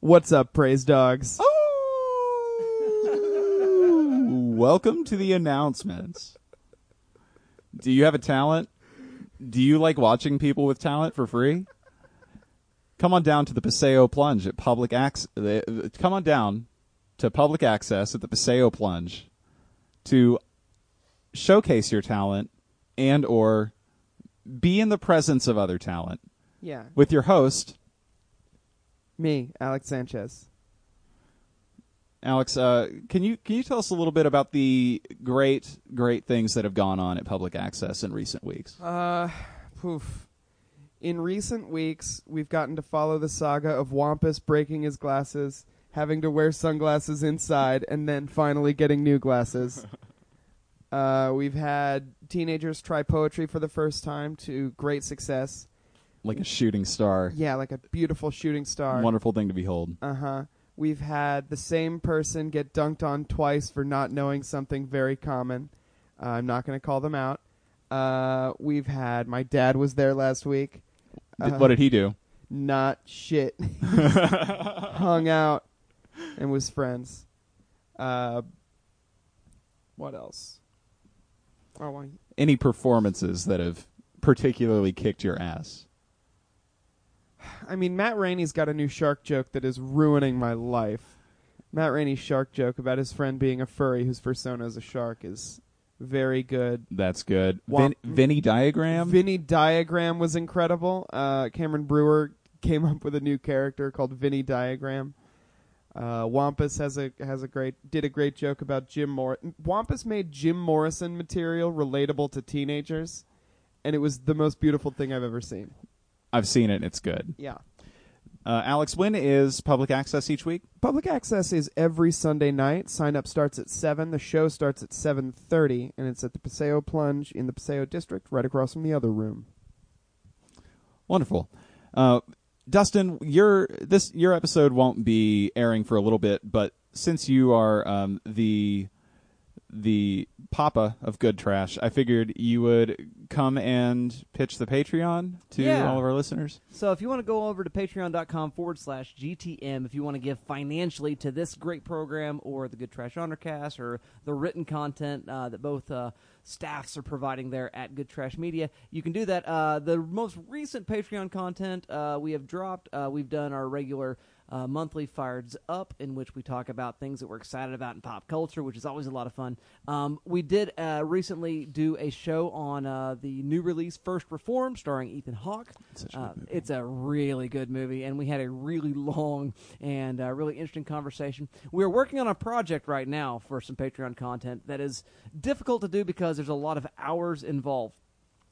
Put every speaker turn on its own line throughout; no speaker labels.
What's up, praise dogs?
Oh, welcome to the announcements. Do you have a talent? Do you like watching people with talent for free? Come on down to the Paseo Plunge at public access. Come on down to public access at the Paseo Plunge to showcase your talent and or be in the presence of other talent
Yeah.
with your host
Me, Alex Sanchez.
Alex, uh, can you can you tell us a little bit about the great great things that have gone on at Public Access in recent weeks?
Uh, poof. In recent weeks, we've gotten to follow the saga of Wampus breaking his glasses, having to wear sunglasses inside, and then finally getting new glasses. Uh, we've had teenagers try poetry for the first time to great success.
Like a shooting star,
Yeah, like a beautiful shooting star.
wonderful thing to behold.
Uh huh. We've had the same person get dunked on twice for not knowing something very common. Uh, I'm not going to call them out. Uh, we've had my dad was there last week.
Did-
Uh,
what did he do?
Not shit. Hung out and was friends. Uh, what else? Oh, well,
Any performances that have particularly kicked your ass?
I mean, Matt Rainey's got a new shark joke that is ruining my life. Matt Rainey's shark joke about his friend being a furry whose persona is a shark is very good.
That's good.
Wha-
Vin, Vinny diagram.
Vinny Diagram was incredible. Uh, Cameron Brewer came up with a new character called Vinny Diagram. Uh, Wampus has a has a great did a great joke about Jim Mor. Wampus made Jim Morrison material relatable to teenagers, and it was the most beautiful thing I've ever seen.
I've seen it. It's good.
Yeah.
Uh, Alex, when is Public Access each week?
Public access is every Sunday night. Sign up starts at seven. The show starts at seven thirty, and it's at the Paseo Plunge in the Paseo District, right across from the other room.
Wonderful. Uh, Dustin, your this your episode won't be airing for a little bit, but since you are um, the the papa of good trash, I figured you would come and pitch the Patreon to
Yeah.
all of our listeners.
So if you want to go over to patreon.com forward slash GTM, if you want to give financially to this great program or the Good Trash Undercast or the written content uh, that both uh, staffs are providing there at Good Trash Media, you can do that. Uh, the most recent Patreon content uh, we have dropped, uh, we've done our regular uh, monthly Fired's Up, in which we talk about things that we're excited about in pop culture, which is always a lot of fun. Um, we did uh, recently do a show on uh, the new release First Reform, starring Ethan Hawke. Uh, it's a really good movie, and we had a really long and uh, really interesting conversation. We're working on a project right now for some Patreon content that is difficult to do because there's a lot of hours involved.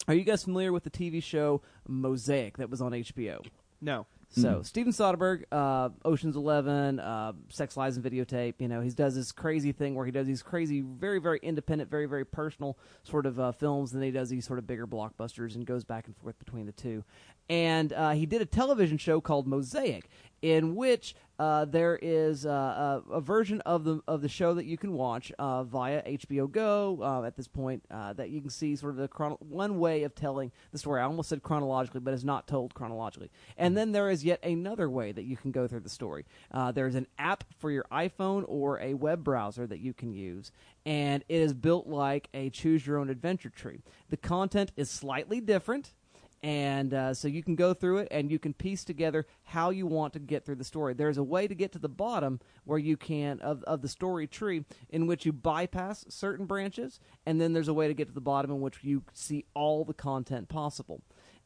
Are you guys familiar with the TV show Mosaic that was on HBO?
No.
So Steven Soderbergh, uh, Ocean's Eleven, uh, Sex Lies and Videotape. You know, he does this crazy thing where he does these crazy, very, very independent, very, very personal sort of uh, films, and then he does these sort of bigger blockbusters and goes back and forth between the two. And uh, he did a television show called Mosaic, in which uh, there is uh, a, a version of the of the show that you can watch uh, via HBO Go uh, at this point uh, that you can see sort of the chrono- one way of telling the story. I almost said chronologically, but it's not told chronologically. And then there is yet another way that you can go through the story. Uh, there is an app for your iPhone or a web browser that you can use, and it is built like a choose your own adventure tree. The content is slightly different and uh, so you can go through it and you can piece together how you want to get through the story there's a way to get to the bottom where you can of, of the story tree in which you bypass certain branches and then there's a way to get to the bottom in which you see all the content possible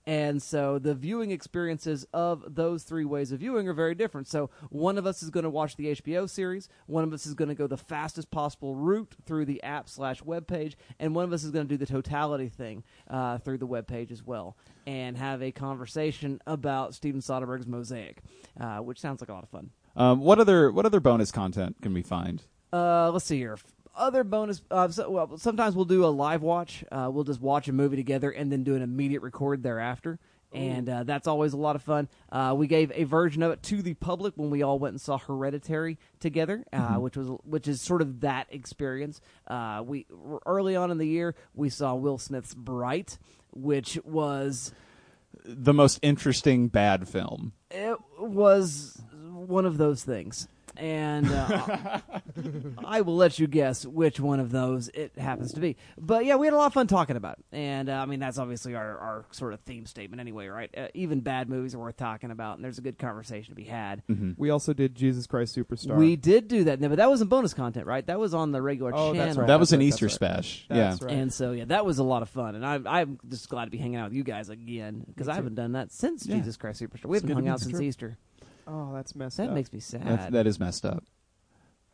and so the viewing experiences of those three ways of viewing are very different. So one of us is going to watch the HBO series, one of us is going to go the fastest possible route through the app slash web page, and one of us is going to do the totality thing uh, through the web page as well, and have a conversation about Steven Soderbergh's Mosaic, uh, which sounds like a lot of fun.
Um, what other what other bonus content can we find?
Uh, let's see here. Other bonus. Uh, so, well, sometimes we'll do a live watch. Uh, we'll just watch a movie together and then do an immediate record thereafter. And uh, that's always a lot of fun. Uh, we gave a version of it to the public when we all went and saw Hereditary together, uh, which was which is sort of that experience. Uh, we early on in the year we saw Will Smith's Bright, which was
The most interesting bad film.
it was one of those things, and uh, I will let you guess which one of those it happens to be. But yeah, we had a lot of fun talking about it, and uh, I mean that's obviously our, our sort of theme statement anyway, right? Uh, even bad movies are worth talking about, and there's a good conversation to be had.
Mm-hmm.
Hmm.
We also did Jesus Christ Superstar.
We did do that, no, but that wasn't bonus content, right? That was on the regular
Oh,
channel.
that's right.
that was an
right,
Easter
that's right.
spash.
That's
yeah.
right.
And so, yeah, that was a lot of fun, and I'm I'm just glad to be hanging out with you guys again because I haven't done that since
Yeah.
Jesus Christ Superstar. We
It's
haven't
good to
hung
be
out since
disturbed.
Easter.
oh, that's messed
That
up.
makes me sad.
That's, that is messed up.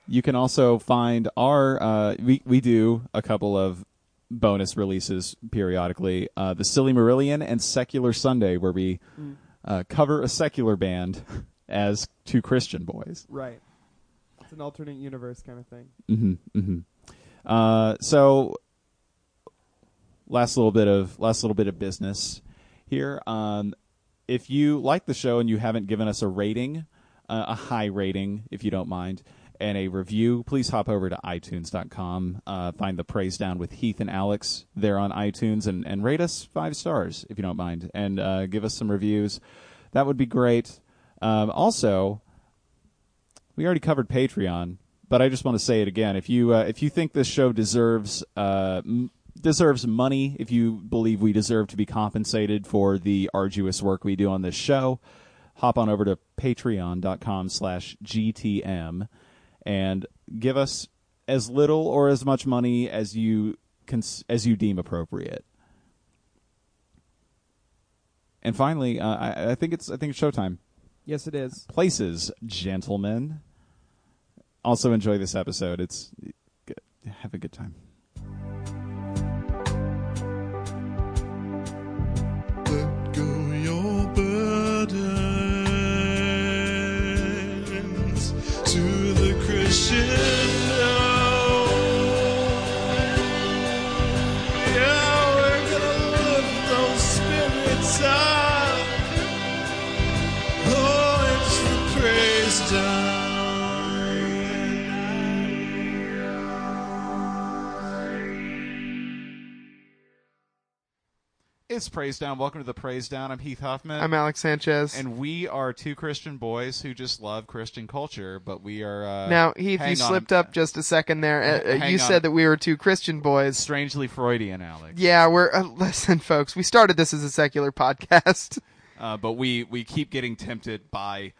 You can also find our uh, we we do a couple of bonus releases periodically. Uh, the Silly Marillion and Secular Sunday, where we
Hmm.
uh, cover a secular band as two Christian boys.
right. It's an alternate universe kind of thing.
hmm hmm Uh, so last little bit of last little bit of business here. Um, if you like the show and you haven't given us a rating, uh, a high rating, if you don't mind, and a review, please hop over to iTunes.com. Uh, find the Praise Down with Heath and Alex there on iTunes and, and rate us five stars, if you don't mind, and uh, give us some reviews. That would be great. Um, also, we already covered Patreon, but I just want to say it again. If you uh, if you think this show deserves uh, m- deserves money, if you believe we deserve to be compensated for the arduous work we do on this show, hop on over to Patreon.com/gtm and give us as little or as much money as you cons- as you deem appropriate. And finally, uh, I, I think it's I think it's showtime
Yes, it is.
places, gentlemen. Also enjoy this episode. It's good. have a good time.
Let go your burdens to the Christian now. Yeah, we're gonna lift those spirits up. Oh, it's the praise time.
It's Praise Down. Welcome to the Praise Down. I'm Heath Huffman.
I'm Alex Sanchez.
and we are two Christian boys who just love Christian culture, but we are uh,
now, Heath,
hang
you
on
slipped
a-
up just a second there. Uh, Uh,
Hang
you
on.
said that we were two Christian boys.
strangely Freudian, Alex.
Yeah, we're uh, listen, folks. We started this as a secular podcast.
Uh, but we we keep getting tempted by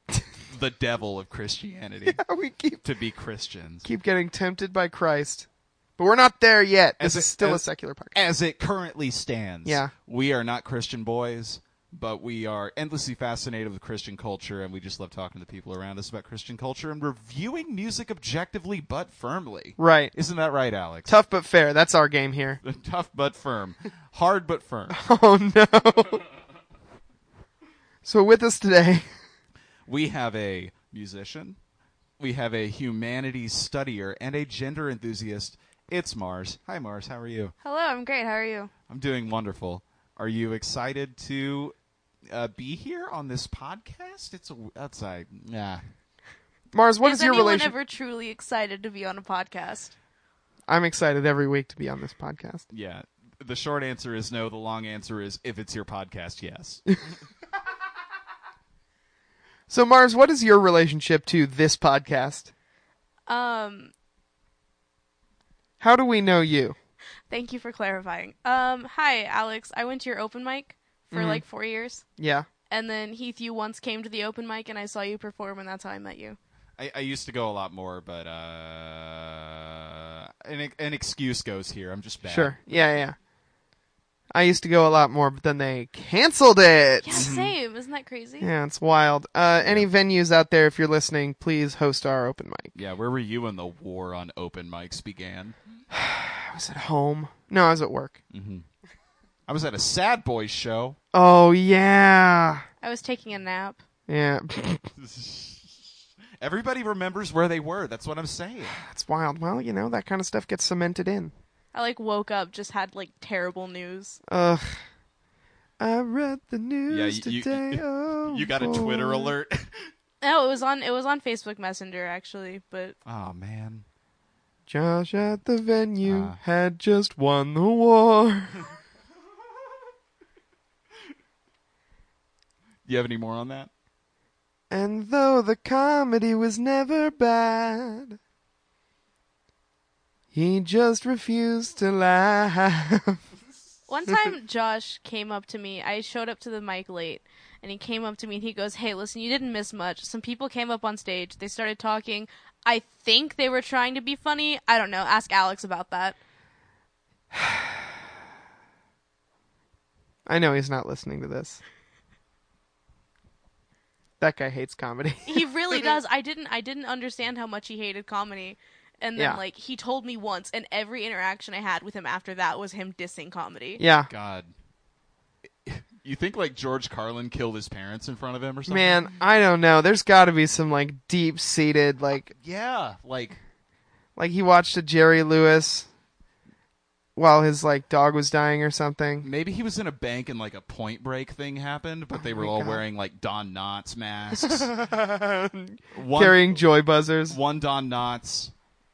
the devil of Christianity
we keep
to be Christians.
keep getting tempted by Christ, but we're not there yet. This
As
is
it-
still
as-
a secular podcast.
as it currently stands.
Yeah.
We are not Christian boys, but we are endlessly fascinated with Christian culture, and we just love talking to the people around us about Christian culture and reviewing music objectively but firmly.
Right.
Isn't that right, Alex?
Tough but fair. That's our game here.
Tough but firm. Hard but firm.
Oh no. so with us today,
We have a musician, we have a humanities studier, and a gender enthusiast. It's Mars. Hi, Mars. How are you?
Hello, I'm great. How are you?
I'm doing wonderful. Are you excited to uh, be here on this podcast? It's a, that's a nah.
Mars, what
is
is your
anyone
relation?
ever truly excited to be on a podcast?
I'm excited every week to be on this podcast.
Yeah. The short answer is no. The long answer is if it's your podcast, yes.
So Mars, what is your relationship to this podcast?
Um,
How do we know you?
thank you for clarifying. Um, hi, Alex. I went to your open mic for
Mm-hmm.
like four years,
Yeah.
and then Heath, you once came to the open mic, and I saw you perform, and that's how I met you.
I, I used to go a lot more, but uh, an an excuse goes here. I'm just bad.
Sure. Yeah, yeah. I used to go a lot more, but then they canceled it.
Yeah, same. Isn't that crazy?
Mm-hmm. Yeah, it's wild. Uh, any venues out there, if you're listening, please host our open mic.
Yeah, where were you when the war on open mics began?
I was at home. No, I was at work.
I was at a sad boys show.
Oh yeah,
I was taking a nap.
yeah.
Everybody remembers where they were. That's what I'm saying.
That's wild. Well, you know that kind of stuff gets cemented in.
I like woke up, just had like terrible news.
Ugh. I read the news
Yeah, you- you-
today.
you-
oh,
You got a Twitter
boy.
alert.
No, Oh, it was on it was on Facebook Messenger actually, but
oh man.
Josh at the venue
Ah.
had just won the war.
Do you have any more on that?
And though the comedy was never bad, he just refused to laugh.
One time, Josh came up to me. I showed up to the mic late, and he came up to me and he goes, Hey, listen, you didn't miss much. Some people came up on stage. They started talking. I think they were trying to be funny. I don't know. Ask Alex about that.
I know he's not listening to this. That guy hates comedy.
He really does. I didn't. I didn't understand how much he hated comedy, and then
Yeah.
like he told me once, and every interaction I had with him after that was him dissing comedy.
yeah.
God. You think like George Carlin killed his parents in front of him or something?
Man, I don't know. There's got to be some like deep seated like
Yeah, like
like he watched a Jerry Lewis while his like dog was dying or something.
maybe he was in a bank and like a Point Break thing happened, but they were all
Oh God.
wearing like Don Knotts masks, one,
Carrying joy buzzers.
one Don Knotts,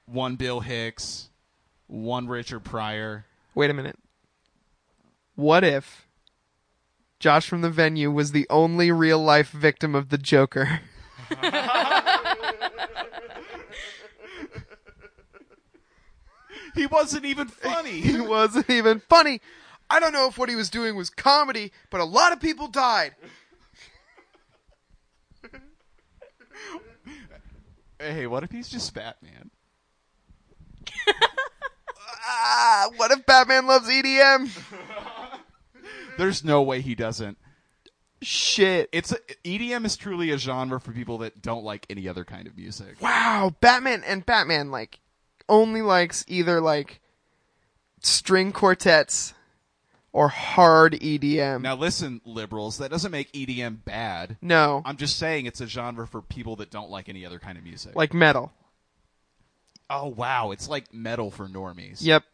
one Bill Hicks, one Richard Pryor.
Wait a minute. What if Josh from the venue was the only real life victim of the Joker?
He wasn't even funny.
he wasn't even funny. I don't know if what he was doing was comedy, but a lot of people died.
hey, what if he's just Batman?
Ah, what if Batman loves E EDM?
There's no way he doesn't.
Shit.
It's a, EDM is truly a genre for people that don't like any other kind of music.
wow, Batman and Batman like only likes either like string quartets or hard E EDM.
Now listen, liberals, that doesn't make EDM bad.
no,
I'm just saying it's a genre for people that don't like any other kind of music.
like metal.
oh wow, it's like metal for normies.
Yep.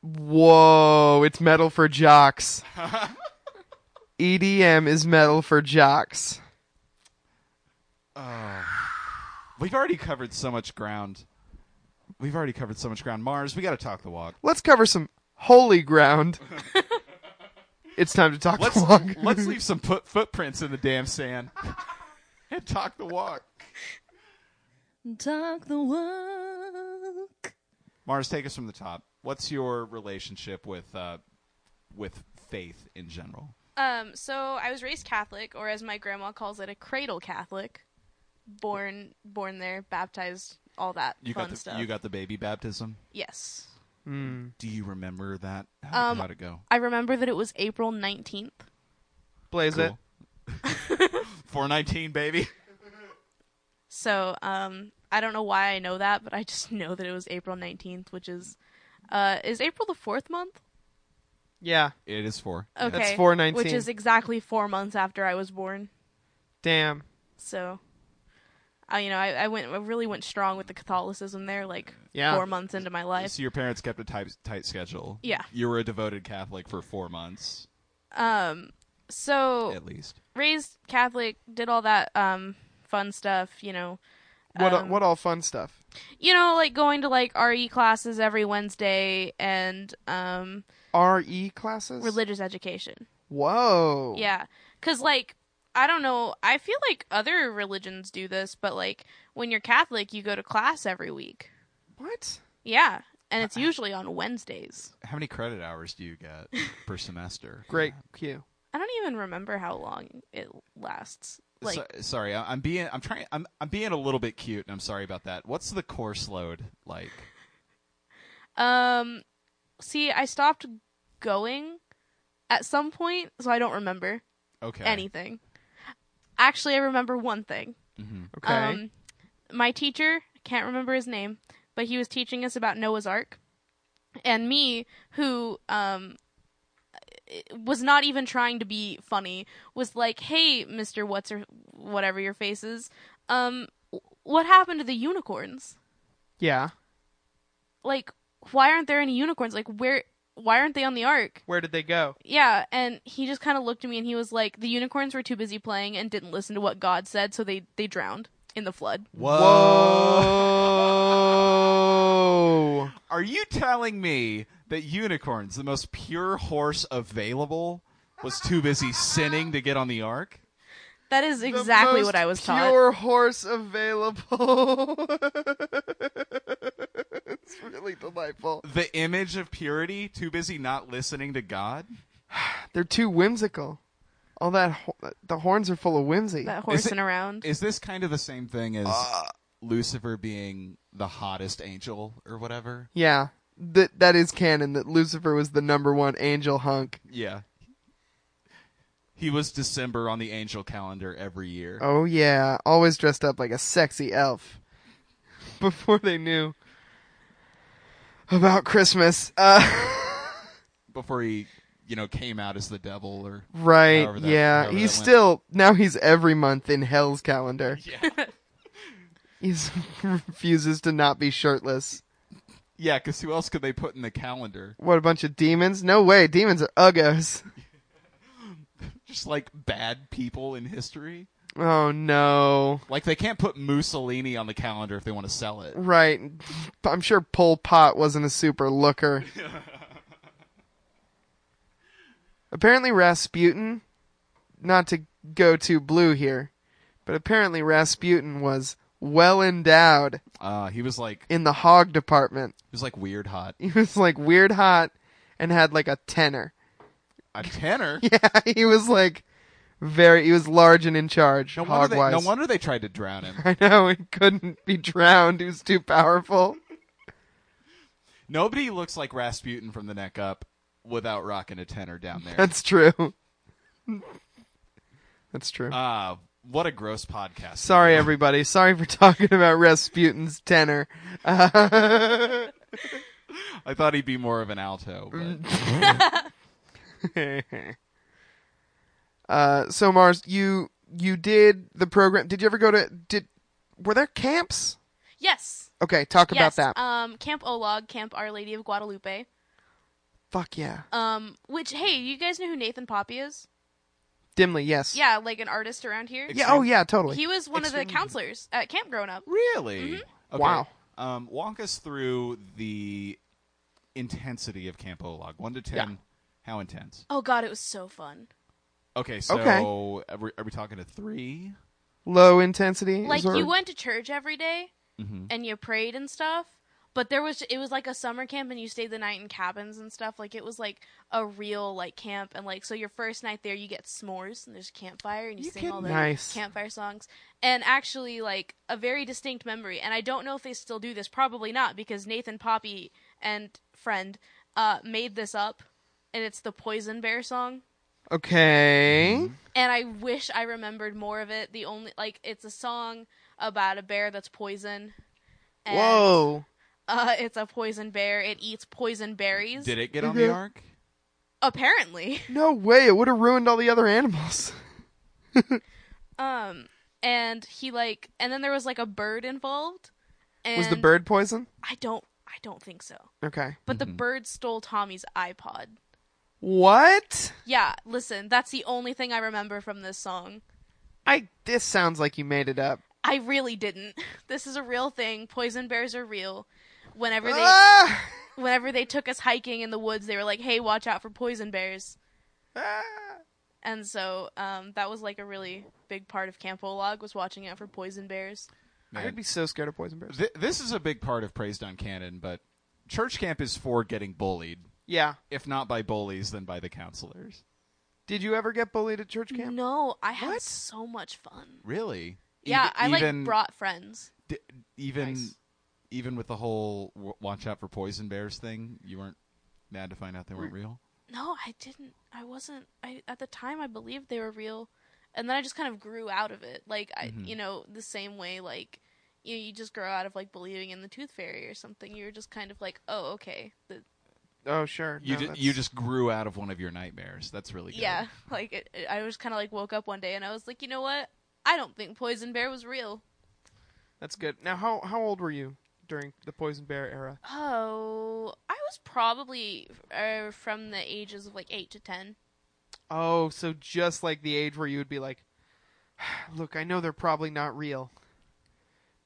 Whoa, it's metal for jocks. EDM is metal for jocks.
We've already covered so much ground. We've already covered so much ground. Mars, we got to talk the walk.
Let's cover some holy ground. it's time to talk.
Let's
walk.
let's leave some foot, footprints in the damn sand and talk the walk.
Talk the walk.
Mars, take us from the top. What's your relationship with uh, with faith in general?
Um, so I was raised Catholic, or as my grandma calls it, a cradle Catholic. Born, born there, baptized, all that
You
fun
got the,
stuff.
you got the baby baptism.
yes,
Do you remember that? How,
Um,
how'd it go?
I remember that it was April nineteenth.
blaze it.
Four nineteen, baby.
So um, I don't know why I know that, but I just know that it was April nineteenth, which is uh, is April the fourth month.
Yeah.
It is four.
Okay,
4/19.
which is exactly four months after I was born.
Damn.
So, I you know I, I went I really went strong with the Catholicism there, like
Yeah.
four months into my life.
So your parents kept a tight, tight schedule.
Yeah.
You were a devoted Catholic for four months
Um, so
at least.
raised Catholic, did all that um fun stuff, you know.
What
Um,
what all fun stuff.
You know, like going to like RE classes every Wednesday and um
RE E classes?
religious education.
Whoa.
Yeah. Cuz like I don't know, I feel like other religions do this, but like when you're Catholic, you go to class every week.
What?
Yeah. And it's usually on Wednesdays.
How many credit hours do you get per semester?
Great cue.
I don't even remember how long it lasts. Like
So- sorry, I- I'm being I'm trying I'm I'm being a little bit cute, and I'm sorry about that. What's the course load like?
Um, see, I stopped going at some point, so I don't remember
Okay.
anything. Actually, I remember one thing.
Okay.
Um, my teacher, I can't remember his name, but he was teaching us about Noah's Ark, and me, who um was not even trying to be funny, was like, "Hey, Mister, what's your whatever your face is? Um, what happened to the unicorns?"
yeah.
like why aren't there any unicorns like where why aren't they on the ark
Where did they go?
yeah and he just kind of looked at me and he was like the unicorns were too busy playing and didn't listen to what god said so they they drowned in the flood
Whoa.
Whoa.
Are you telling me that unicorns, the most pure horse available, was too busy sinning to get on the ark?
That is exactly what I was
pure
taught.
Pure horse available. it's really delightful.
The image of purity, too busy not listening to God.
They're too whimsical. All that ho- the horns are full of whimsy.
That horsing
it-
around.
Is this kind of the same thing as Lucifer being the hottest angel or whatever?
yeah, that that is canon. That Lucifer was the number one angel hunk.
Yeah. He was December on the angel calendar every year.
Oh yeah, always dressed up like a sexy elf. Before they knew about Christmas. Uh,
Before he, you know, came out as the devil or
right?
However that-
yeah,
however
he's
that went.
still now he's every month in Hell's calendar.
Yeah.
He refuses to not be shirtless.
Yeah, because who else could they put in the calendar?
What a bunch of demons! No way, demons are uggos.
Just like bad people in history.
Oh no!
Like they can't put Mussolini on the calendar if they want to sell it.
Right, I'm sure Pol Pot wasn't a super looker. apparently Rasputin, not to go too blue here, but apparently Rasputin was well endowed
Uh, he was like he
in the hog department.
was like weird hot.
He was like weird hot, and had like a tenor.
A tenor.
Yeah, he was like very. He was large and in charge.
No
hog
wonder, they,
wise.
no wonder they tried to drown him.
I know he couldn't be drowned. He was too powerful.
Nobody looks like Rasputin from the neck up without rocking a tenor down there.
That's true. That's true.
Ah, what a gross podcast.
Sorry, everybody. Sorry for talking about Rasputin's tenor. Uh,
I thought he'd be more of an alto.
Mm-hmm.
But
uh, so Mars, you you did the program. Did you ever go to? Did were there camps?
yes.
Okay, talk
yes.
about that.
Um, Camp Olog, Camp Our Lady of Guadalupe.
Fuck yeah.
Um, which hey, you guys know who Nathan Poppy is?
Dimly, yes.
Yeah, like an artist around here.
Yeah. Oh yeah. Totally.
He was one of the counselors at camp growing up.
really? Okay.
Mm-hmm. Wow.
Um, walk us through the intensity of Camp Olog. One to ten. How intense?
Oh god, it was so fun.
Okay, so
Okay.
Are, we, are we talking to three?
Low intensity.
Like
is what-
you went to church every day and you prayed and stuff. But there was it was like a summer camp and you stayed the night in cabins and stuff. Like it was like a real like camp and like so your first night there you get s'mores and there's a campfire and you, sing all the
Nice.
campfire songs and actually like a very distinct memory and I don't know if they still do this probably not because Nathan Poppy and friend uh made this up and it's the poison bear song.
Okay.
and I wish I remembered more of it. The only like it's a song about a bear that's poison. And,
Whoa.
Uh, it's a poison bear. It eats poison berries.
Did it get on the ark?
Apparently.
No way. It would have ruined all the other animals.
Um, and he like, and then there was like a bird involved. And
Was the bird poison?
I don't. I don't think so.
Okay.
But
Mm-hmm.
the bird stole Tommy's iPod.
What?
Yeah, listen, that's the only thing I remember from this song.
I. This sounds like you made it up.
I really didn't. This is a real thing. Poison bears are real. Whenever they
Ah!
whenever they took us hiking in the woods, they were like, "Hey, watch out for poison bears." And so um, that was like a really big part of Camp Olog was watching out for poison bears.
I'd be so scared of poison bears.
Th- this is a big part of Praised on Canon, but church camp is for getting bullied.
Yeah.
If not by bullies, then by the counselors.
Did you ever get bullied at church camp?
No, I had so much fun.
Really?
yeah,
Ev-
I like
E-, even-
brought friends.
d- even
Nice.
even with the whole w- watch out for poison bears thing, you weren't mad to find out they weren't real.
No, I didn't. I wasn't. I at the time I believed they were real, and then I just kind of grew out of it. Like I, you know, the same way like you know, you just grow out of like believing in the tooth fairy or something. You're just kind of like, oh, okay, the,
Oh, sure.
You
No,
ju-
that's-
you just grew out of one of your nightmares. That's really good.
Yeah, like it, it- I was kind of like woke up one day and I was like, you know what? I don't think poison bear was real.
That's good. Now, how how old were you during the poison bear era?
Oh, I was probably uh, from the ages of like eight to ten.
Oh, so just like the age where you would be like, "Look, I know they're probably not real,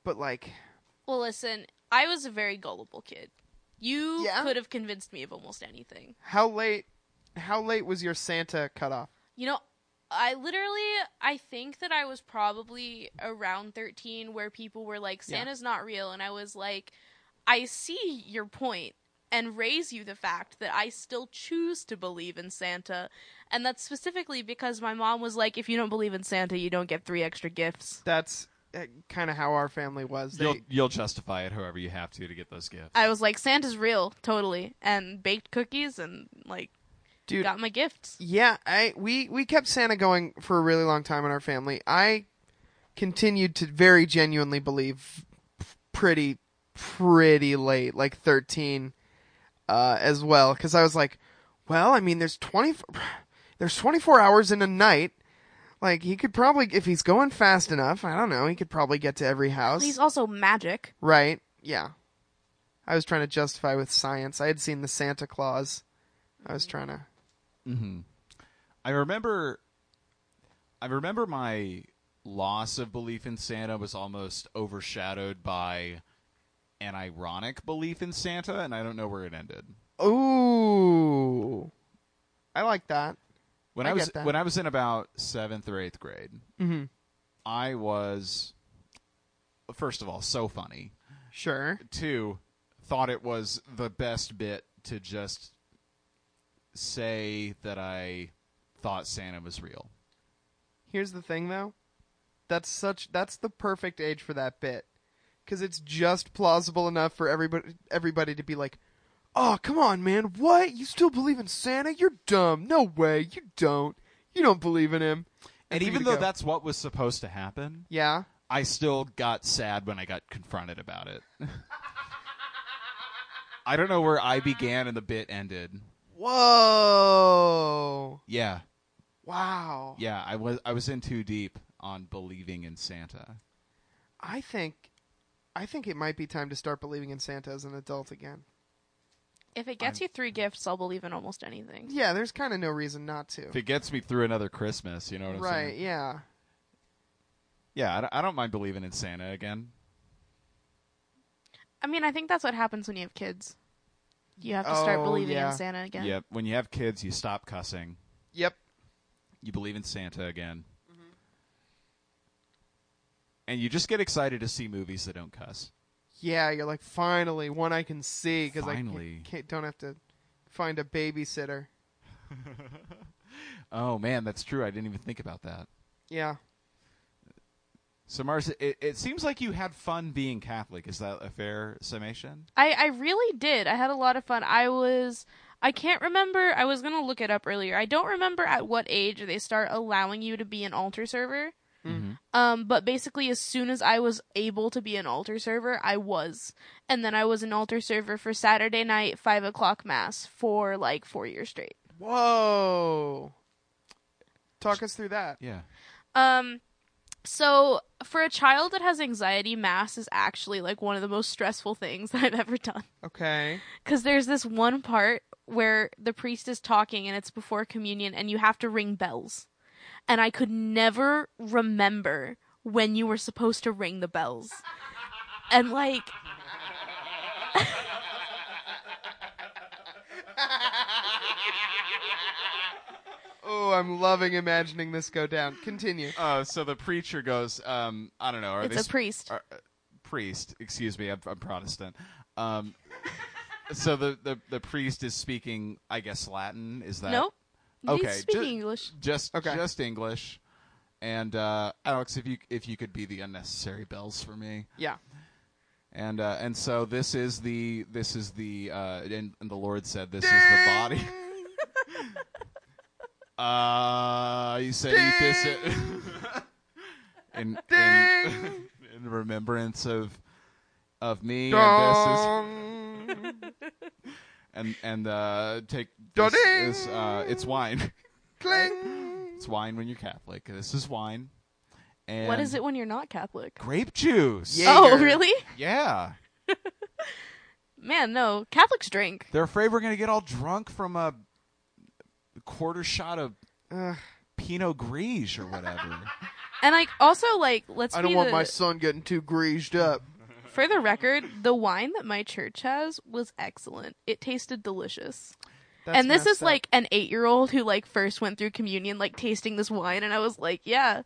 but like,
Well, listen, I was a very gullible kid. You
Yeah?
could have convinced me of almost anything.
how late? How late was your Santa cutoff?
You know, I literally, I think that I was probably around 13 where people were like,
Yeah.
Santa's not real. And I was like, I see your point and raise you the fact that I still choose to believe in Santa. And that's specifically because my mom was like, if you don't believe in Santa, you don't get three extra gifts.
That's kind of how our family was. They,
You'll you'll justify it however you have to to get those gifts.
I was like, Santa's real, totally. And baked cookies and like,
dude,
got my gifts.
Yeah, I we we kept Santa going for a really long time in our family. I continued to very genuinely believe f- pretty pretty late, like 13 uh as well cuz I was like, well, I mean there's 20 there's 24 hours in a night. Like he could probably if he's going fast enough, I don't know, he could probably get to every house.
He's also magic.
Right. Yeah. I was trying to justify with science. I had seen the Santa Claus. I was trying to
I remember I remember my loss of belief in Santa was almost overshadowed by an ironic belief in Santa and I don't know where it ended.
Ooh. I like that.
When
I
I, was
get that. Mm-hmm.
when I was in about 7th or 8th grade, I was first of all so funny.
Sure.
Two, thought it was the best bit to just say that I thought Santa was real.
Here's the thing though. That's such that's the perfect age for that bit. Cuz it's just plausible enough for everybody everybody to be like, "Oh, come on, man. What? You still believe in Santa? You're dumb. No way. You don't. You don't believe in him."
And
for you
even
to
though
go,
that's what was supposed to happen,
Yeah.
I still got sad when I got confronted about it. I don't know where I began and the bit ended.
Whoa.
Yeah,
Wow.
yeah, I was I was in too deep on believing in Santa.
I think I think it might be time to start believing in Santa as an adult again.
If it gets you three gifts, I'll believe in almost anything.
Yeah, there's kind of no reason not to.
If it gets me through another Christmas, you know what I'm
Right,
saying?
yeah.
Yeah, I don't, I don't mind believing in Santa again.
I mean, I think that's what happens when you have kids. You have to start
Oh,
believing
yeah.
in Santa again.
Yep. When you have kids, you stop cussing.
Yep.
You believe in Santa again.
Mm-hmm.
And you just get excited to see movies that don't cuss.
Yeah, you're like finally one I can see because I
Finally.
can't, can't- don't have to find a babysitter.
Oh man, that's true. I didn't even think about that.
Yeah,
So Mars, it, it seems like you had fun being Catholic. Is that a fair summation?
I, I really did. I had a lot of fun. I was. I can't remember. I was going to look it up earlier. I don't remember at what age they start allowing you to be an altar server. Um, but basically, as soon as I was able to be an altar server, I was. And then I was an altar server for Saturday night, 5 o'clock Mass, for like four years straight.
Whoa. Talk us through that.
Yeah.
Um, so for a child that has anxiety, mass is actually like one of the most stressful things that I've ever done.
Okay.
Because there's this one part where the priest is talking and it's before communion and you have to ring bells. And I could never remember when you were supposed to ring the bells. And like.
Oh, I'm loving imagining this go down. Continue.
Uh, so the preacher goes, um, I don't know. Are
It's
they
a priest.
are- uh, priest. Excuse me, I'm, I'm Protestant. Um, so the, the the priest is speaking, I guess Latin. Is that
Nope.
Okay,
He's speaking
ju-
English.
Just
Okay.
just English. And uh, Alex, if you if you could be the unnecessary bells for me.
Yeah.
And uh, and so this is the this is the uh, and, and the Lord said this is the body. uh, he said eat this in, in in remembrance of of me and
Dong.
this is and and uh, take
Dong.
this, this uh, it's wine.
Cling.
It's wine when you're Catholic. This is wine. And
What is it when you're not Catholic?
Grape juice.
Yeah.
Oh,
Jaeger.
really?
Yeah.
Man, no. Catholics drink.
They're afraid we're gonna get all drunk from a quarter shot of
Ugh.
Pinot Gris or whatever.
And like, also, like, let's
I don't
be
want
the-
my son getting too greased up.
For the record, the wine that my church has was excellent. It tasted delicious.
That's
and this
messed
is
up.
like an eight year old who like first went through communion like tasting this wine and I was like, Yeah,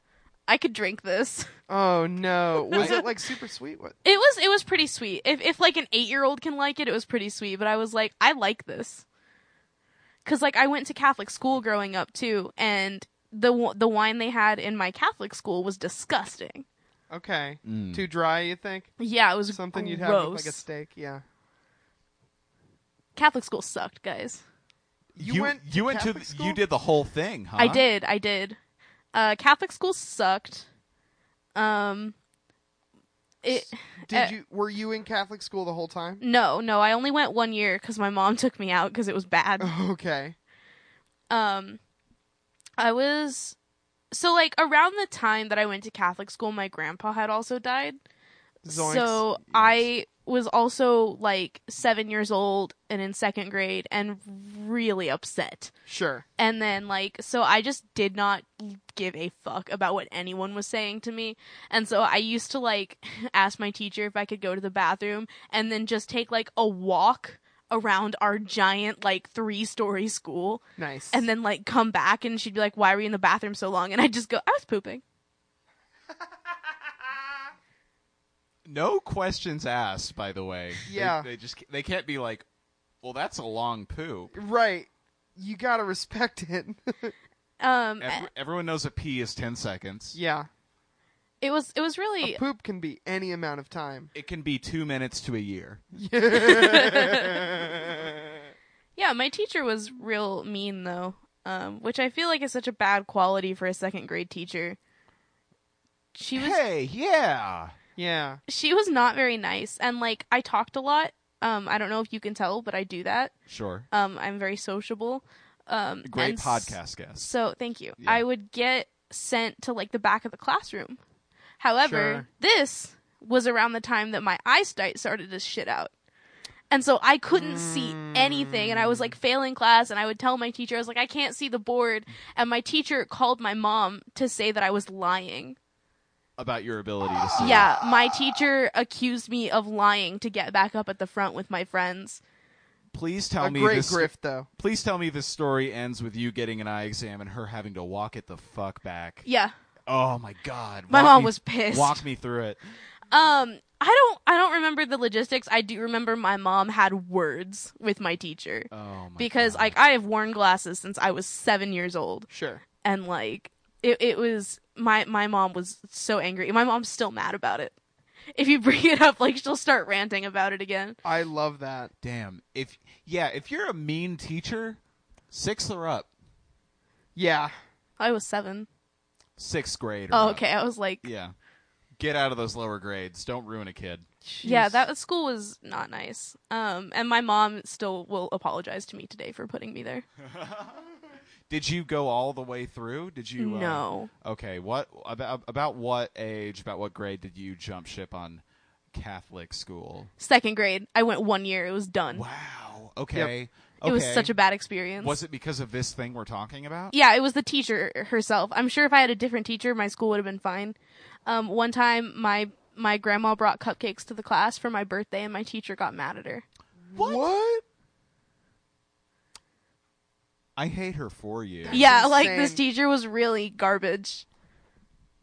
I could drink this.
Oh no! Was it like super sweet? What?
It was it was pretty sweet. If if like an eight year old can like it, it was pretty sweet, but I was like, I like this. Cause like I went to Catholic school growing up too, and the w- the wine they had in my Catholic school was disgusting.
Okay.
Mm.
Too dry, you think?
Yeah, it was
Something you'd have with,
gross.
like a steak, yeah.
Catholic school sucked, guys.
You went to
you went
Catholic
to the,
school?
you did the whole thing, huh?
I did. I did. Uh, Catholic school sucked. Um, it
Did
Uh,
you were you in Catholic school the whole time?
no, no. I only went one year because my mom took me out because it was bad.
Okay.
um i was so like around the time that i went to catholic school my grandpa had also died
Zoinks.
so i was also like seven years old and in second grade and really upset
Sure.
and then like so i just did not give a fuck about what anyone was saying to me and so i used to like ask my teacher if i could go to the bathroom and then just take like a walk around our giant like three story school
Nice.
and then like come back and she'd be like, "Why were you in the bathroom so long?" And I would just go, "I was pooping."
No questions asked, by the way. They-
Yeah.
They, just they can't be like, well, that's a long poo.
Right. You gotta respect it.
Um,
Every, everyone knows a pee is ten seconds.
yeah.
it was it was really
A poop can be any amount of time.
It can be two minutes to a year.
yeah. My teacher was real mean though, um, which I feel like is such a bad quality for a second grade teacher. She was
Hey, yeah.
Yeah.
she was not very nice, and like I talked a lot. Um, I don't know if you can tell, but I do that.
Sure.
Um, I'm very sociable. Um,
Great
and s-
podcast guest.
So thank you.
Yeah.
I would get sent to like the back of the classroom. However,
Sure.
this was around the time that my eyesight started to shit out. And so I couldn't see anything and I was like failing class and I would tell my teacher I was like I can't see the board and my teacher called my mom to say that I was lying.
About your ability to see.
Yeah, my teacher accused me of lying to get back up at the front with my friends.
Please tell
a
me
great
this.
grift though.
Please tell me this story ends with you getting an eye exam and her having to walk it the fuck back.
Yeah.
Oh my god.
My
Walk
mom
me-
was pissed.
Walk me through it.
Um, I don't, I don't remember the logistics. I do remember my mom had words with my teacher
Oh my
because,
God.
like, I have worn glasses since I was seven years old,
Sure.
and like, it, it was my my mom was so angry. My mom's still mad about it. If you bring it up, like, she'll start ranting about it again.
I love that.
Damn. If yeah, if you're a mean teacher, sixth or up,
Yeah.
I was seven.
sixth grade. Or
Oh,
up.
okay. I was like,
Yeah. Get out of those lower grades. Don't ruin a kid.
yeah,
Jeez.
that was- school was not nice. Um, and my mom still will apologize to me today for putting me there.
Did you go all the way through? Did you? uh,
No.
okay. What about about what age? About what grade did you jump ship on Catholic school?
Second grade, I went one year. It was done.
Wow. Okay.
It was
Okay.
such a bad experience.
Was it because of this thing we're talking about?
Yeah, it was the teacher herself. I'm sure if I had a different teacher, my school would have been fine. Um, one time, my my grandma brought cupcakes to the class for my birthday, and my teacher got mad at her.
What? I hate her for you.
yeah, like this
insane.
teacher was really garbage.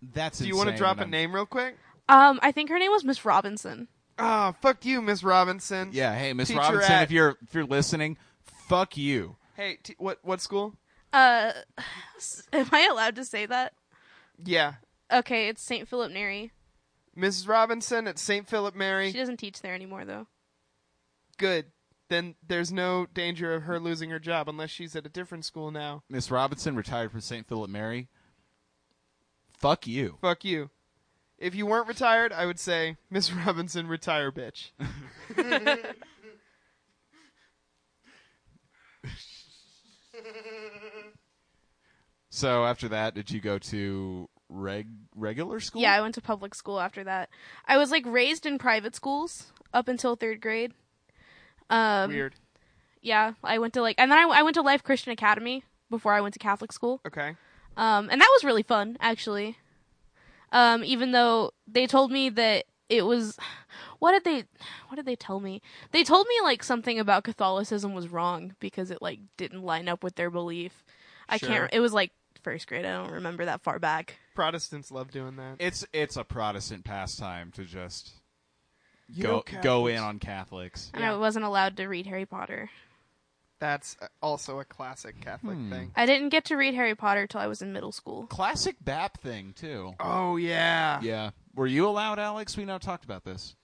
That's.
Do you
want to
drop a name real quick?
Um, I think her name was Miss Robinson.
Ah, fuck you, Miss Robinson.
Yeah. Hey, Miss
Teacher
Robinson,
at-
if you're if you're listening, fuck you.
Hey, t- what what school?
Uh, am I allowed to say that?
Yeah.
Okay, it's St. Philip Neri.
Mrs. Robinson at St. Philip Mary.
She doesn't teach there anymore, though.
Good. Then there's no danger of her losing her job unless she's at a different school now.
Miss Robinson retired from St. Philip Mary. Fuck you.
Fuck you. If you weren't retired, I would say, Miss Robinson, retire, bitch.
So after that, did you go to reg regular school?
Yeah, I went to public school after that. I was like raised in private schools up until third grade. Um,
Weird.
yeah i went to like and then I, I went to life christian academy before i went to catholic school
Okay.
um, and that was really fun actually um, even though they told me that it was what did they what did they tell me? They told me like something about Catholicism was wrong because it like didn't line up with their belief. I
Sure.
can't it was like first grade. I don't remember that far back.
Protestants love doing that.
It's it's a Protestant pastime to just
You
go
know
go
Catholics.
in on Catholics.
And
Yeah.
I wasn't allowed to read Harry Potter.
That's uh, also a classic Catholic
Hmm.
thing.
I didn't get to read Harry Potter till I was in middle school.
Classic BAP thing too.
Oh yeah.
Yeah. Were you allowed, Alex? We now talked about this.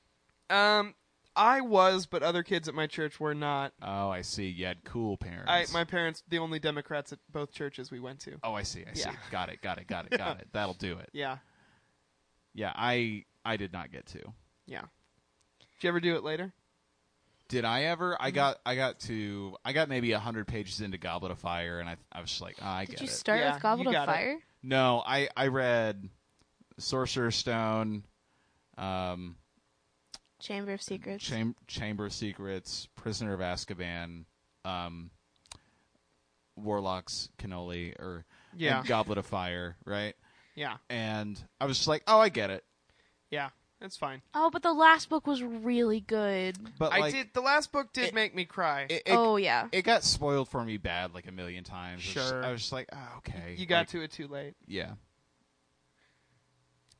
Um, I was, but other kids at my church were not.
Oh, I see. You had cool parents.
I my parents the only Democrats at both churches we went to.
Oh, I see. I see.
Yeah.
Got it. Got it. Got it. Got it. That'll do it.
Yeah,
Yeah, I I did not get to.
yeah. Did you ever do it later?
Did I ever? I got I got to I got maybe hundred pages into Goblet of Fire, and I I was just like, ah, I
Did
get
you
it.
start
Yeah,
with Goblet
you
of
got it.
Fire?
No, I I read Sorcerer's Stone, um,
Chamber of Secrets.
Cham- Chamber of Secrets, Prisoner of Azkaban, um, Warlock's Cannoli, or and
Yeah.
Goblet of Fire, right?
Yeah,
And I was just like, oh, I get it.
yeah. That's fine.
oh, but the last book was really good.
But
I
like,
did. The last book did
it-
make me cry.
It, it,
oh yeah.
it got spoiled for me bad like a million times. I was just-
Sure.
I was just like, oh, okay.
you got
Like,
to it too late.
Yeah.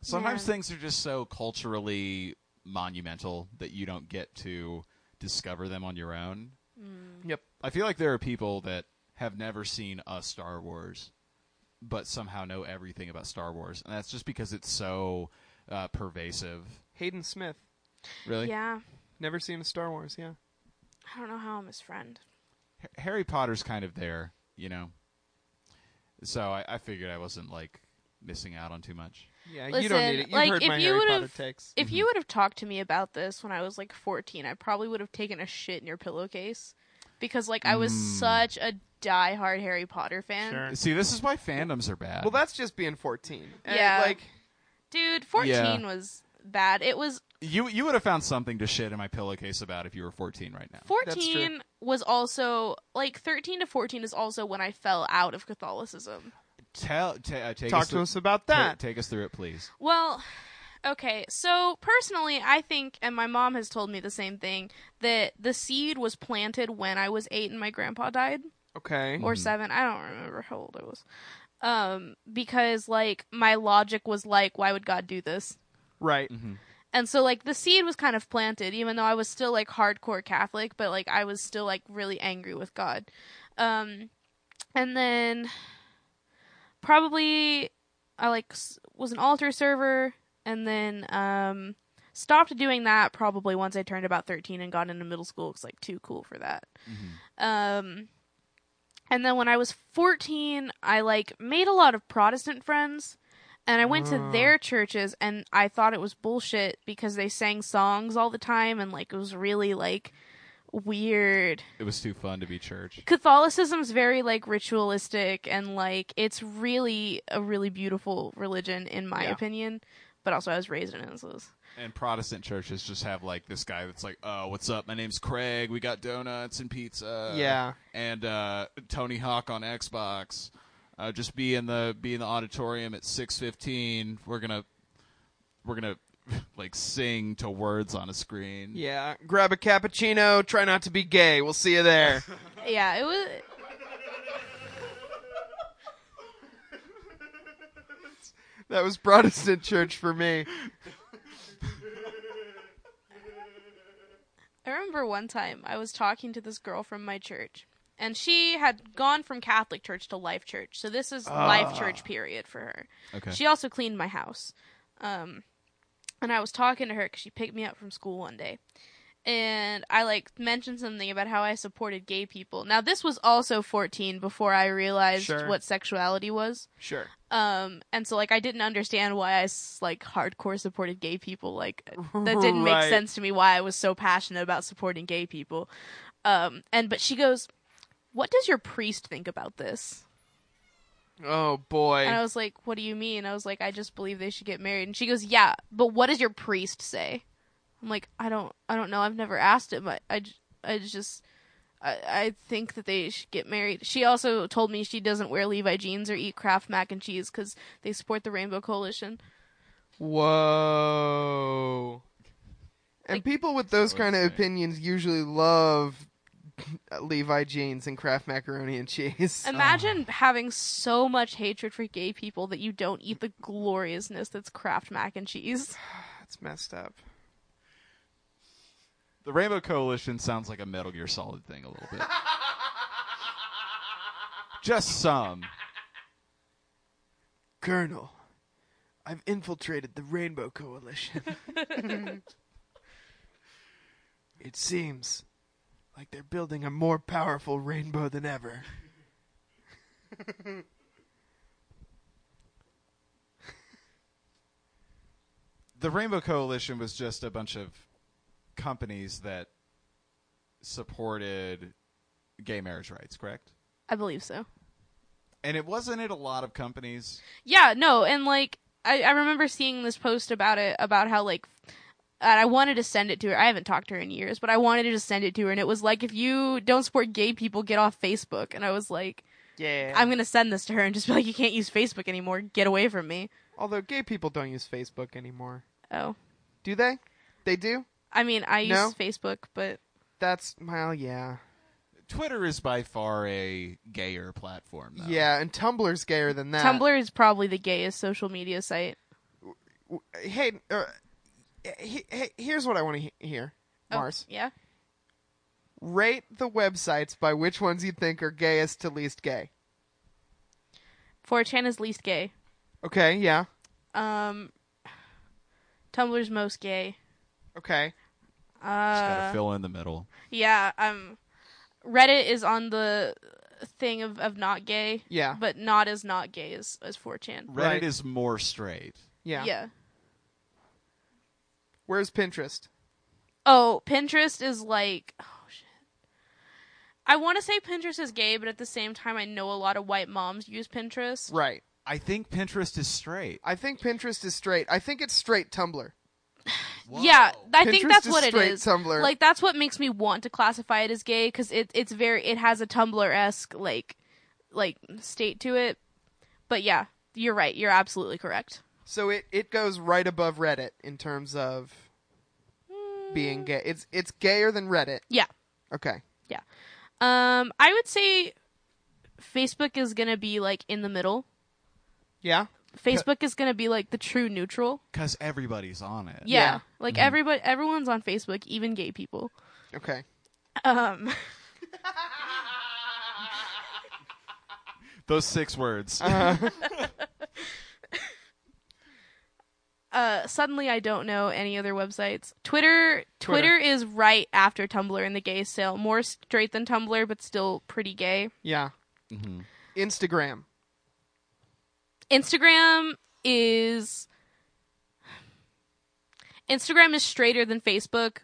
Sometimes
Yeah.
things are just so culturally monumental that you don't get to discover them on your own.
Mm.
Yep.
I feel like there are people that have never seen a Star Wars, but somehow know everything about Star Wars, and that's just because it's so uh, pervasive.
Hayden Smith.
Really,
yeah.
Never seen a Star Wars. Yeah.
I don't know how I'm his friend.
H- Harry Potter's kind of there, you know. So I, I figured I wasn't like missing out on too much.
Yeah. you don't
Listen,
need it. You've
like,
heard
if
my
you
Harry
would've-
Potter takes.
Mm-hmm.
If you would have talked to me about this when I was like 14, I probably would have taken a shit in your pillowcase because like I was
Mm.
such a diehard Harry Potter fan.
Sure.
See, this is why fandoms are bad.
Well, that's just being fourteen. Uh,
Yeah.
Like
Dude, 14
Yeah.
was bad. It was
You you would have found something to shit in my pillowcase about if you were 14 right now.
14 was also like 13 to 14 is also when I fell out of Catholicism.
Tell ta- uh, take
talk
us
to
through-
us about
ta-
that.
take us through it, please.
Well, okay. So personally, I think, and my mom has told me the same thing, that the seed was planted when I was eight and my grandpa died.
okay.
or seven. I don't remember how old I was. Um, because like my logic was like, why would God do this?
Right.
And so like the seed was kind of planted, even though I was still like hardcore Catholic, but like I was still like really angry with God. Um, and then probably I like s- was an altar server, and then um stopped doing that probably once I turned about thirteen and got into middle school. It's like too cool for that. Um, and then when I was fourteen, I like made a lot of Protestant friends. And I went to their churches and I thought it was bullshit because they sang songs all the time and like it was really like weird.
It was too fun to be church.
Catholicism's very like ritualistic and like it's really a really beautiful religion in my
Yeah.
opinion. But also, I was raised in it. So it was-
And Protestant churches just have like this guy that's like, "Oh, what's up? My name's Craig. We got donuts and pizza."
Yeah.
And uh, Tony Hawk on Xbox. Uh, just be in the be in the auditorium at 6:15. We're going to we're going to like sing to words on a screen.
Yeah. Grab a cappuccino. Try not to be gay. We'll see you there.
yeah, it was.
that was Protestant church for me.
I remember one time I was talking to this girl from my church, and she had gone from Catholic church to Life Church. So this is Life Church period for her.
Okay.
She also cleaned my house. Um, and I was talking to her because she picked me up from school one day. And I like mentioned something about how I supported gay people. Now this was also 14 before I realized
Sure.
what sexuality was.
Sure.
Um, and so like I didn't understand why I s- like hardcore supported gay people. Like that didn't make
Right.
sense to me why I was so passionate about supporting gay people. Um, and but she goes, "What does your priest think about this?"
Oh boy.
And I was like, "What do you mean?" I was like, "I just believe they should get married." And she goes, "Yeah, but what does your priest say?" I'm like, "I don't, I don't know. I've never asked him. I, I, j- I just, I, I think that they should get married." She also told me she doesn't wear Levi jeans or eat Kraft mac and cheese because they support the Rainbow Coalition.
Whoa.
like
people with those
So
kind of
insane.
opinions usually love Levi jeans and Kraft macaroni and cheese. Oh,
imagine having so much hatred for gay people that you don't eat the gloriousness that's Kraft mac and cheese.
That's messed up.
The Rainbow Coalition sounds like a Metal Gear Solid thing a little bit. Just some.
Colonel, I've infiltrated the Rainbow Coalition. it seems like they're building a more powerful rainbow than ever.
The Rainbow Coalition was just a bunch of companies that supported gay marriage rights, correct?
I believe so.
And it wasn't it a lot of companies.
Yeah, no, and like I, I remember seeing this post about it about how like and I wanted to send it to her. I haven't talked to her in years, but I wanted to just send it to her and it was like if you don't support gay people, get off Facebook and I was like
Yeah.
I'm gonna send this to her and just be like, You can't use Facebook anymore, get away from me.
Although gay people don't use Facebook anymore.
Oh.
Do they? They do?
I mean I use
No?
Facebook, but
That's, well, yeah.
Twitter is by far a gayer platform. Though.
Yeah, and Tumblr's gayer than that.
Tumblr is probably the gayest social media site.
Hey, uh, he, he, here's what I want to he- hear,
Oh,
Mars.
Yeah.
Rate the websites by which ones you think are gayest to least gay.
4chan is least gay.
Okay, yeah.
Um Tumblr's most gay.
Okay.
Just
Uh
gotta fill in the middle.
Yeah, um Reddit is on the thing of, of not gay.
Yeah.
But not as not gay as, as 4chan.
Reddit
Right.
is more straight.
Yeah. Where's Pinterest?
Oh, Pinterest is like oh shit. I wanna say Pinterest is gay, but at the same time I know a lot of white moms use Pinterest.
Right.
I think Pinterest is straight.
I think Pinterest is straight. I think it's straight Tumblr.
Yeah, I
Pinterest
think that's
is
what it
straight
is.
Tumblr.
Like that's what makes me want to classify it as gay because it it's very it has a Tumblr esque like like state to it. But yeah, you're right. You're absolutely correct.
So it, it goes right above Reddit in terms of being gay. It's it's gayer than Reddit.
Yeah.
Okay.
Um, I would say Facebook is gonna be like in the middle.
Yeah.
Facebook is gonna be like the true neutral.
Because everybody's on it.
Yeah,
Yeah.
like everybody, everyone's on Facebook, even gay people.
Okay.
Um,
Those six words.
Uh-huh.
uh, suddenly I don't know any other websites. Twitter, Twitter, is right after Tumblr in the gay sale, more straight than Tumblr, but still pretty gay.
Yeah. Instagram.
Instagram is Instagram is straighter than Facebook,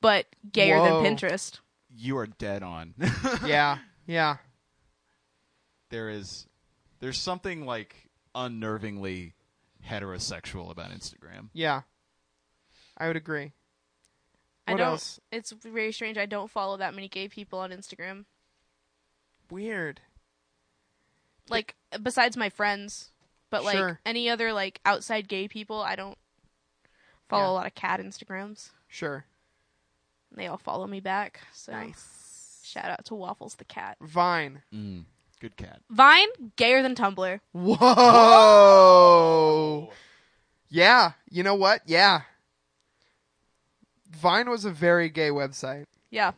but gayer
Whoa.
than Pinterest.
you are dead on.
Yeah. Yeah.
there is there's something like unnervingly heterosexual about Instagram.
Yeah. I would agree.
I
What
don't,
else?
It's very strange. I don't follow that many gay people on Instagram.
Weird.
Like besides my friends, but like
Sure.
any other like outside gay people, I don't follow
Yeah.
a lot of cat Instagrams.
Sure.
And They all follow me back. So shout out to Waffles the cat.
Vine.
Good cat.
Vine gayer than Tumblr.
Whoa. Yeah. You know what? Yeah. Vine was a very gay website.
Yeah,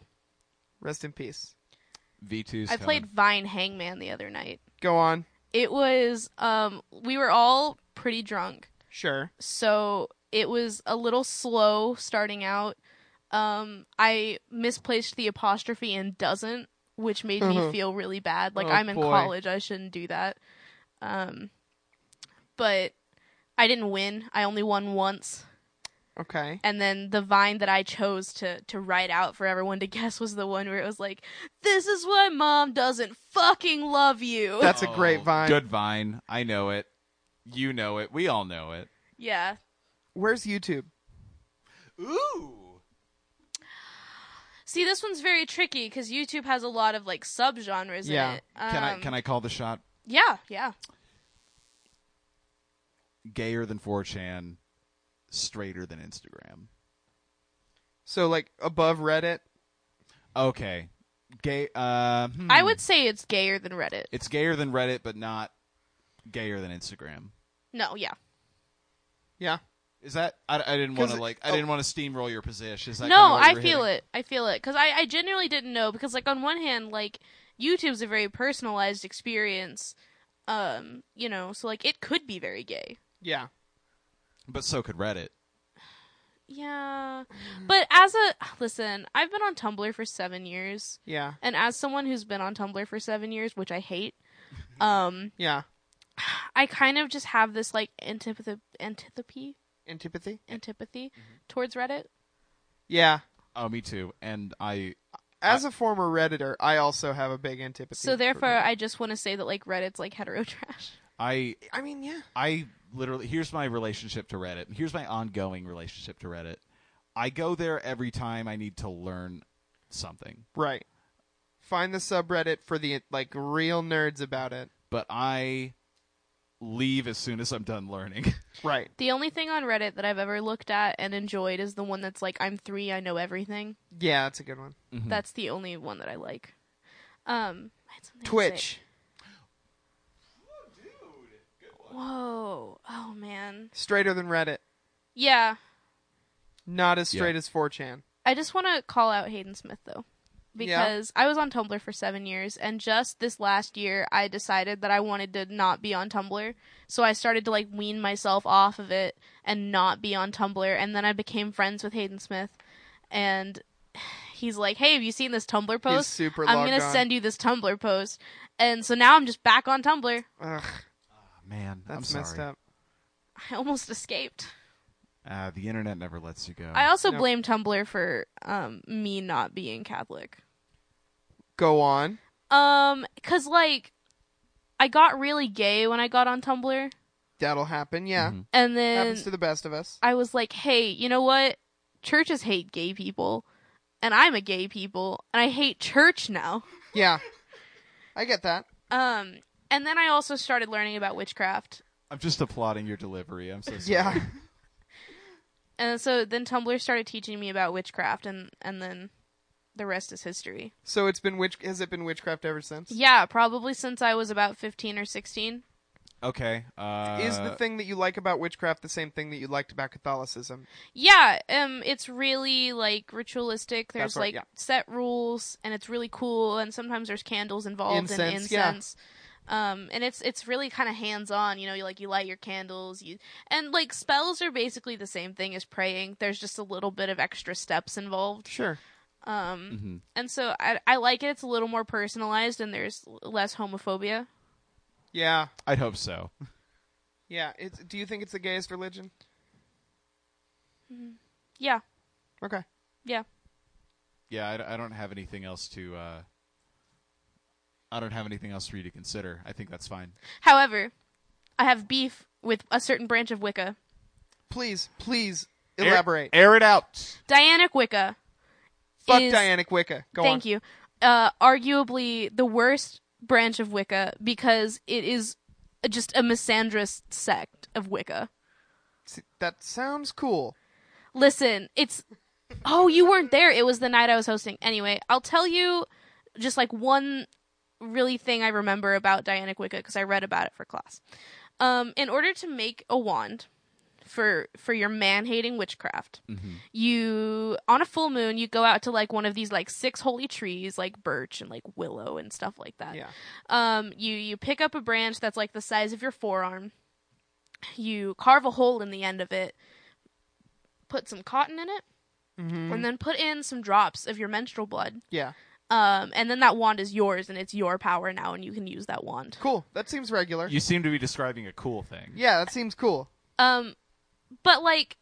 Rest in peace.
V2's
I played Vine Hangman the other night.
Go on.
It was um we were all pretty drunk.
Sure.
so it was a little slow starting out. Um, I misplaced the apostrophe and doesn't, which made me feel really bad. Like
Oh,
I'm in
boy.
college, I shouldn't do that. Um, but I didn't win. I only won once,
Okay.
and then the vine that I chose to to write out for everyone to guess was the one where it was like, "This is why mom doesn't fucking love you."
That's a great Vine.
Oh, Good Vine. I know it. You know it. We all know it.
yeah,
Where's YouTube?
Ooh.
See, this one's very tricky because YouTube has a lot of like subgenres
Yeah.
in it. Um,
Can I can I call the shot
Yeah, yeah.
gayer than 4chan, straighter than Instagram?
So like above Reddit.
Okay. Gay. Uh, hmm.
I would say it's gayer than Reddit.
It's gayer than Reddit, but not gayer than Instagram.
No, yeah.
Yeah.
Is that? I, I didn't want to
'Cause-
like. I
oh.
didn't want to steamroll your position. Is that kinda
No,
what
I
you were
feel
hitting?
it. I feel it because I, I genuinely didn't know because like on one hand like YouTube's a very personalized experience, um you know so like it could be very gay.
Yeah.
But so could Reddit.
Yeah, but as a listen, I've been on Tumblr for seven years,
Yeah.
and as someone who's been on Tumblr for seven years, which I hate, um,
Yeah.
I kind of just have this like antipathy, antipathy,
Antipathy?
antipathy towards Reddit.
Yeah.
Oh, me too. And I.
As a former Redditor, I also have a big antipathy.
So therefore,
I,
I just want to say that like Reddit's like hetero trash.
I.
I mean, yeah.
I literally here's my relationship to Reddit. Here's my ongoing relationship to Reddit. I go there every time I need to learn something,
Right. Find the subreddit for the like real nerds about it.
but I leave as soon as I'm done learning.
Right.
The only thing on Reddit that I've ever looked at and enjoyed is the one that's like, I'm three, I know everything.
Yeah, that's a good one.
That's the only one that I like. Um, I had something to say.
Twitch.
Whoa. Oh, man.
Straighter than Reddit.
Yeah.
Not as straight
Yeah.
as 4chan.
I just want to call out Hayden Smith, though. Because I was on Tumblr for seven years, and just this last year, I decided that I wanted to not be on Tumblr. So I started to like wean myself off of it and not be on Tumblr. And then I became friends with Hayden Smith, and he's like, "Hey, have you seen this Tumblr post?
super
I'm
logged
gonna
on."
send you this Tumblr post." And so now I'm just back on Tumblr.
Ugh,
Man, I'm
that's
sorry.
messed up.
I almost escaped.
Uh, the internet never lets you go.
I also
No.
blame Tumblr for um, me not being Catholic.
Go on.
Um, cause like, I got really gay when I got on Tumblr,
That'll happen.
Mm-hmm.
Yeah.
and then
Happens to the best of us.
I was like, "Hey, you know what? Churches hate gay people, and I'm a gay people, and I hate church now."
Yeah. I get that.
Um, and then I also started learning about witchcraft,
I'm just applauding your delivery. I'm so sorry.
Yeah.
and so then Tumblr started teaching me about witchcraft, and and then the rest is history.
So it's been witch has it been witchcraft ever since?
Yeah, probably since I was about fifteen or sixteen.
Okay. Uh,
Is the thing that you like about witchcraft the same thing that you liked about Catholicism?
Yeah, um, it's really like ritualistic. There's
That's what-
like
yeah.
set rules, and it's really cool. And sometimes there's candles involved and
Incense, yeah.
incense. Um, and it's it's really kind of hands on. You know, you like you light your candles, you and like spells are basically the same thing as praying. There's just a little bit of extra steps involved.
Sure.
Um, and so I I like it. It's a little more personalized, and there's l- less homophobia.
Yeah.
I'd hope so.
Yeah. It's, do you think it's the gayest religion?
Yeah,
Okay.
yeah.
Yeah, I, I don't have anything else to. Uh, I don't have anything else for you to consider. I think that's fine.
However, I have beef with a certain branch of Wicca.
Please, please elaborate.
Air, air it out.
Dianic Wicca.
Fuck
is-
Dianic Wicca. Go
Thank
on.
you. Uh, arguably the worst branch of Wicca because it is just a misandrist sect of Wicca.
See, that sounds cool.
Listen, it's. Oh, you weren't there. It was the night I was hosting. Anyway, I'll tell you just like one really thing I remember about Dianic Wicca because I read about it for class. Um, in order to make a wand for for your man hating witchcraft, you on a full moon you go out to like one of these like six holy trees like birch and like willow and stuff like that.
Yeah.
Um, you you pick up a branch that's like the size of your forearm. You carve a hole in the end of it, put some cotton in it,
Mm-hmm.
and then put in some drops of your menstrual blood.
Yeah.
Um, and then that wand is yours, and it's your power now, and you can use that wand.
Cool. That seems regular.
You seem to be describing a cool thing.
yeah, that seems cool.
Um, but like,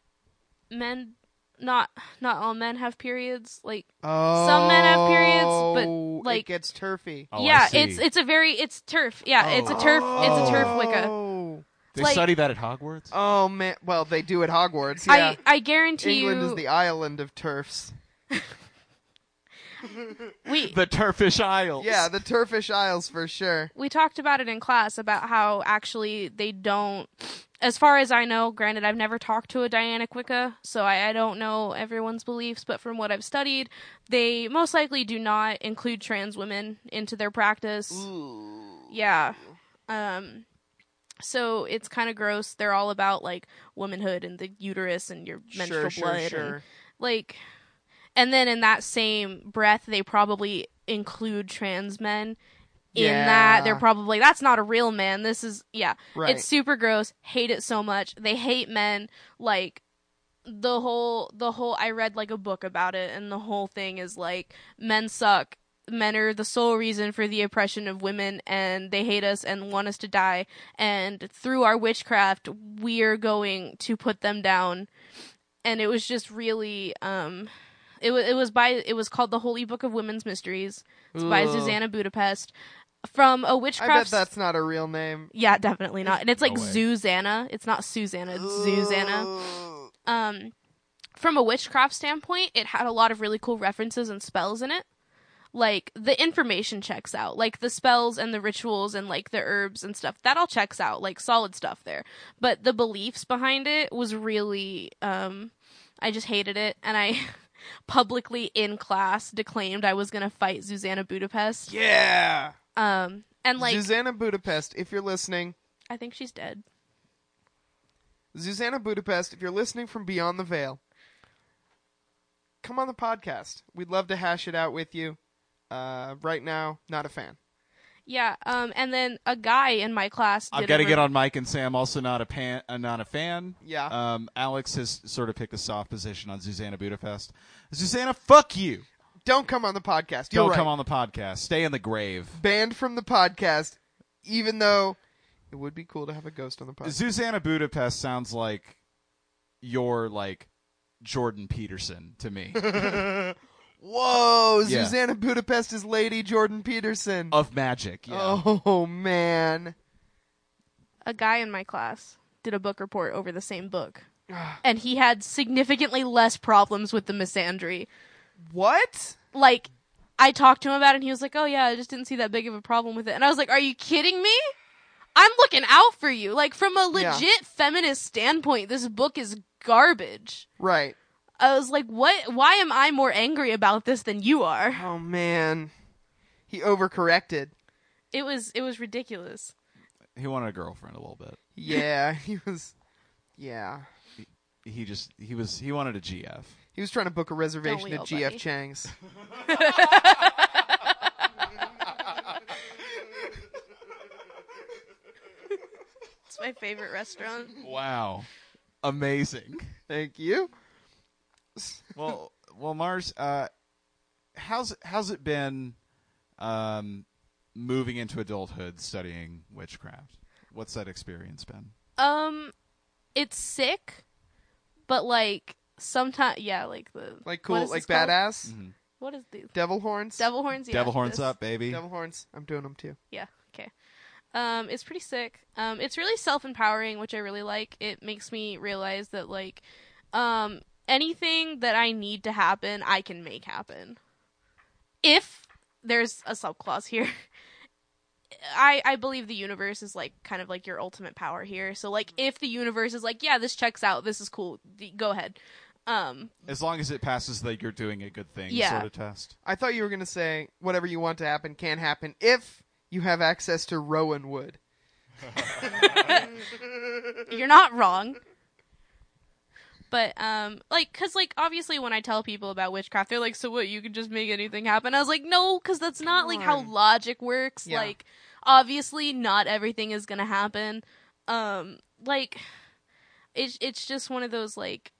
men, not not all men have periods. Like,
Oh.
Some men have periods, but,
it
like-
gets turfy.
Oh, I
yeah,
see.
it's it's a very it's turf. Yeah, it's a turf. It's a turf Wicca.
Oh.
They
like-
study that at Hogwarts.
Oh man. Well, they do at Hogwarts. Yeah.
I I guarantee
England
you,
is the island of turfs.
we
the Turfish Isles.
Yeah, the Turfish Isles for sure.
we talked about it in class about how actually they don't as far as I know, granted, I've never talked to a Diana Quicka, so I, I don't know everyone's beliefs, but from what I've studied, they most likely do not include trans women into their practice. Yeah. Um, so it's kind of gross. They're all about like womanhood and the uterus and your menstrual
sure, sure,
blood. and-
sure.
like and then in that same breath they probably include trans men in
Yeah.
that they're probably that's not a real man this is yeah
Right.
it's super gross hate it so much they hate men like the whole the whole i read like a book about it and the whole thing is like men suck men are the sole reason for the oppression of women and they hate us and want us to die and through our witchcraft we're going to put them down and it was just really um it was it was by it was called the holy book of women's mysteries it's by
Ooh.
susanna budapest from a
I
witchcraft
bet that's not a real name.
yeah, definitely not. And it's like
No way.
Zuzanna. It's not Susanna. It's Zuzanna.
Ooh.
Um, from a witchcraft standpoint, it had a lot of really cool references and spells in it. Like the information checks out, like the spells and the rituals and like the herbs and stuff. That all checks out, like solid stuff there. But the beliefs behind it was really, um, I just hated it, and I publicly in class declaimed I was gonna fight Susanna Budapest.
Yeah.
Um, and like
Susanna Budapest, if you're listening,
I think she's dead.
Susanna Budapest, if you're listening from beyond the veil, come on the podcast. We'd love to hash it out with you. Uh, right now, not a fan.
Yeah, um, and then a guy in my class.
I've
did
got to
a
get
re-
on Mike and Sam. Also, not a pan, uh, not a fan.
Yeah.
Um, Alex has sort of picked a soft position on Susanna Budapest. Susanna, fuck you.
Don't come on the podcast. You're
Don't
right.
come on the podcast. Stay in the grave.
Banned from the podcast, even though it would be cool to have a ghost on the podcast.
Susanna Budapest sounds like your like Jordan Peterson to me
Whoa,
Yeah.
Susanna Budapest is Lady Jordan Peterson.
of magic. Yeah.
Oh man.
a guy in my class did a book report over the same book, and he had significantly less problems with the misandry.
What?
Like, I talked to him about it, and he was like, "Oh yeah, I just didn't see that big of a problem with it." And I was like, "Are you kidding me?" I'm looking out for you. Like from a
Yeah.
legit feminist standpoint, this book is garbage.
Right.
I was like, "What? Why am I more angry about this than you are?"
Oh man. He overcorrected.
It was it was ridiculous.
He wanted a girlfriend a little bit.
Yeah, he was Yeah.
He just he was he wanted a GF.
He was trying to book a reservation
we
at
all,
GF
buddy?
Chang's.
It's my favorite restaurant.
Wow. Amazing.
Thank you.
well, well, Mars, uh, how's how's it been um, moving into adulthood studying witchcraft? What's that experience been?
Um, it's sick, but like sometimes, yeah, like the
Like cool,
what is
like
this called?
badass.
Mm-hmm.
What is the
Devil horns.
devil horns? Yeah,
Devil horns
this.
up, baby.
Devil horns. I'm doing them too.
Yeah, okay. Um, it's pretty sick. Um, it's really self empowering, which I really like. It makes me realize that like, um, anything that I need to happen, I can make happen. If there's a sub clause here. I, I believe the universe is like kind of like your ultimate power here. So like if the universe is like, yeah, this checks out, this is cool, the, go ahead. Um,
As long as it passes the you're doing a good thing
Yeah.
sort of test.
I thought you were going to say whatever you want to happen can happen if you have access to Rowan Wood.
you're not wrong. But um, like, cause like obviously when I tell people about witchcraft, they're like, "So what? You can just make anything happen?" I was like, "No, cause that's not like how
on.
logic works.
Yeah.
Like, obviously not everything is gonna happen. Um, like, it's it's just one of those like."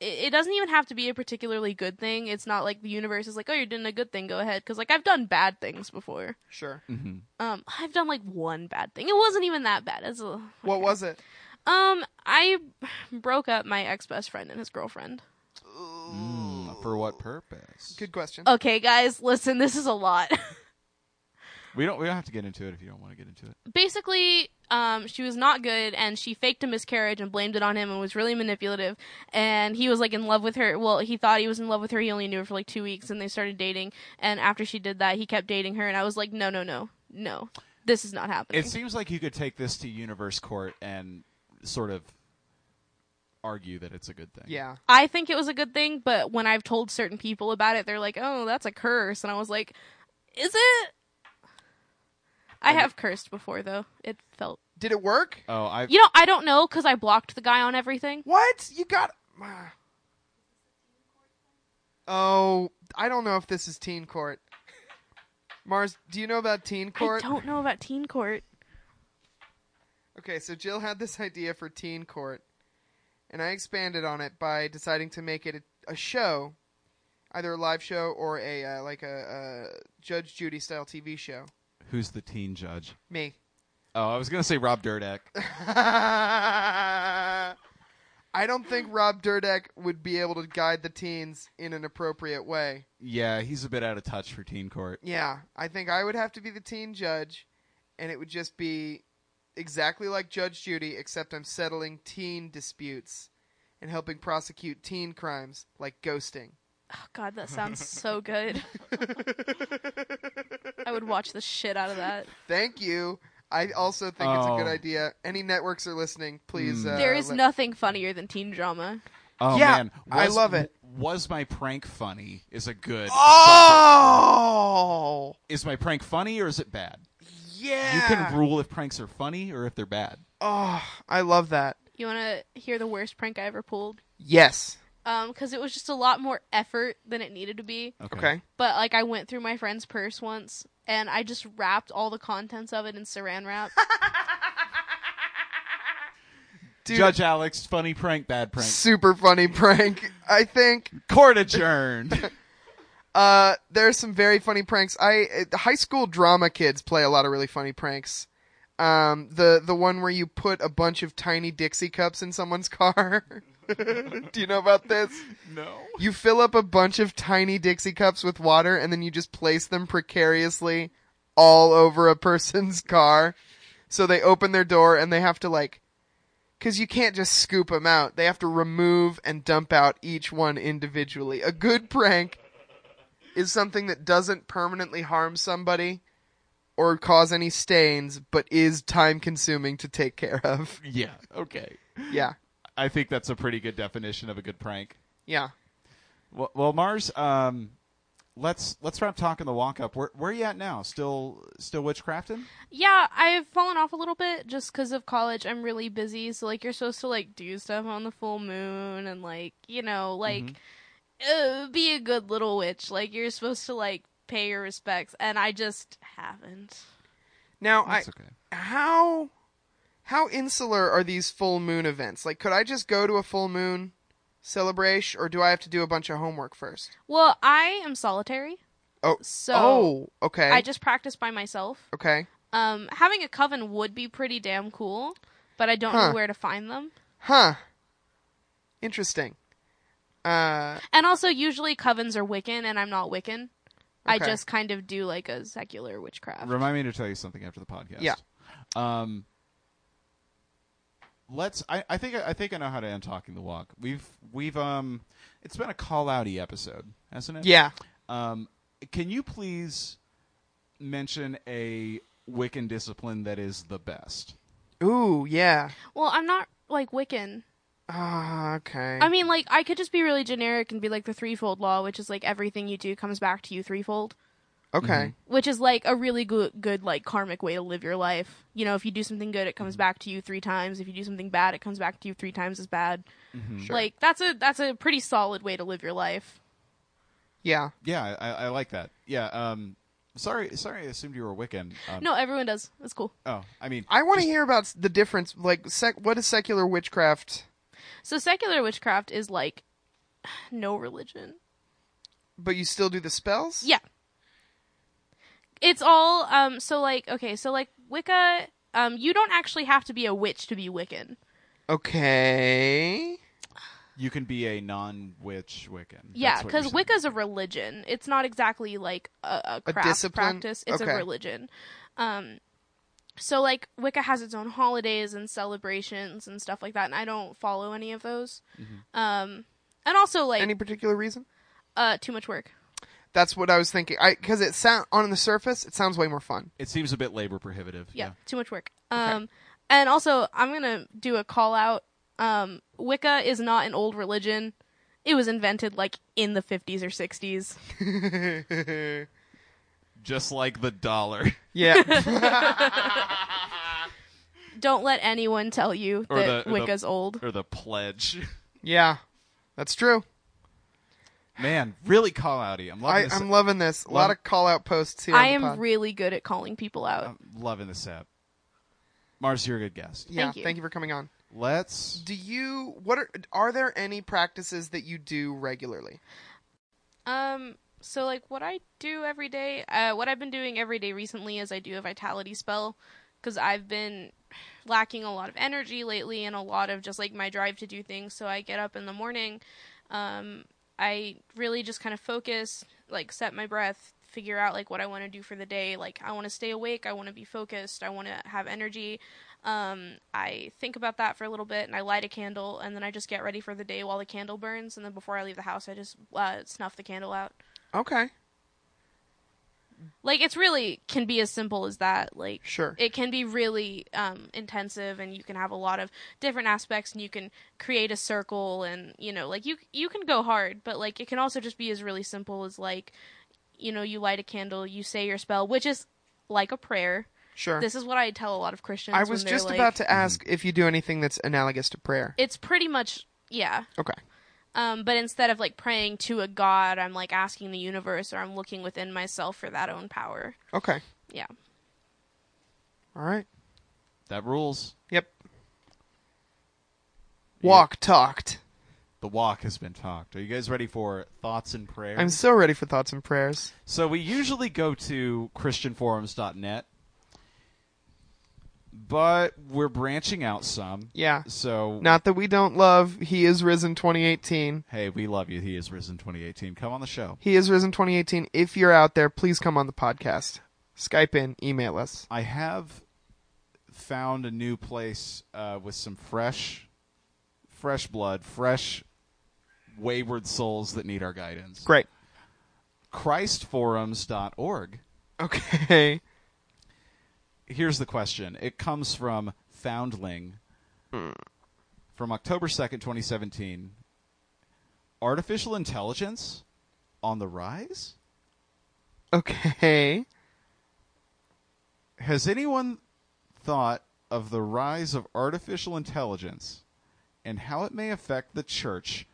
It it doesn't even have to be a particularly good thing. It's not like the universe is like, oh, you're doing a good thing, go ahead. Because, like, I've done bad things before.
Sure.
Mm-hmm.
Um, I've done, like, one bad thing. It wasn't even that bad. It's a,
What was it?
um, I broke up my ex best friend and his girlfriend.
Mm, for what purpose?
Good question.
Okay, guys, listen, this is a lot.
We don't we don't have to get into it if you don't want to get into it.
Basically, um, she was not good and she faked a miscarriage and blamed it on him and was really manipulative. And he was like in love with her. Well, he thought he was in love with her. He only knew her for like two weeks and they started dating. And after she did that, he kept dating her. And I was like, no, no, no, no, this is not happening.
It seems like you could take this to universe court and sort of argue that it's a good thing.
Yeah.
I think it was a good thing, but when I've told certain people about it, they're like, "Oh, that's a curse," and I was like, "Is it?" I have cursed before, though. It felt
Did it work?
Oh, I
you know I don't know because I blocked the guy on everything.
What? You got. Ah. Oh, I don't know if this is teen court. Mars, do you know about teen court?
I don't know about Teen Court.
Okay, so Jill had this idea for Teen Court, and I expanded on it by deciding to make it a, a show, either a live show or a uh, like a, a Judge Judy style TV show.
who's the teen judge?
Me.
Oh, I was gonna say Rob Dyrdek.
I don't think Rob Dyrdek would be able to guide the teens in an appropriate way.
yeah, he's a bit out of touch for teen court.
Yeah, I think I would have to be the teen judge, and it would just be exactly like Judge Judy, except I'm settling teen disputes and helping prosecute teen crimes like ghosting.
Oh God, that sounds so good. I would watch the shit out of that.
Thank you. I also think it's
Oh. Hmm.
a good idea. Any networks are listening, please. Uh,
there is
let-
nothing funnier than teen drama.
Oh
Yeah,
man,
I
Was-
love it.
Was my prank funny? Is a good.
Oh
Is my prank funny or is it bad?
yeah.
You can rule if pranks are funny or if they're bad.
oh, I love that.
You want to hear the worst prank I ever pulled?
Yes.
Um, because it was just a lot more effort than it needed to be.
Okay.
But like, I went through my friend's purse once, and I just wrapped all the contents of it in Saran wrap.
Dude,
Judge Alex, funny prank, bad prank.
super funny prank. I think.
Court adjourned.
Uh, there's some very funny pranks. I uh, high school drama kids play a lot of really funny pranks. Um, the the one where you put a bunch of tiny Dixie cups in someone's car. Do you know about this?
no.
You fill up a bunch of tiny Dixie cups with water, and then you just place them precariously all over a person's car. So they open their door and they have to like, because you can't just scoop them out. They have to remove and dump out each one individually. A good prank is something that doesn't permanently harm somebody or cause any stains, but is time consuming to take care of.
Yeah. Okay.
Yeah,
I think that's a pretty good definition of a good prank.
yeah.
Well, well Mars, um, let's let's wrap talking the walk up. Where where are you at now? Still still witchcrafting?
yeah, I've fallen off a little bit just because of college. I'm really busy, so like, you're supposed to like do stuff on the full moon and like, you know, like,
Mm-hmm.
uh, be a good little witch. Like, you're supposed to like pay your respects, and I just haven't.
Now I,
That's okay.
how how insular are these full moon events? Like, could I just go to a full moon celebration, or do I have to do a bunch of homework first?
Well, I am solitary,
Oh,
so
oh, okay,
I just practice by myself.
okay,
Um, having a coven would be pretty damn cool, but I don't
Huh.
know where to find them.
huh? Interesting. Uh,
And also, usually covens are Wiccan, and I'm not Wiccan. I
Okay.
just kind of do like a secular witchcraft.
Remind me to tell you something after the podcast.
Yeah.
Um. Let's. I, I think. I think I know how to end talking the walk. We've. We've. Um. It's been a call outy episode, hasn't it?
yeah,
Um. Can you please mention a Wiccan discipline that is the best?
ooh, yeah,
well, I'm not like Wiccan.
Ah, okay.
I mean, like I could just be really generic and be like the threefold law, which is like everything you do comes back to you threefold.
okay,
Which is like a really good, good like karmic way to live your life. You know, if you do something good, it comes back to you three times. If you do something bad, it comes back to you three times as bad.
Sure.
Like that's a that's a pretty solid way to live your life.
yeah,
Yeah, I, I like that. Yeah. Um. Sorry. Sorry. I assumed you were Wiccan. Um,
No, everyone does. That's cool.
Oh, I mean,
I want to hear about s- the difference. Like, sec- what is secular witchcraft?
So secular witchcraft is like no religion.
But you still do the spells?
Yeah. It's all um so like okay, so like Wicca um you don't actually have to be a witch to be Wiccan.
Okay.
you can be a non-witch Wiccan.
yeah,
That's what you're
cuz
saying.
Wicca's a religion. It's not exactly like a, a craft
discipline?
practice. It's
Okay.
a religion. Um so like Wicca has its own holidays and celebrations and stuff like that and I don't follow any of those. Um and also like
Any particular reason?
uh too much work.
That's what I was thinking. I because it sound on the surface, it sounds way more fun.
It seems a bit labor prohibitive.
yeah, too much work. Um, And also, I'm gonna do a call out. Um, Wicca is not an old religion. It was invented like in the 50s or 60s.
Just like the dollar
yeah.
Don't let anyone tell you
Or
that
the- or the-
Wicca's old.
or the pledge.
yeah. That's true.
Man, really call outy. I'm loving
I,
this.
I'm loving this. A lot of call out posts here. on
I
the
am
pod.
really good at calling people out.
I'm loving this app. Mars, you're a good guest.
yeah,
Thank you.
thank you for coming on.
Let's.
Do you what are are there any practices that you do regularly?
Um, so like what I do every day, uh, what I've been doing every day recently is I do a vitality spell because I've been lacking a lot of energy lately and a lot of just like my drive to do things. So I get up in the morning, um, I really just kind of focus, like set my breath, figure out like what I want to do for the day. Like I want to stay awake, I want to be focused, I want to have energy. Um, I think about that for a little bit, and I light a candle, and then I just get ready for the day while the candle burns, and then before I leave the house, I just uh, snuff the candle out.
Okay.
Like it's really can be as simple as that. Like
Sure.
it can be really um, intensive, and you can have a lot of different aspects, and you can create a circle, and you know, like you you can go hard, but like it can also just be as really simple as like, you know, you light a candle, you say your spell, which is like a prayer.
Sure.
This is what I tell a lot of Christians.
I
when
was
they're,
just
like- Mhm.
about to ask if you do anything that's analogous to prayer.
It's pretty much yeah.
Okay.
Um, but instead of like praying to a god, I'm like asking the universe, or I'm looking within myself for that own power.
Okay.
Yeah.
All right.
That rules.
Yep. Walk talked.
The walk has been talked. Are you guys ready for thoughts and prayers?
I'm so ready for thoughts and prayers.
So we usually go to christianforums.net, but we're branching out some.
Yeah.
So
Not that we don't love He is Risen 2018.
hey, we love you. He is risen 2018. Come on the show.
He is Risen 2018. If you're out there, please come on the podcast. Skype in, email us.
I have found a new place uh, with some fresh, fresh blood, fresh wayward souls that need our guidance.
Great.
Christforums.org.
Okay.
here's the question. It comes from Foundling from October 2nd, 2017. Artificial intelligence on the rise?
Okay.
Has anyone thought of the rise of artificial intelligence and how it may affect the church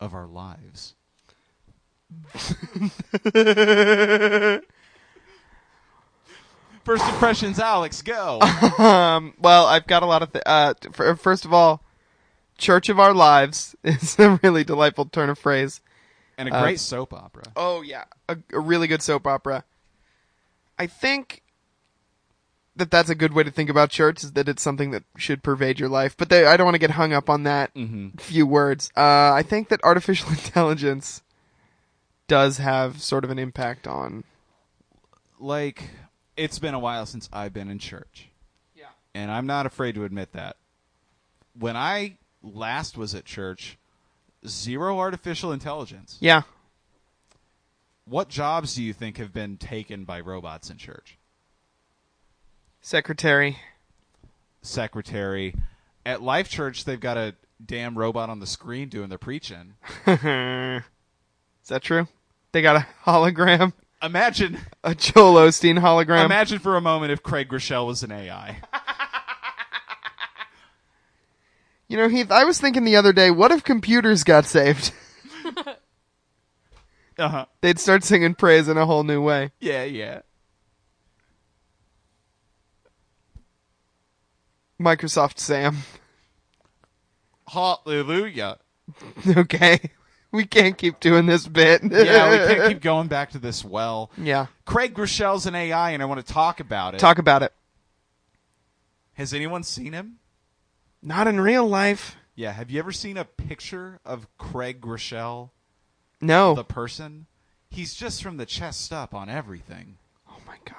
of our lives? First impressions, Alex, go.
Um, well, I've got a lot of. Th- uh, t- fir- first of all, Church of Our Lives is a really delightful turn of phrase.
and a great soap opera.
Oh yeah, a, a really good soap opera. I think that that's a good way to think about church is that it's something that should pervade your life. But they, I don't want to get hung up on that few words. Uh, I think that artificial intelligence does have sort of an impact on.
like it's been a while since I've been in church. Yeah. And I'm not afraid to admit that. When I last was at church, zero artificial intelligence.
Yeah,
What jobs do you think have been taken by robots in church?
secretary.
Secretary. At Life Church, they've got a damn robot on the screen doing their preaching.
Is that true? They got a hologram,
Imagine
a Joel Osteen hologram.
imagine for a moment if Craig Rochelle was an AI.
You know, Heath, I was thinking the other day, what if computers got saved?
Uh-huh.
They'd start singing praise in a whole new way.
Yeah, yeah.
Microsoft Sam.
Hallelujah.
okay. We can't keep doing this bit.
Yeah, we can't keep going back to this well.
Yeah.
Craig Rochelle's an AI, and I want to talk about it.
Talk about it.
Has anyone seen him?
Not in real life.
Yeah. Have you ever seen a picture of Craig Rochelle,
No.
the person? He's just from the chest up on everything.
oh my god.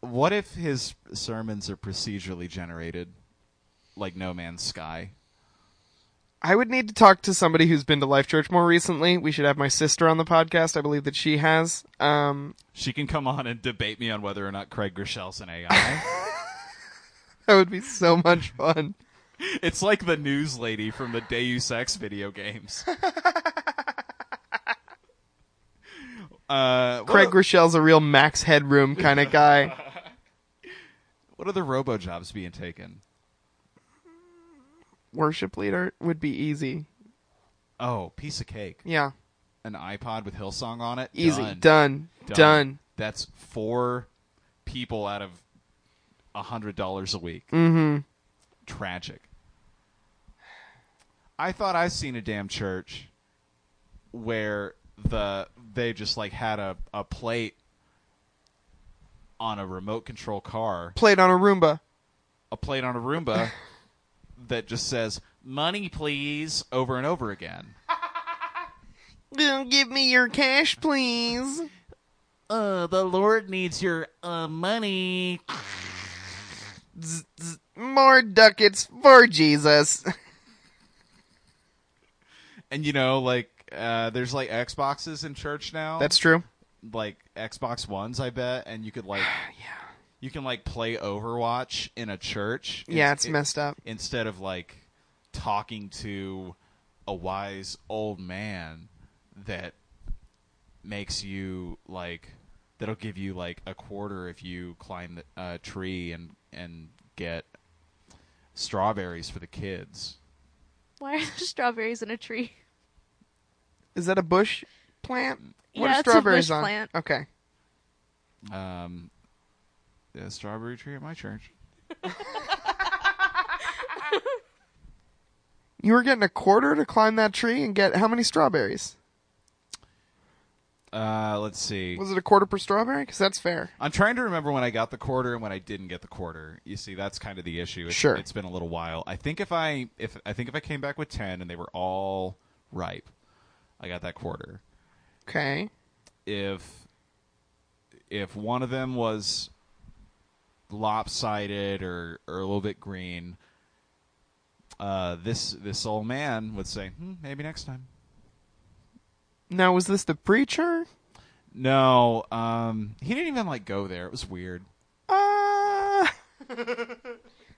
What if his sermons are procedurally generated, like No Man's Sky?
I would need to talk to somebody who's been to Life Church more recently. We should have my sister on the podcast. I believe that she has. Um,
She can come on and debate me on whether or not Craig Groeschel's an AI.
that would be so much fun.
it's like the news lady from the Deus Ex video games. uh, what
Craig
o-
Rochelle's a real Max Headroom kind of guy.
what other robo jobs being taken?
Worship leader would be easy.
Oh, piece of cake.
Yeah,
An iPod with Hillsong on it.
easy.
Done.
Done. Done.
Done. That's four people out of a hundred dollars a week. Mm-hmm. Tragic. I thought I seen a damn church where the they just like had a, a plate on a remote control car,
Played on a Roomba.
a plate on a Roomba that just says "money, please" over and over again.
Don't Give me your cash, please.
Uh, the Lord needs your uh, money.
More ducats for Jesus.
and you know like uh, there's like xboxes in church now
That's true.
like xbox ones i bet and you could like yeah you can like play overwatch in a church
Yeah,
in-
it's messed up.
instead of like talking to a wise old man that makes you like that'll give you like a quarter if you climb the uh, tree and and get strawberries for the kids
Why are there strawberries in a tree?
Is that a bush plant? What
Yeah,
are
it's a
strawberries
bush
on?
plant.
Okay.
um the strawberry tree at my church
You were getting a quarter to climb that tree and get how many strawberries?
Uh, let's see.
Was it a quarter per strawberry? Because that's fair.
I'm trying to remember when I got the quarter and when I didn't get the quarter. You see, that's kind of the issue. It's,
Sure.
it's been a little while. I think if I if I think if I came back with ten and they were all ripe, I got that quarter.
Okay.
If if one of them was lopsided or or a little bit green, uh, this this old man would say, hmm, maybe next time.
Now was this the preacher?
No, um, he didn't even like go there. It was weird.
Uh,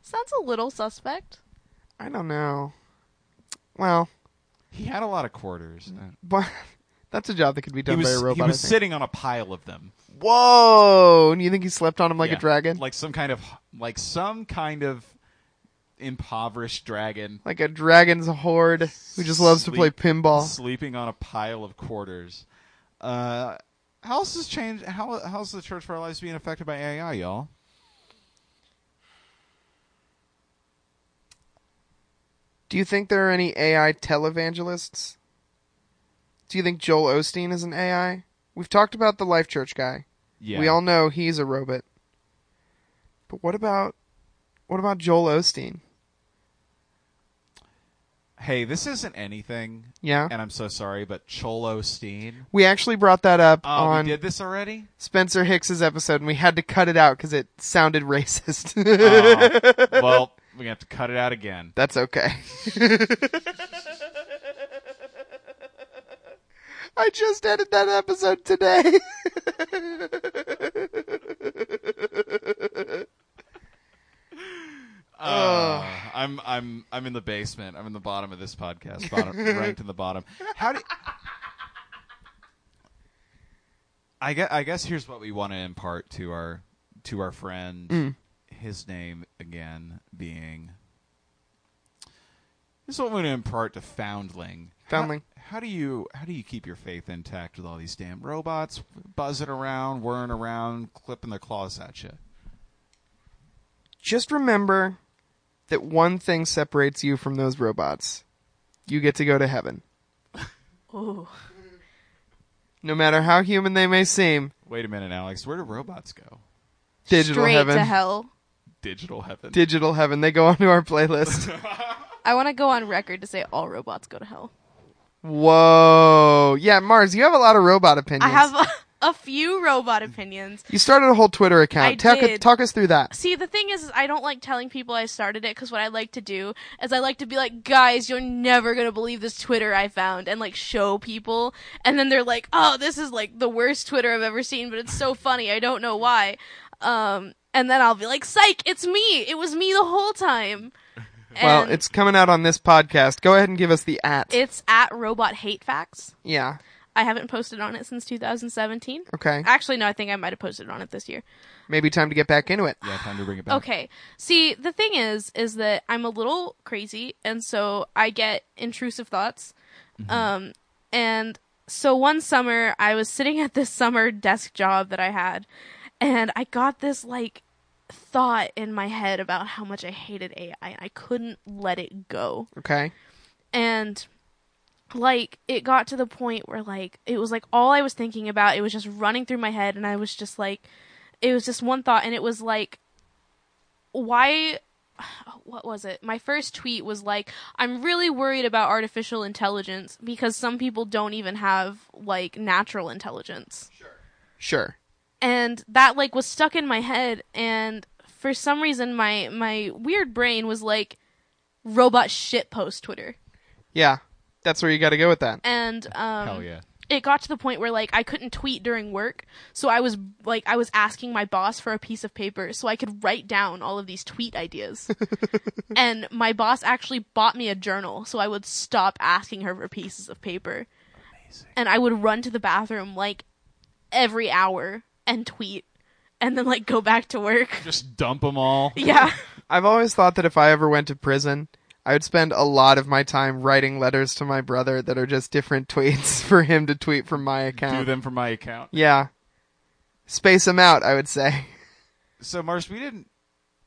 Sounds a little suspect.
I don't know. Well,
He had a lot of quarters.
but that's a job that could be
he
done
was,
by a robot.
he
I
was
think.
sitting on a pile of them,
Whoa! And you think he slept on him like
Yeah.
a dragon?
like some kind of like some kind of impoverished dragon
Like a dragon's horde who just loves to play
Sleep-
pinball.
sleeping on a pile of quarters. Uh, how else has changed? How how's the church of our lives being affected by AI, y'all?
Do you think there are any AI televangelists? Do you think Joel Osteen is an AI? We've talked about the Life Church guy.
Yeah,
We all know he's a robot. But what about what about Joel Osteen?
Hey, this isn't anything,
Yeah.
and I'm so sorry, but Cholo Steen.
We actually brought that up
Oh,
on
we did this already.
Spencer Hicks's episode and we had to cut it out cuz it sounded racist.
Oh, well, we have to cut it out again.
That's okay. I just edited that episode today.
Uh, I'm I'm I'm in the basement. I'm in the bottom of this podcast, bottom, ranked in the bottom. How do? I guess, I guess here's what we want to impart to our to our friend. His name again being. This is what we want to impart to Foundling. How-
Foundling.
how do you how do you keep your faith intact with all these damn robots buzzing around, whirring around, clipping their claws at you?
just remember that one thing separates you from those robots. You get to go to heaven.
Ooh.
No matter how human they may seem,
Wait a minute, Alex. Where do robots go?
digital
Straight
heaven.
to hell.
Digital heaven.
Digital heaven. They go onto our playlist.
I want to go on record to say all robots go to hell.
Whoa. Yeah, Mars, you have a lot of robot opinions.
I have a, a few robot opinions.
You started a whole Twitter account.
I
talk,
did.
talk us through that.
See, the thing is, is I don't like telling people I started it because what I like to do is I like to be like, guys, you're never gonna believe this Twitter I found, and like show people, and then they're like, oh, this is like the worst Twitter I've ever seen, but it's so funny, I don't know why. Um, and then I'll be like, psych, it's me, it was me the whole time.
Well,
And
it's coming out on this podcast. Go ahead and give us the at.
it's at Robot Hate Facts.
yeah.
I haven't posted on it since 2017.
Okay.
Actually, no, I think I might have posted on it this year.
Maybe time to get back into it.
Yeah, time to bring it back.
Okay. See, the thing is, is that I'm a little crazy, and so I get intrusive thoughts. Um, and so one summer, I was sitting at this summer desk job that I had, and I got this like thought in my head about how much I hated AI. and I couldn't let it go
Okay.
and like it got to the point where like it was like all I was thinking about it was just running through my head and I was just like it was just one thought and it was like why what was it my first tweet was like I'm really worried about artificial intelligence because some people don't even have like natural intelligence
Sure.
and that like was stuck in my head and for some reason my my weird brain was like robot shit post twitter
Yeah. That's where you got to go with that.
and um
Hell yeah.
it got to the point where like I couldn't tweet during work, so I was like I was asking my boss for a piece of paper so I could write down all of these tweet ideas. and my boss actually bought me a journal so I would stop asking her for pieces of paper. And I would run to the bathroom like every hour and tweet and then like go back to work.
Just dump them all.
yeah.
I've always thought that if I ever went to prison, I would spend a lot of my time writing letters to my brother that are just different tweets for him to tweet from my
Do
account.
them for my account.
Yeah. Space them out, I would say.
So, Mars, we didn't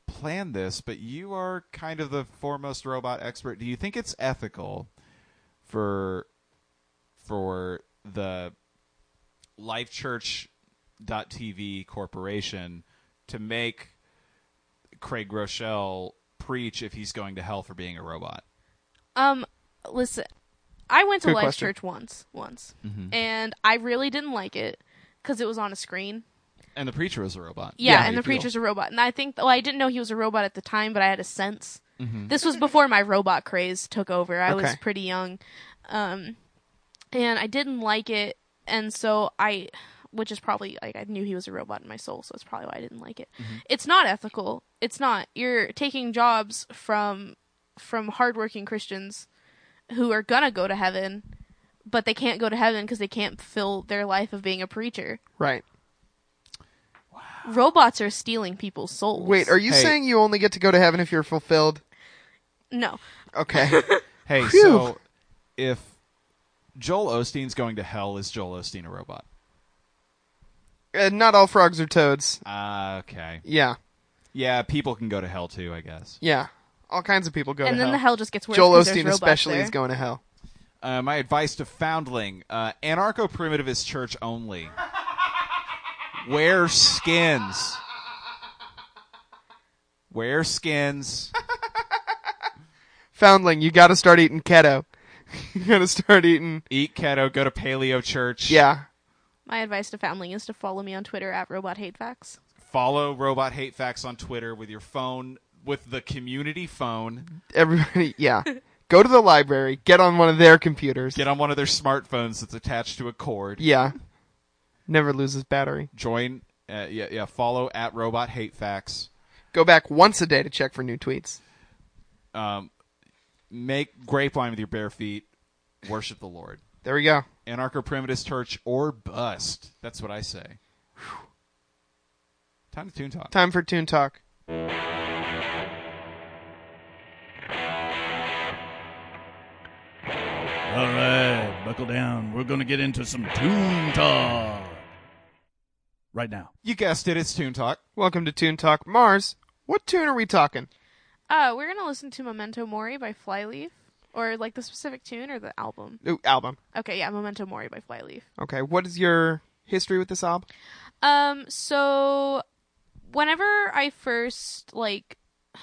plan this, but you are kind of the foremost robot expert. Do you think it's ethical for for the LifeChurch.tv corporation to make Craig Rochelle preach if he's going to hell for being a robot?
Um, listen, I went to
Good
Life
question. Mm-hmm.
Church once, once, and I really didn't like it because it was on a screen.
And the preacher is a robot.
Yeah,
How do
and
you
the
feel?
preacher's a robot, and I think well, I didn't know he was a robot at the time, but I had a sense. This was before my robot craze took over. I was
Mm-hmm. Okay.
pretty young, um, and I didn't like it, and so I, which is probably like I knew he was a robot in my soul, so that's probably why I didn't like it.
Mm-hmm.
It's not ethical. It's not. You're taking jobs from from hardworking Christians who are gonna go to heaven, but they can't go to heaven because they can't fulfill their life of being a preacher.
Right.
Robots are stealing people's souls.
Wait, are you
Hey.
saying you only get to go to heaven if you're fulfilled?
no?
Okay.
Hey, so if Joel Osteen's going to hell, is Joel Osteen a robot?
uh, not all frogs are toads.
Ah, okay.
Yeah.
Yeah, people can go to hell too, I guess.
Yeah. All kinds of people go
and
to
then
hell.
the hell just gets worse.
Joel
'cause there's
Osteen
robots
especially
there.
is going to hell.
Uh, my advice to Foundling uh, anarcho primitivist church only. Wear skins. Wear skins.
Foundling, you got to start eating keto. you got to start eating.
Eat keto. Go to paleo church.
Yeah.
My advice to Foundling is to follow me on Twitter at Robot Hate Facts.
Follow Robot Hate Facts on Twitter with your phone, with the community phone.
Everybody, yeah. go to the library, get on one of their computers.
Get on one of their smartphones that's attached to a cord.
Yeah. Never loses battery.
Join. Uh, yeah, yeah. Follow at Robot Hate Facts.
Go back once a day to check for new tweets.
Um, make grape wine with your bare feet. Worship the Lord.
There we go.
anarcho primitivist church or bust. That's what I say. Time to tune talk.
Time for Toon Talk.
All right, buckle down. We're going to get into some Toon Talk. Right now.
You guessed it, it's tune talk.
Welcome to Toon Talk. Mars, what tune are we talking?
Uh, we're gonna listen to Memento Mori by Flyleaf, or like the specific tune or the album.
Ooh, album.
Okay, yeah, Memento Mori by Flyleaf.
Okay, what is your history with this album?
Um, so whenever I first like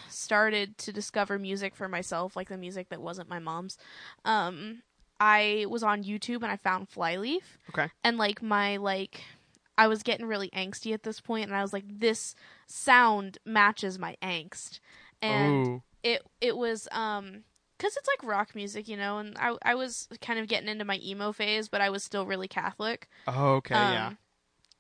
started to discover music for myself, like the music that wasn't my mom's, um, I was on YouTube and I found Flyleaf.
Okay.
And like my like I was getting really angsty at this point, and I was like, this sound matches my angst, and
Ooh.
it it was um because it's like rock music, you know, and I I was kind of getting into my emo phase, but I was still really Catholic.
Oh, okay, yeah.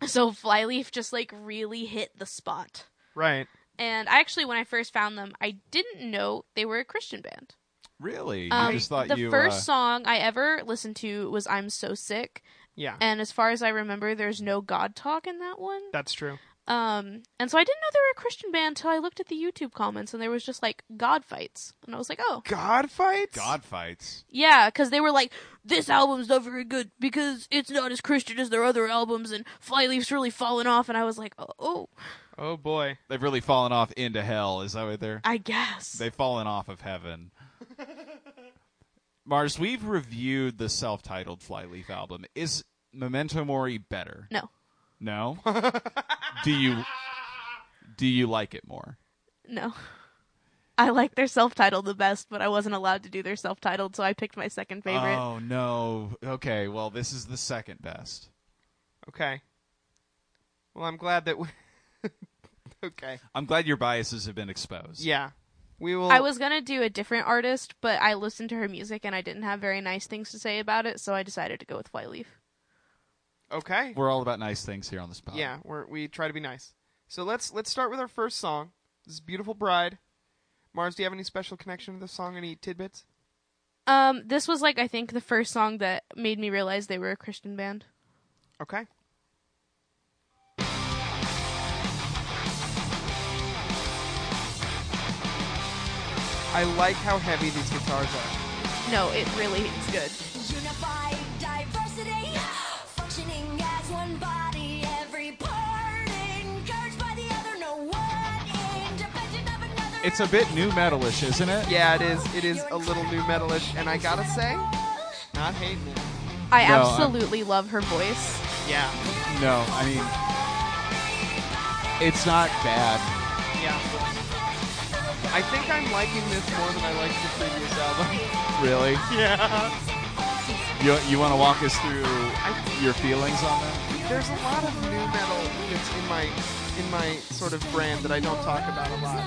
Um, So Flyleaf just like really hit the spot.
Right.
And I actually, when I first found them, I didn't know they were a Christian band.
Really?
Um,
you just thought
the
you
first
uh,
song I ever listened to was "I'm So Sick,"
Yeah.
and as far as I remember, there's no God talk in that one.
That's true.
Um, and so I didn't know they were a Christian band until I looked at the YouTube comments, and there was just like God fights, and I was like, oh,
God fights?
God fights.
yeah, because they were like, this album's not very good because it's not as Christian as their other albums, and Flyleaf's really fallen off, and I was like, oh, oh
Oh boy.
They've really fallen off into hell. Is that what they're?
I guess.
They've fallen off of heaven. Mars, we've reviewed the self-titled Flyleaf album. Is Memento Mori better?
no,
No. do you do you like it more?
no. I like their self-titled the best, but I wasn't allowed to do their self-titled, so I picked my second favorite.
Oh no. Okay. Well, this is the second best.
Okay. Well, I'm glad that we Okay.
I'm glad your biases have been exposed.
Yeah. We will
I was gonna do a different artist, but I listened to her music and I didn't have very nice things to say about it, so I decided to go with Flyleaf.
Okay.
We're all about nice things here on this podcast.
Yeah, we're, we try to be nice. So let's let's start with our first song. This is "Beautiful Bride." Mars, do you have any special connection to this song? Any tidbits?
Um, this was like I think the first song that made me realize they were a Christian band.
Okay. I like how heavy these guitars are.
No, it really is good.
Unified diversity, functioning as one body, every part encouraged by the other, no one independent of another.
It's a bit new metalish, isn't it?
Yeah, it is. It is a little new metalish, and I gotta say, not hating it.
I
No, I'm-
absolutely love her voice.
Yeah,
No, I mean, it's not bad.
yeah. I think I'm liking this more than I liked the previous album.
Really?
Yeah.
You you want to walk us through your feelings on that?
There's a lot of new metal that's in my in my sort of brand that I don't talk about a lot.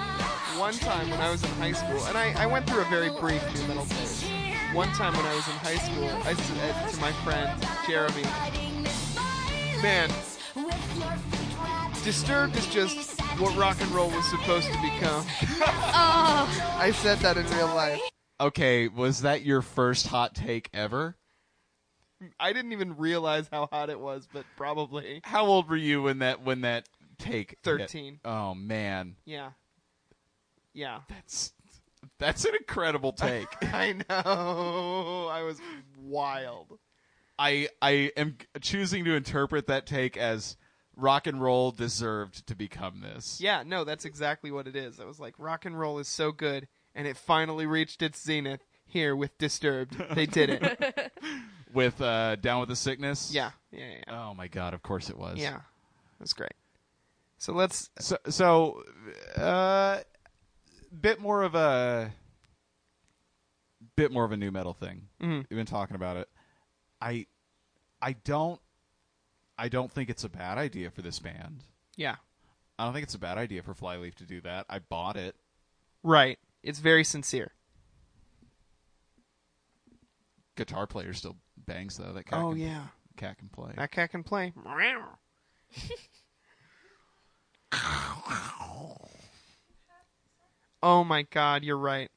One time when I was in high school, and I, I went through a very brief new metal phase. One time when I was in high school, I said to my friend Jeremy, "Man, Disturbed is just what rock and roll was supposed to become." I said that in real life.
Okay, was that your first hot take ever?
I didn't even realize how hot it was, but probably
How old were you when that when that take? hit?
13.
Oh man,
yeah, yeah.
that's that's an incredible take.
I know. I was wild.
I I am choosing to interpret that take as rock and roll deserved to become this.
Yeah, no, that's exactly what it is. I was like, rock and roll is so good, and it finally reached its zenith here with Disturbed. They did it.
With uh, down with the sickness.
yeah, yeah, yeah, yeah.
Oh my god, of course it was.
Yeah, that's great. So let's.
So so uh bit more of a bit more of a new metal thing.
Mhm.
You've been talking about it. I I don't I don't think it's a bad idea for this band.
Yeah,
I don't think it's a bad idea for Flyleaf to do that. I bought it.
right. It's very sincere.
Guitar player still bangs though. That cat
Oh
can,
yeah,
cat can play.
that cat can play. oh my God, you're right.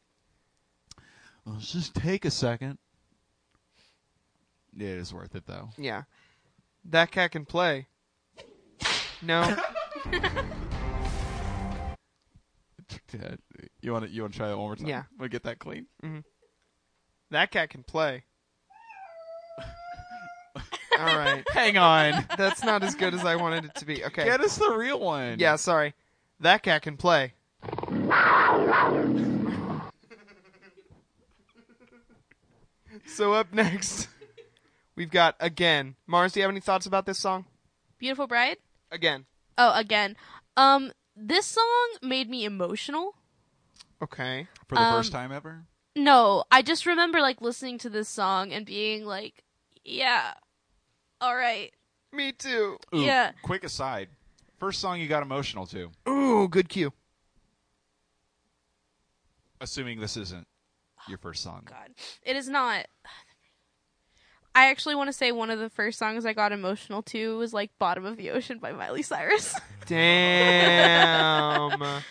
Let's Uh, just take a second. It is worth it though.
Yeah, that cat can play. No.
You want to you want to try that one more time?
Yeah.
want to get that clean.
That cat can play. All right.
Hang on.
That's not as good as I wanted it to be. Okay.
Get us the real one.
yeah, sorry. That cat can play. so up next, we've got again. Mars, do you have any thoughts about this song?
Beautiful Bride.
Again.
Oh, again. Um, this song made me emotional.
Okay.
For the
Um,
first time ever?
No, I just remember like listening to this song and being like, yeah, all right,
Me too.
Ooh,
Yeah.
Quick aside. First song you got emotional to,
Ooh, good cue.
assuming this isn't your first song.
God. It is not. I actually want to say one of the first songs I got emotional to was like Bottom of the Ocean by Miley Cyrus.
Damn.
Her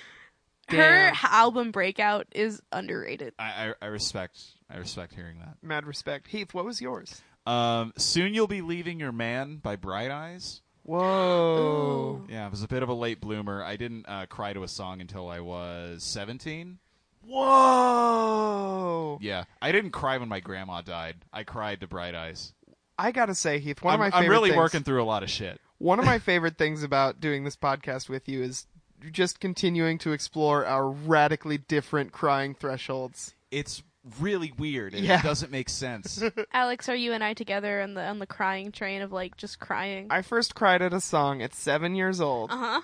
Damn.
album Breakout is underrated.
I, I, I respect I respect hearing that.
Mad respect. Heath, what was yours?
Um, Soon You'll Be Leaving Your Man by Bright Eyes.
Whoa.
Yeah, I was a bit of a late bloomer. I didn't uh, cry to a song until I was 17.
Whoa.
Yeah, I didn't cry when my grandma died. I cried to Bright Eyes.
I gotta say, Heath, one
I'm,
of my favorite
I'm really
things,
working through a lot of shit.
one of my favorite things about doing this podcast with you is just continuing to explore our radically different crying thresholds.
It's really weird. And
Yeah.
It doesn't make sense.
Alex, are you and I together on the on the crying train of like just crying?
I first cried at a song at seven years old.
Uh huh.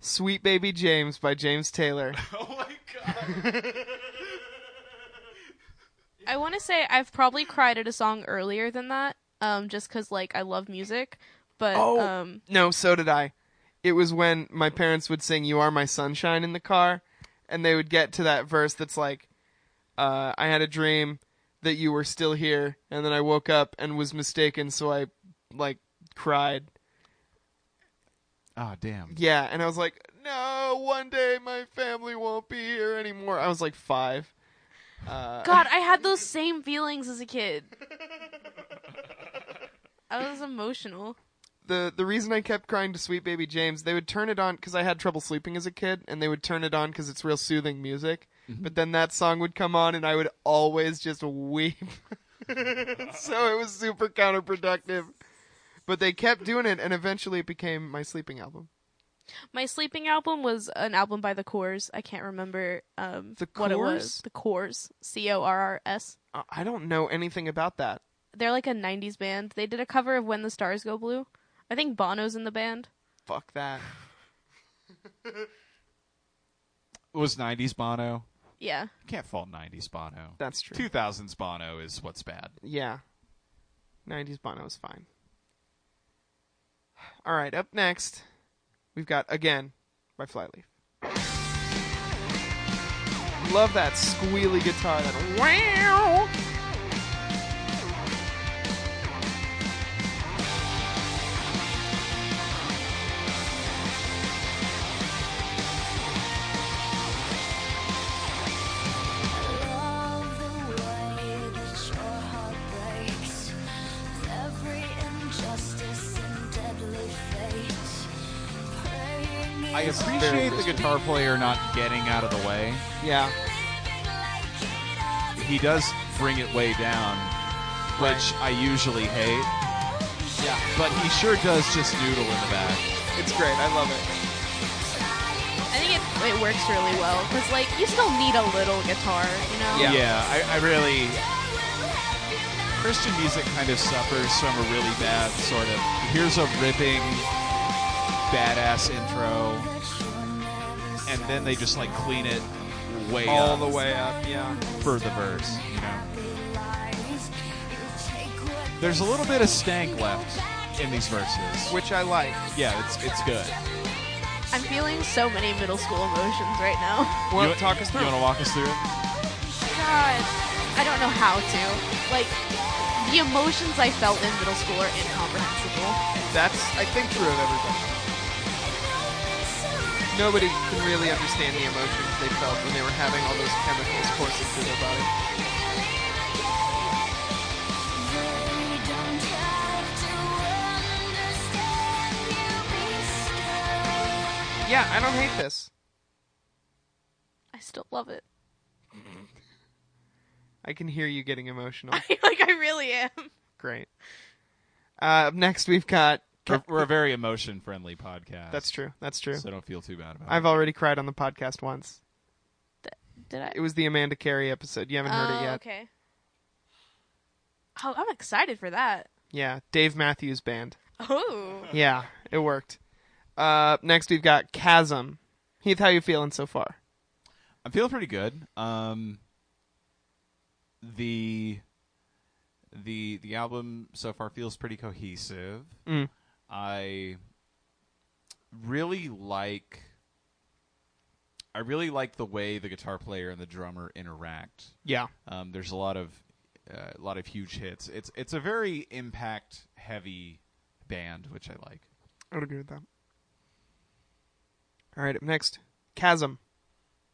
Sweet Baby James by James Taylor.
oh my god.
I want to say I've probably cried at a song earlier than that, um, just because like I love music. But
Oh.
um,
No, so did I. It was when my parents would sing "You Are My Sunshine" in the car, and they would get to that verse that's like, uh, "I had a dream that you were still here, and then I woke up and was mistaken, so I like cried."
Oh damn.
Yeah, and I was like, "No, one day my family won't be here anymore." I was like five.
God, I had those same feelings as a kid. I was emotional.
the the reason I kept crying to Sweet Baby James, they would turn it on because I had trouble sleeping as a kid, and they would turn it on because it's real soothing music. But then that song would come on, and I would always just weep. so it was super counterproductive. But they kept doing it, and eventually it became my sleeping album.
My sleeping album was an album by The Coors. I can't remember um,
The
what it
Corrs?
was. The Coors, C O R R S.
I- I don't know anything about that.
They're like a '90s band. They did a cover of "When the Stars Go Blue." I think Bono's in the band.
Fuck that.
was 90s Bono.
Yeah,
You can't fault 90s Bono.
That's true.
2000s Bono is what's bad.
Yeah. 90s Bono is fine. All right, up next, we've got Again by Flyleaf. Love that squealy guitar, that wow!
Love the way that your heart breaks with every injustice and deadly fate. Praying
I
is
appreciate the guitar player not getting out of the way.
Yeah,
living like it all
He does bring it way down, which I usually hate. Yeah. But he sure does just noodle in the back.
it's great. I love it.
I think it it works really well because like you still need a little guitar, you know.
Yeah.
I, I really. Christian music kind of suffers from a really bad sort of. Here's a ripping, badass intro, and then they just like clean it way
All
up
the way up, yeah.
for the verse. You know.
lies. You take what
There's a little bit of stank left in these verses.
Which I like.
Yeah, it's it's good.
I'm feeling so many middle school emotions right now.
Well,
you,
talk us
You
through.
want to walk us through it?
God, I don't know how to. Like the emotions I felt in middle school are incomprehensible.
That's, I think, true of everybody. Nobody can really understand the emotions they felt when they were having all those chemicals coursing through their body.
They don't have to understand you be scared.
Yeah, I don't hate this.
I still love it.
I can hear you getting emotional.
like I really am.
Great. Uh, up next, we've got.
We're, we're a very emotion friendly podcast.
That's true. That's true.
So don't feel too bad about
I've already cried on the podcast once.
Did I?
It was the Amanda Carey episode. You haven't heard
Oh,
it yet.
Okay. Oh, I'm excited for that.
Yeah, Dave Matthews Band.
Oh,
Yeah, it worked. Uh, up next, we've got Chasm. Heath, how you feeling so far?
it. I'm feeling pretty good. Um, the the the album so far feels pretty cohesive.
Mm.
I really like I really like the way the guitar player and the drummer interact.
Yeah.
Um, there's a lot of uh, a lot of huge hits. It's it's a very impact heavy band, which I like.
I would agree with that. All right, up next, Chasm.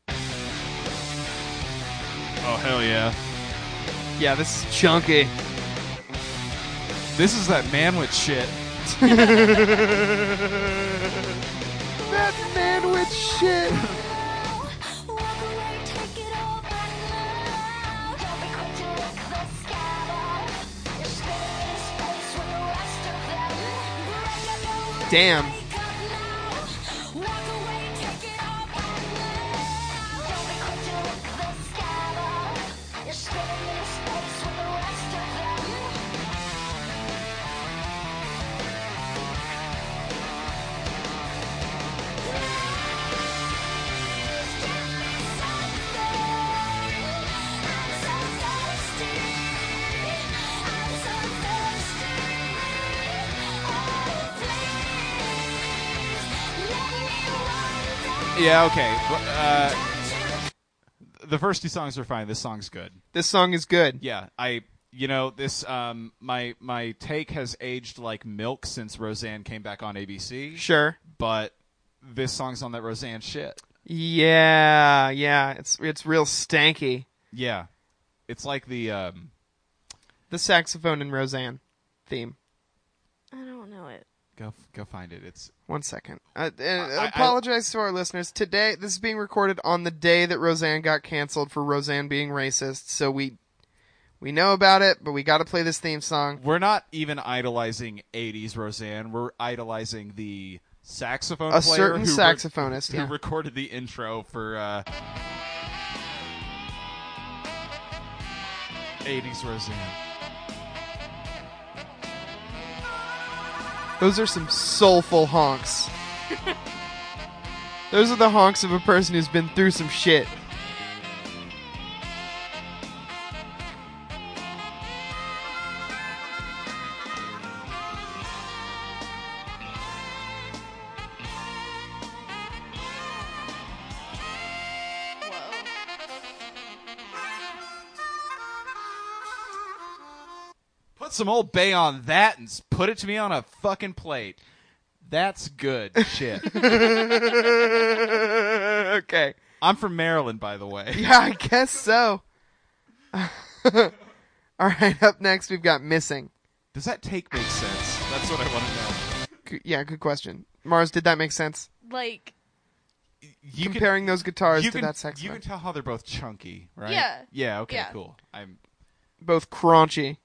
Oh hell yeah!
Yeah, this is chunky.
This is that man with shit.
That man with shit.
Walk away, take it all back now. Don't be quick to look the scatter. You're spinning in space with the rest of them. Break up your mind,
Damn.
wake up now. Walk away, take it all back now. Don't be quick to look the scatter. You're spinning in space with the rest of them.
Yeah, okay. But, uh, the first two songs are fine. This song's good.
This song is good.
Yeah, I you know this um my my take has aged like milk since Roseanne came back on ABC.
Sure.
but this song's on that Roseanne shit.
Yeah, yeah. It's it's real stanky.
Yeah, it's like the um
The saxophone and Roseanne theme.
I don't know it.
go f- go find it. It's
One second. I, I,
I-
apologize to our listeners. Today, this is being recorded on the day that Roseanne got canceled for Roseanne being racist. So we we know about it, but we got to play this theme song.
we're not even idolizing '80s Roseanne. We're idolizing the saxophone
A
player
certain
who re-
saxophonist.
who
yeah.
recorded the intro for uh, '80s Roseanne.
Those are some soulful honks. Those are the honks of a person who's been through some shit.
Put some old bay on that and s- put it to me on a fucking plate. That's good shit.
okay.
I'm from Maryland, by the way.
Yeah, I guess so. All right, up next we've got Missing.
Does that take make sense? That's what I want to know.
G- yeah, good question. Mars, did that make sense?
Like,
You can-
Comparing those guitars
you
to
can,
that saxophone.
You can tell how they're both chunky, right?
Yeah.
Yeah. Okay.
Yeah.
Cool. I'm.
both crunchy.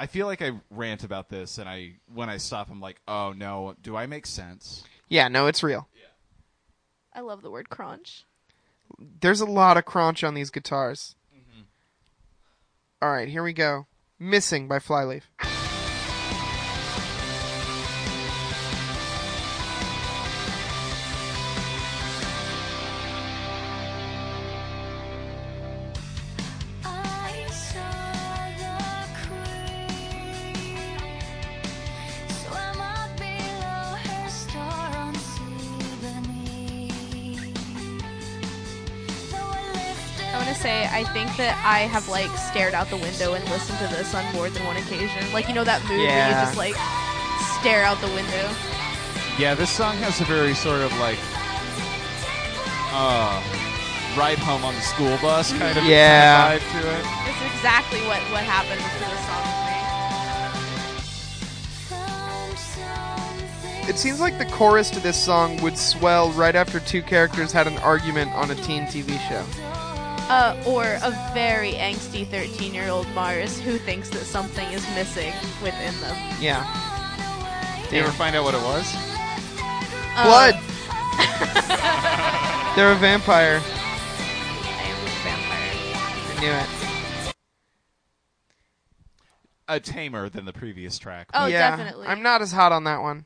I feel like I rant about this, and I when I stop, I'm like, oh no, do I make sense?
Yeah, no, it's real.
I love the word crunch.
There's a lot of crunch on these guitars.
Mm-hmm.
All right, here we go. Missing by Flyleaf.
I saw the queen swim up below her star on sea beneath. Though I
I
lifted
want to say I think that I have like stared out the window and listened to this on more than one occasion. Like you know that mood where you
Yeah.
just like stare out the window.
Yeah. This song has a very sort of like, uh, ride home on the school bus kind of
Yeah.
vibe to it.
This is exactly what what happened to this song for
found something
It seems like the chorus to this song would swell right after two characters had an argument on a teen TV show.
me. Uh, or a very angsty 13 year old Mars who thinks that something is missing within them.
Yeah.
Did you ever find out what it was?
Uh,
Blood! They're a vampire.
I am a vampire.
I knew it.
A tamer than the previous track.
Oh,
yeah,
definitely.
I'm not as hot on that one.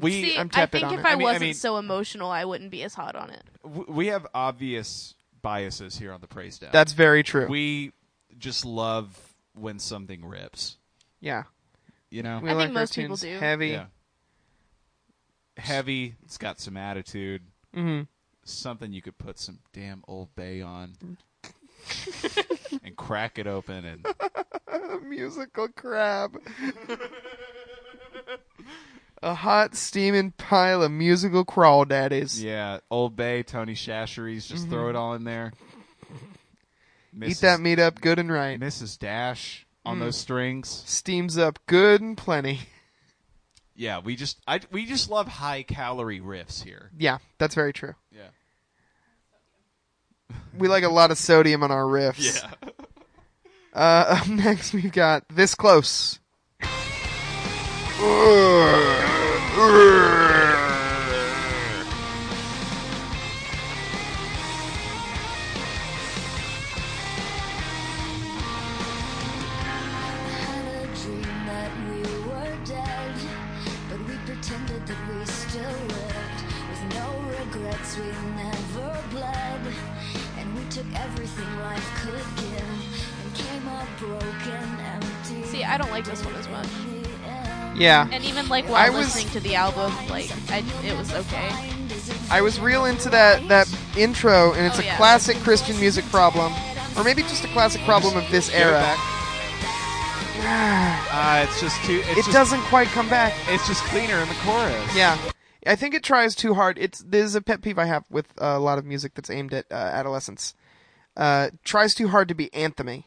we
See,
I'm
I
tepid
think
on
if
it.
I,
I mean- I
wasn't
mean-
so emotional, I wouldn't be as hot on it.
w- we have obvious biases here on the praise down.
That's very true.
we just love when something rips.
yeah.
You know?
We
I
like
think most
our tunes
people do.
Heavy.
yeah. heavy. It's got some attitude.
Mm-hmm.
Something you could put some damn old bay on and crack it open and
a musical crab. a hot steaming pile of musical crawdaddies.
yeah, old bay, Tony Shasheries, just throw it all in there.
Mm-hmm. Eat
Mrs.
that meat Mm. up good and right.
Mrs. Dash on those strings.
Steams up good and plenty.
Yeah, we just I we just love high calorie riffs here.
Yeah, that's very true.
Yeah.
We like a lot of sodium on our riffs. Uh, up next, we've got This Close.
had a dream that we were dead, but we pretended that we still lived. With no regrets, we never bled, and we took everything life could give and came out broken, empty.
See, I don't like this one as much.
in the end.
Yeah.
And even like
I
while
was-
listening to the album, like I, it was okay.
I was real into that, that intro, and it's
Oh,
a
yeah.
classic Christian music problem. Or maybe just a classic problem of this era.
Uh, it's just too. It's
It
just,
doesn't quite come back.
It's just cleaner in the chorus.
Yeah. I think it tries too hard. It's there's a pet peeve I have with uh, a lot of music that's aimed at uh, adolescents. Uh, tries too hard to be anthemy.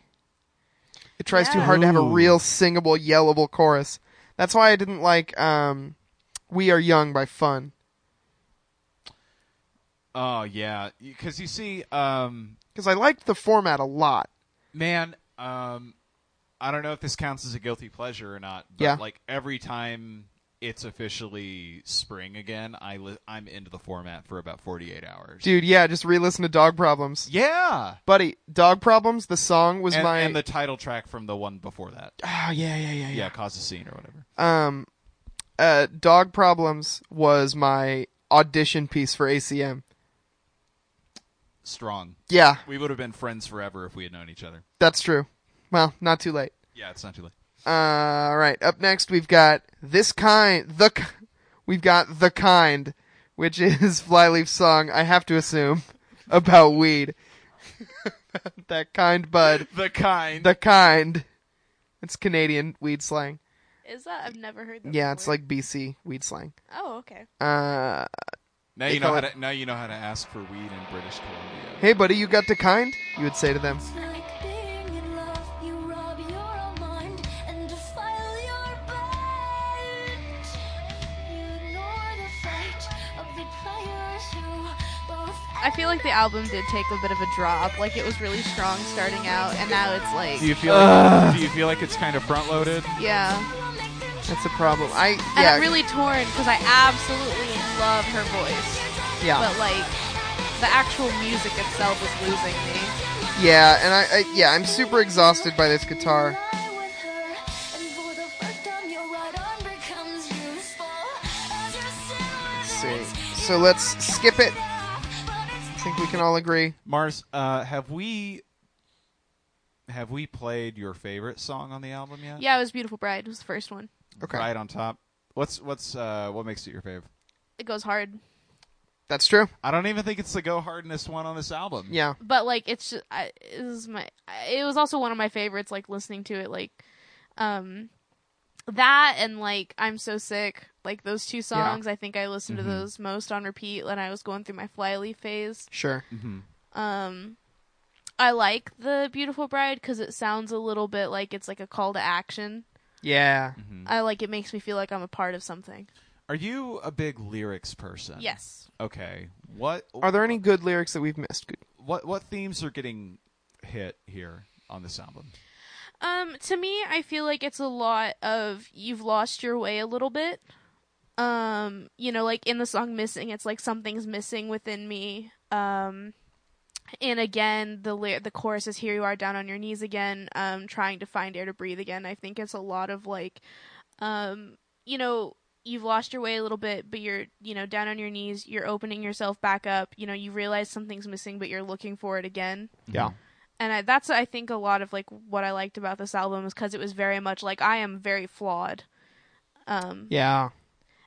It tries too
Yeah.
hard to have a
Ooh.
real singable, yellable chorus. That's why I didn't like um, "We Are Young" by Fun
Oh yeah, because you see, um,
because I liked the format a lot.
man, um, I don't know if this counts as a guilty pleasure or not. But
Yeah.
Like every time it's officially spring again, I li- I'm into the format for about 48 hours.
Dude, yeah, just re-listen to Dog Problems,
Yeah.
buddy. Dog Problems. The song was
And,
my
and the title track from the one before that.
oh yeah yeah yeah
Yeah, cause a scene or whatever.
um, uh, Dog Problems was my audition piece for ACM.
Strong.
Yeah,
We would have been friends forever if we had known each other.
That's true. Well, not too late.
Yeah, it's not too late.
Uh, all right. Up next, we've got this kind. The K- we've got the kind, which is Flyleaf's song. I have to assume about weed. that kind bud.
The kind.
The kind. It's Canadian weed slang.
Is that? I've never heard that.
Yeah, it's
before.
like BC weed slang.
Oh, okay.
Uh,
now
they
you know
call
how
it-
to, now you know how to ask for weed in British Columbia.
hey buddy, you got the kind? You would say to them.
It's like being in love. You rob your own mind and defile your bed. You ignore the fate of the players who both.
I feel like the album did take a bit of a drop. Like it was really strong starting out, and now it's
Do
like,
you feel like, do you feel like it's kind of front loaded?
yeah.
That's a problem. I
And
yeah
I'm really torn because I absolutely love her voice,
yeah.
but like the actual music itself is losing me.
Yeah, and I, I yeah, I'm super exhausted by this guitar. Let's see. So let's skip it. I think we can all agree.
Mars, uh, have we have we played your favorite song on the album yet?
Yeah, it was Beautiful Bride was the first one.
Okay.
Right on top. What's what's uh, what makes it your fave?
It goes hard,
That's true.
I don't even think it's the go hardness one on this album.
Yeah.
but like it's just I, it was my I- it was also one of my favorites. Like listening to it, like um that and like I'm so sick. Like those two songs, I think I listened
Mm-hmm.
to those most on repeat when I was going through my flyleaf phase.
Sure.
Um, I like the Beautiful Bride because it sounds a little bit like it's like a call to action.
Yeah.
I like it makes me feel like I'm a part of something.
Are you a big lyrics person?
Yes.
Okay. What
Are there any good lyrics that we've missed? Good.
what what themes are getting hit here on this album?
Um, to me, I feel like it's a lot of you've lost your way a little bit. Um, you know, like in the song "Missing," it's like something's missing within me. Um, and again, the ly- the chorus is "Here you are, down on your knees again, um, trying to find air to breathe again." I think it's a lot of like, um, you know, you've lost your way a little bit, but you're you know down on your knees. You're opening yourself back up. You know, you realize something's missing, but you're looking for it again
Yeah.
and I, that's I think a lot of like what I liked about this album is because it was very much like I am very flawed, um,
Yeah.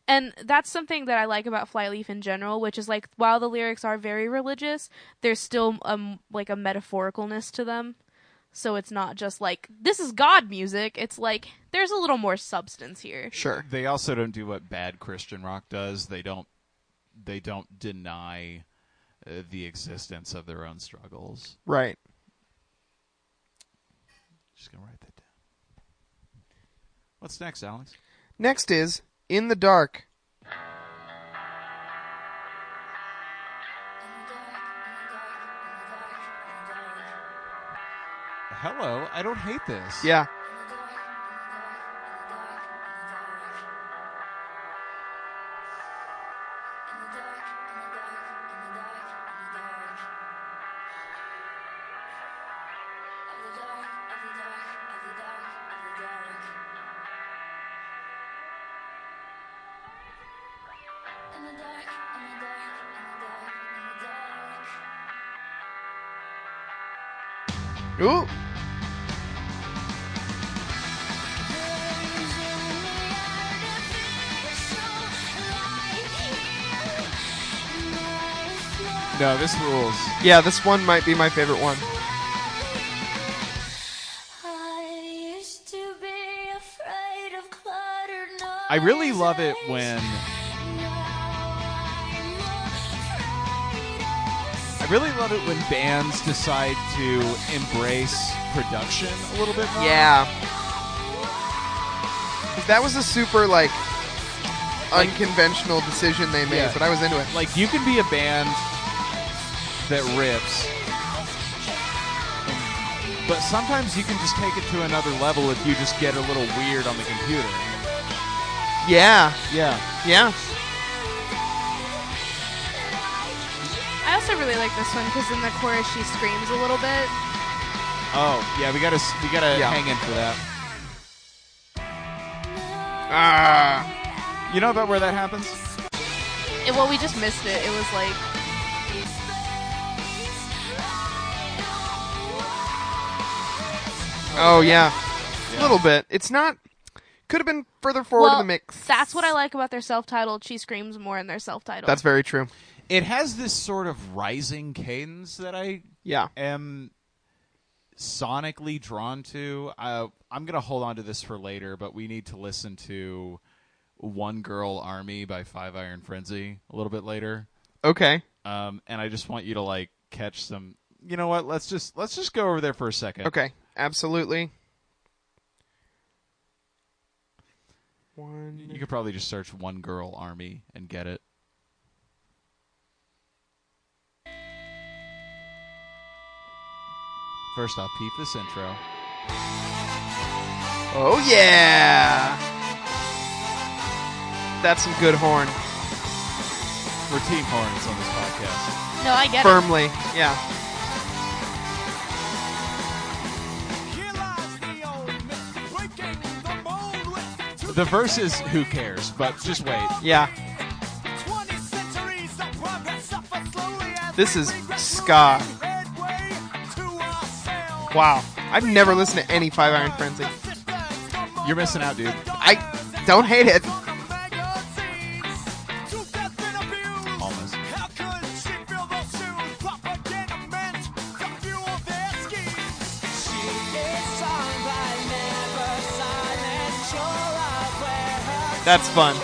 And that's something that I like about Flyleaf in general, which is like while the lyrics are very religious, there's still um like a metaphoricalness to them. So it's not just like this is God music. It's like there's a little more substance here.
Sure.
They also don't do what bad Christian rock does. They don't they don't deny uh, the existence of their own struggles.
Right.
Just gonna write that down. What's next, Alex?
Next is In the Dark.
Hello, I don't hate this.
Yeah. Ooh.
No, this rules.
Yeah, this one might be my favorite one.
I used to be afraid of cluttered noise.
I really love it when I really love it when bands decide to embrace production a little bit more.
Yeah. 'Cause That was a super like unconventional decision they made,
Yeah.
but I was into it.
Like you can be a band that rips, but sometimes you can just take it to another level if you just get a little weird on the computer.
Yeah,
Yeah.
yeah.
I also really like this one because in the chorus she screams a little bit.
Oh, yeah. We gotta s- we gotta
Yeah.
hang in for that.
Ah,
You know about where that happens?
It, well, we just missed it. It was like
oh yeah. A little bit. It's not. Could have been further forward
well,
in the mix.
that's what I like about their self-titled. She screams more in their self-titled.
That's very true.
It has this sort of rising cadence that I
Yeah.
am sonically drawn to. Uh, I'm gonna hold on to this for later, but we need to listen to "One Girl Army" by Five Iron Frenzy a little bit later.
Okay.
Um, and I just want you to like catch some. You know what? Let's just let's just go over there for a second.
Okay. Absolutely. One.
You could probably just search "One Girl Army" and get it. First off, peep this intro.
Oh yeah. That's some good horn.
We're team horns on this podcast.
no, I get it.
Firmly. Yeah.
The verse is who cares, but just wait.
Yeah. This is ska. Wow. I've never listened to any Five Iron Frenzy.
You're missing out, dude.
I don't hate it.
Almost.
That's fun.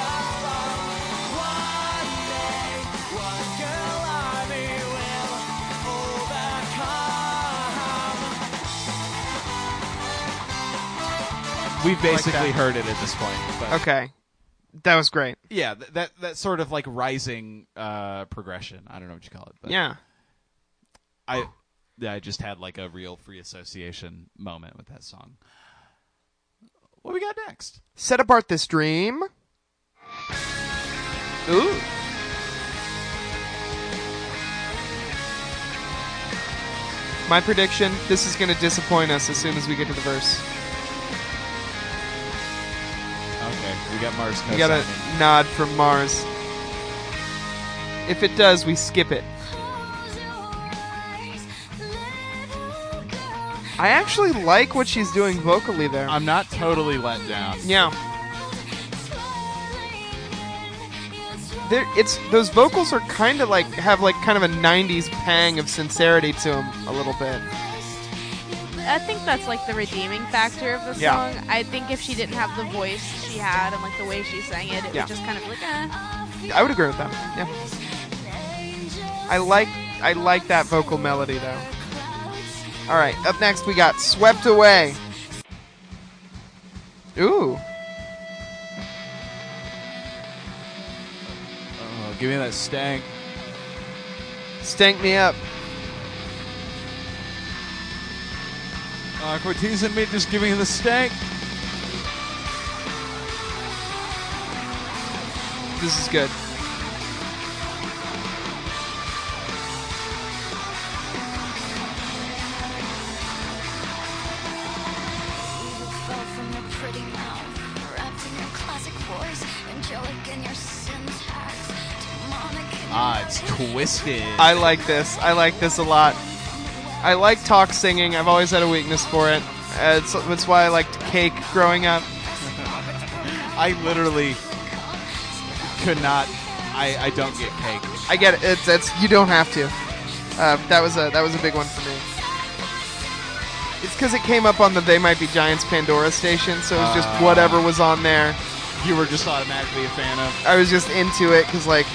We basically heard it at this point. But
Okay. That was great.
Yeah, th- that that sort of like rising uh, progression. I don't know what you call it. But
Yeah.
I yeah, I just had like a real free association moment with that song. What we got next?
Set apart this dream. Ooh. My prediction this is going to disappoint us as soon as we get to the verse.
Okay, we got Mars.
We got a
co-signing.
nod from Mars. If it does, we skip it. I actually like what she's doing vocally there.
I'm not totally let down.
yeah. there it's those vocals are kind of like have like kind of a 90s pang of sincerity to them a little bit.
I think that's like the redeeming factor of the
Yeah.
song. I think if she didn't have the voice she had and like the way she sang it, it
Yeah.
would just kind of be like, eh.
I would agree with that. Yeah. I like I like that vocal melody though. All right, up next we got Swept Away. Ooh.
Oh, give me that stank.
Stank me up.
Uh, quit teasing me, just give me the stank.
This is good.
Ah, it's twisted.
I like this. I like this a lot. I like talk singing. I've always had a weakness for it. Uh, it's, it's why I liked Cake growing up.
I literally could not. I, I don't get cake.
I get it. It's, it's you don't have to. Uh, that was a that was a big one for me. It's because it came up on the They Might Be Giants Pandora station, so it was just whatever was on there.
Ah. You were just automatically a fan of.
I was just into it because like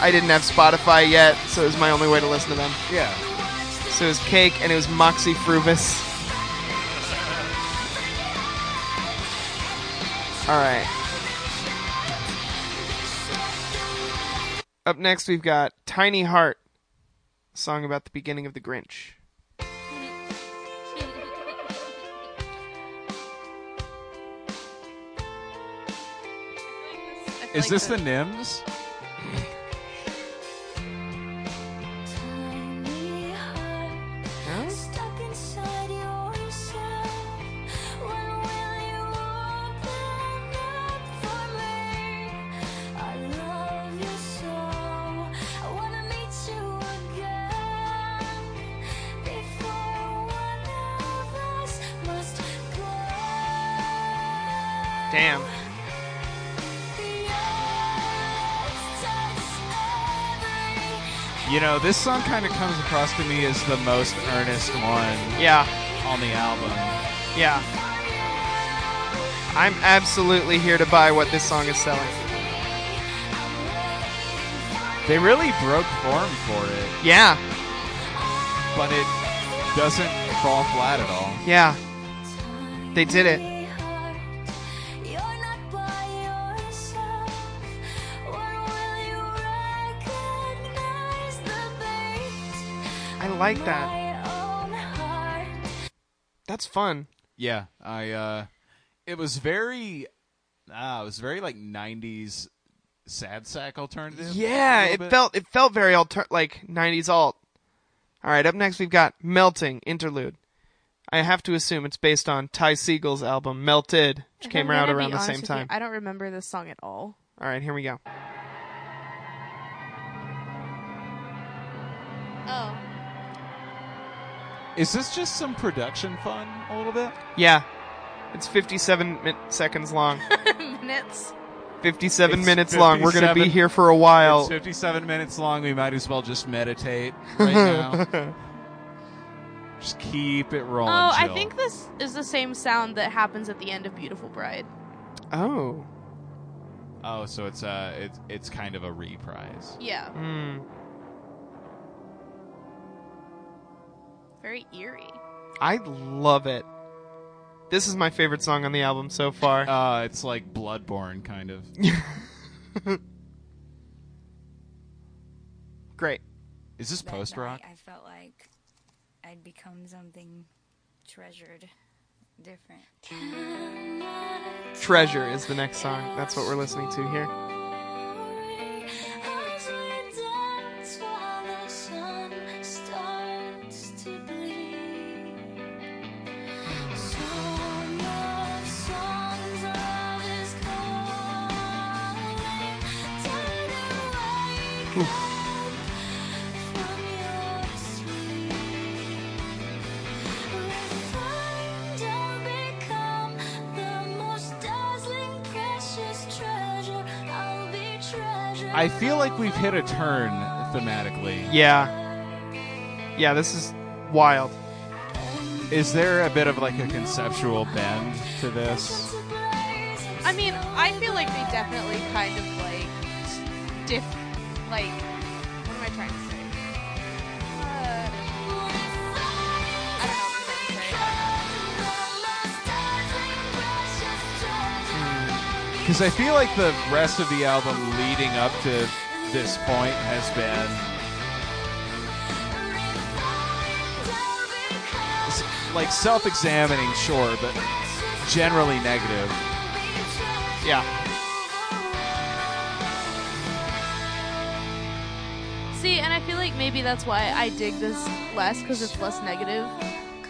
I didn't have Spotify yet, so it was my only way to listen to them.
Yeah.
So it was Cake and it was Moxie Fruvis. All right. Up next, we've got Tiny Heart, a song about the beginning of the Grinch.
I feel
Is
like
this the Nims?
Must
Damn.
You know, this song kind of comes across to me as the most earnest one
Yeah.
on the album.
Yeah. I'm absolutely here to buy what this song is selling.
They really broke form for it,
Yeah.
but it doesn't fall flat at all.
Yeah. They did it. I like that. That's fun.
Yeah, I. uh It was very. Uh, it was very like '90s sad sack alternative. a
Yeah,
little
it
bit.
felt it felt very alter- like 90s alt. All right, up next we've got Melting Interlude. I have to assume it's based on Ty Siegel's album Melted, which
If
came
I'm
out
gonna
around
be
the
honest
same
with you,
time.
I don't remember this song at all.
All right, here we go.
Oh.
Is this just some production fun a little bit?
Yeah. It's 57 min- seconds long.
Minutes.
57
It's
minutes long. We're going to be
57
here for a while.
It's 57 minutes long. We might as well just meditate right now. just keep it rolling.
Oh, I
Jill.
think this is the same sound that happens at the end of Beautiful Bride.
oh.
Oh, so it's uh, it's it's kind of a reprise.
Yeah.
Hmm.
Very eerie.
I love it. This is my favorite song on the album so far.
Uh, it's like Bloodborne, kind of.
Great.
Is this post rock?
I felt like I'd become something treasured, different.
Treasure is the next song. That's what we're listening to here.
Dazzling precious treasure, I'll be treasure.
I feel like we've hit a turn thematically.
Yeah. Yeah, this is wild.
Is there a bit of like a conceptual bend to this?
I mean, I feel like they definitely kind of like diff. Like, what am I trying to say? Uh, I don't know what I'm trying to say.
Because I feel like the rest of the album leading up to this point has been s- like self-examining, sure, but generally negative.
Yeah.
See, and I feel like maybe that's why I dig this less because it's less negative.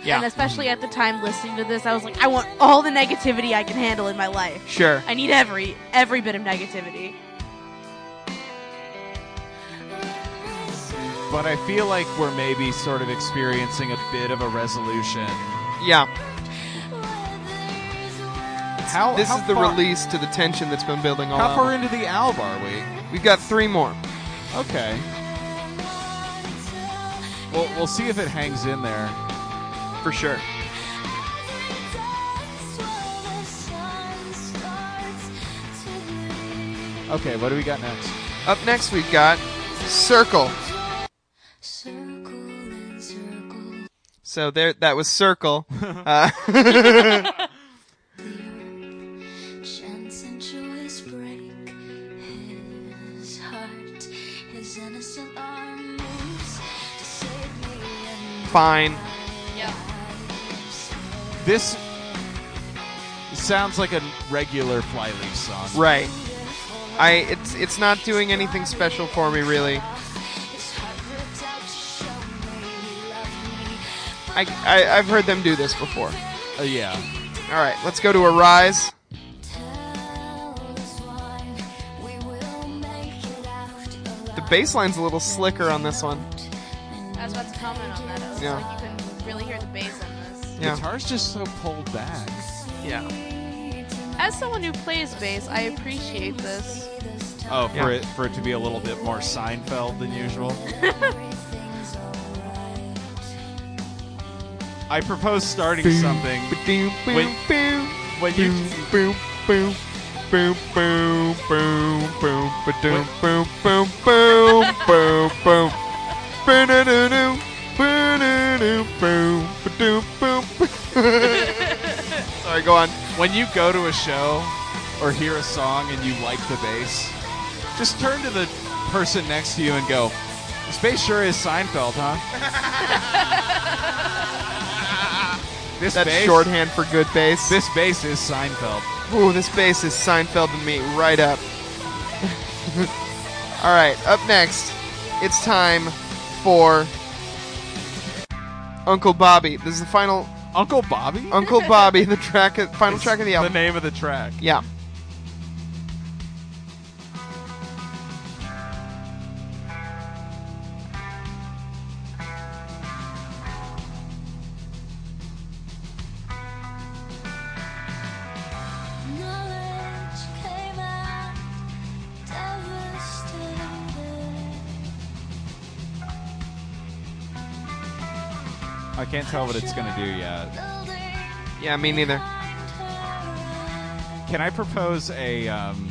Yeah.
And especially at the time listening to this, I was like, I want all the negativity I can handle in my life.
Sure.
I need every every bit of negativity.
But I feel like we're maybe sort of experiencing a bit of a resolution.
Yeah.
How
This
how
is the
far-
release to the tension that's been building all
How far
album.
into the album are we?
We've got three more.
Okay. Well, we'll see if it hangs in there.
For sure.
Okay, what do we got next?
Up next, we've got Circle. So there, that was Circle. Uh, fine.
This sounds like a regular Flyleaf song.
Right. I it's it's not doing anything special for me really. I, I I've heard them do this before.
Uh, yeah.
All right, let's go to Arise. The bass line's a little slicker on this one.
I was about to comment on that. I was
Yeah.
like, you can really hear the bass on this.
Yeah.
Guitar's just so pulled back.
Yeah.
As someone who plays bass, I appreciate this.
Oh, for
Yeah.
it for it to be a little bit more Seinfeld than usual. I propose starting something
Boom, boom,
Wait.
boom,
when you
boom, boom, boom, boom, boom, boom, ba-doom, boom, boom, boom, boom, boom. Ba-da-da-doo, ba-da-doo, boom, ba-doom, boom, boom. Sorry, go on.
when you go to a show or hear a song and you like the bass, just turn to the person next to you and go, "This bass sure is Seinfeld, huh?" this
That's
bass,
shorthand for good bass.
This bass is Seinfeld.
Ooh, this bass is Seinfeld and me right up. All right, up next, it's time for Uncle Bobby. This is the final
Uncle Bobby.
Uncle Bobby, the track, of, final track of the
the
album.
name of the track.
Yeah.
I can't tell what it's gonna do yet.
Yeah, me neither.
Can I propose a um,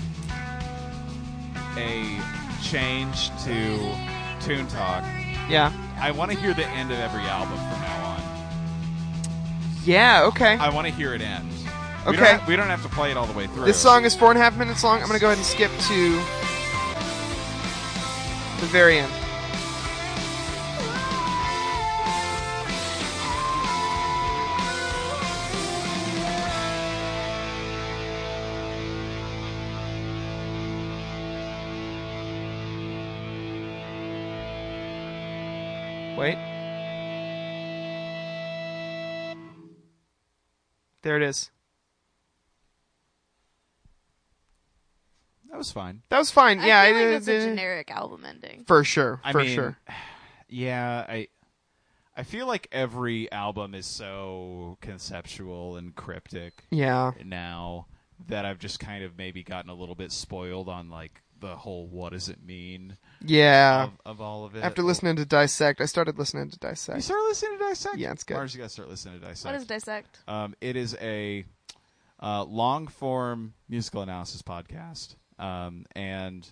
a change to Toon Talk?
Yeah.
I want to hear the end of every album from now on.
Yeah, okay.
I want to hear it end. We don't,
Okay.
have, we don't have to play it all the way through.
This song is four and a half minutes long. I'm going to go ahead and skip to the very end. Wait. There it is.
that was fine.
That was fine. yeah,
I
I
feel like
did-
that's a
did-
generic album ending.
for sure.
I
for
mean,
sure.
Yeah, I I feel like every album is so conceptual and cryptic
Yeah.
now that I've just kind of maybe gotten a little bit spoiled on like the whole what does it mean
Yeah.
of, of all of it.
Uh, After listening to Dissect, I started listening to
you
Dissect.
start listening to Dissect.
Yeah, it's good.
Mars, you gotta start listening to Dissect.
What is dissect?
Um, it is a uh, long form musical analysis podcast. Um, and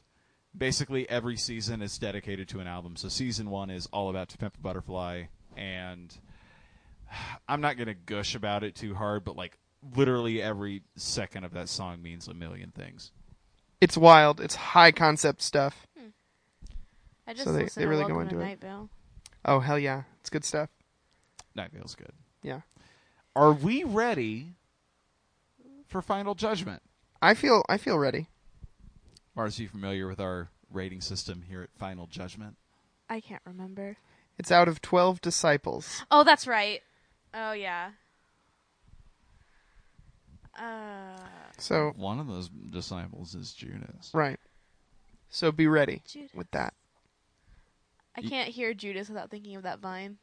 basically, every season is dedicated to an album. So, season one is all about To Pimp a Butterfly. And I'm not going to gush about it too hard, but like literally every second of that song means a million things.
It's wild. It's high concept stuff.
I just
So they-
listened
they
to
really go
Welcome to
into it.
Night Vale.
Oh hell yeah, it's good stuff.
Night feels good.
Yeah.
Are we ready for Final Judgment?
I feel I feel ready.
Mars, are you familiar with our rating system here at Final Judgment?
I can't remember.
It's out of 12 disciples.
Oh, that's right. Oh yeah. Uh,
So,
One of those disciples is Judas.
right. So be ready
Judas.
with that.
I can't hear Judas without thinking of that vine.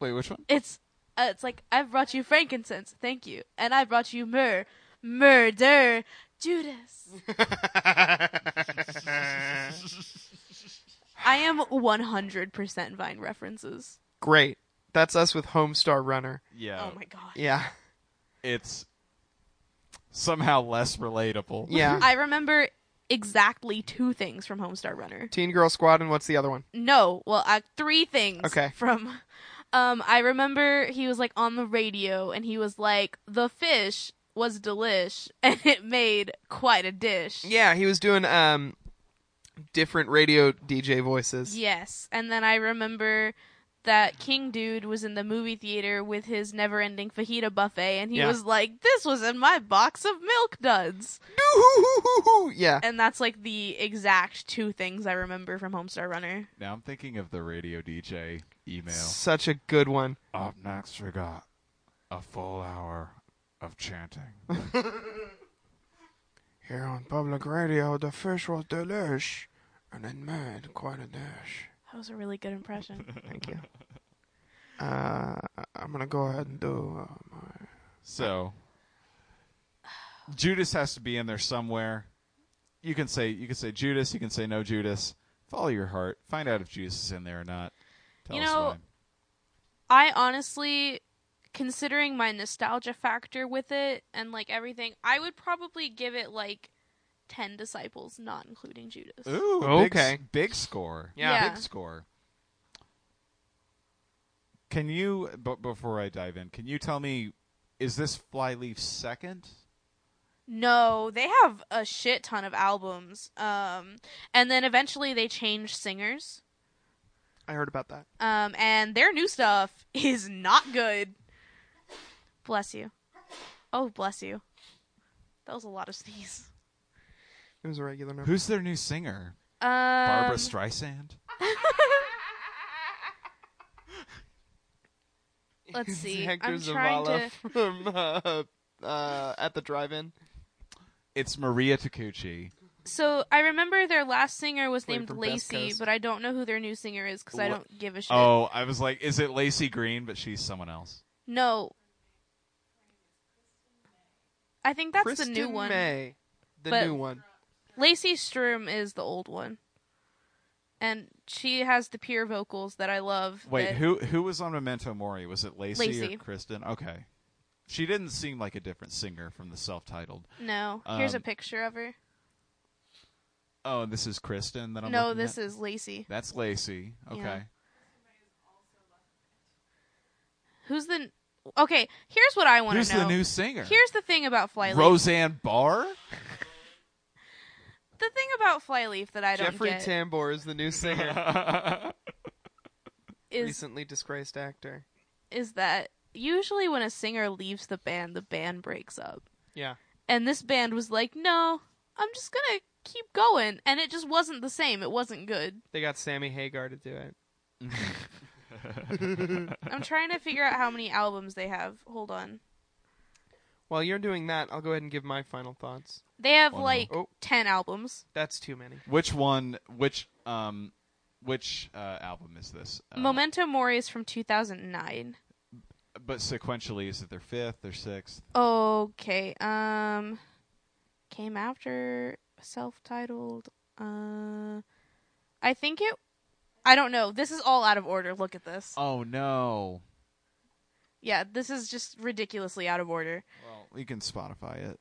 Wait, which one?
It's uh, it's like I've brought you frankincense, thank you, and I brought you myrrh, murder, Judas. I am one hundred percent Vine references.
Great. That's us with Homestar Runner.
Yeah.
Oh my god!
Yeah.
It's somehow less relatable.
Yeah.
I remember exactly two things from Homestar Runner.
Teen Girl Squad and what's the other one?
No, well, uh, three things.
Okay.
From, um, I remember he was like on the radio and he was like, "The fish was delish and it made quite a dish."
Yeah, he was doing um different radio DJ voices.
Yes, and then I remember that King Dude was in the movie theater with his never-ending fajita buffet, and he
Yeah.
was like, "This was in my box of milk duds,"
Yeah.
and that's like the exact two things I remember from Homestar Runner.
Now I'm thinking of the radio DJ email.
Such a good one.
Up next, we got a full hour of chanting.
Here on public radio, the fish was delish and it made quite a dish.
That was a really good impression.
Thank you. Uh, I'm gonna go ahead and do uh, my
So Judas has to be in there somewhere. You can say you can say Judas. You can say no Judas. Follow your heart. Find out if Judas is in there or not. Tell
You
us
know,
why.
I honestly, considering my nostalgia factor with it and like everything, I would probably give it like ten disciples, not including Judas.
Ooh, big s-
Okay.
Big, score.
Yeah.
Big score. Can you, but before I dive in, can you tell me, is this Flyleaf's second?
No, they have a shit ton of albums. Um, and then eventually they change singers.
I heard about that.
Um, and their new stuff is not good. Bless you. Oh, bless you. That was a lot of sneeze.
It was a regular number.
Who's their new singer?
Um,
Barbara Streisand?
let's see.
Hector
I'm trying
Zavala
to.
from uh, uh, at the drive-in.
It's Maria Takuchi.
So I remember their last singer was
Played
named
for
Lacey,
Besco's. but
but I don't know who their new singer is because I
Wha-
don't give a shit.
Oh, I was like, is it Lacey Green? But she's someone else.
No. I think that's
Kristen
the new one.
May, the
But-
new one.
Lacey Sturm is the old one. And she has the pure vocals that I love.
Wait,
that-
who who was on Memento Mori? Was it Lacey,
Lacey.
or Kristen? Okay. She didn't seem like a different singer from the self-titled.
No. Here's a
Um,
picture of her.
Oh, and this is Kristen that I'm
No,
looking
this
at?
is Lacey.
That's Lacey. Okay.
Yeah. Who's the. n- Okay, here's what I want
Who's
to know.
the new singer?
Here's the thing about Flyleaf.
Roseanne Barr?
The thing about Flyleaf that I don't
Jeffrey
get
Tambor is the new singer,
is
recently disgraced actor.
is that usually when a singer leaves the band, the band breaks up.
Yeah,
And this band was like, "No, I'm just going to keep going." And it just wasn't the same. It wasn't good.
they got Sammy Hagar to do it.
I'm trying to figure out how many albums they have. Hold on.
While you're doing that, I'll go ahead and give my final thoughts.
They have
Oh, no.
like
Oh.
10 albums.
That's too many.
Which one? Which um, which uh, album is this? Uh,
Memento Mori is from 2009.
But sequentially, is it their fifth, their sixth?
Okay. Um came after self-titled. Uh, I think it. I don't know. This is all out of order. Look at this.
Oh no.
Yeah, this is just ridiculously out of order.
Well, you can Spotify it.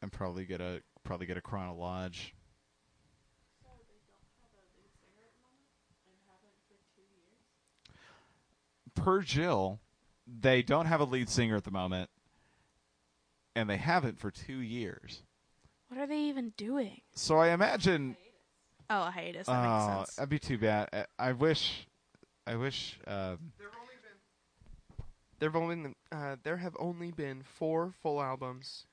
And probably get a probably get a chronologe. Per Jill, they don't have a lead singer at the moment, and they haven't for two years.
What are they even doing?
So I imagine
Oh, a hiatus. That
Oh,
makes sense.
that'd be too bad. I, I wish, I wish. Um,
There have only been, uh, there have only been four full albums,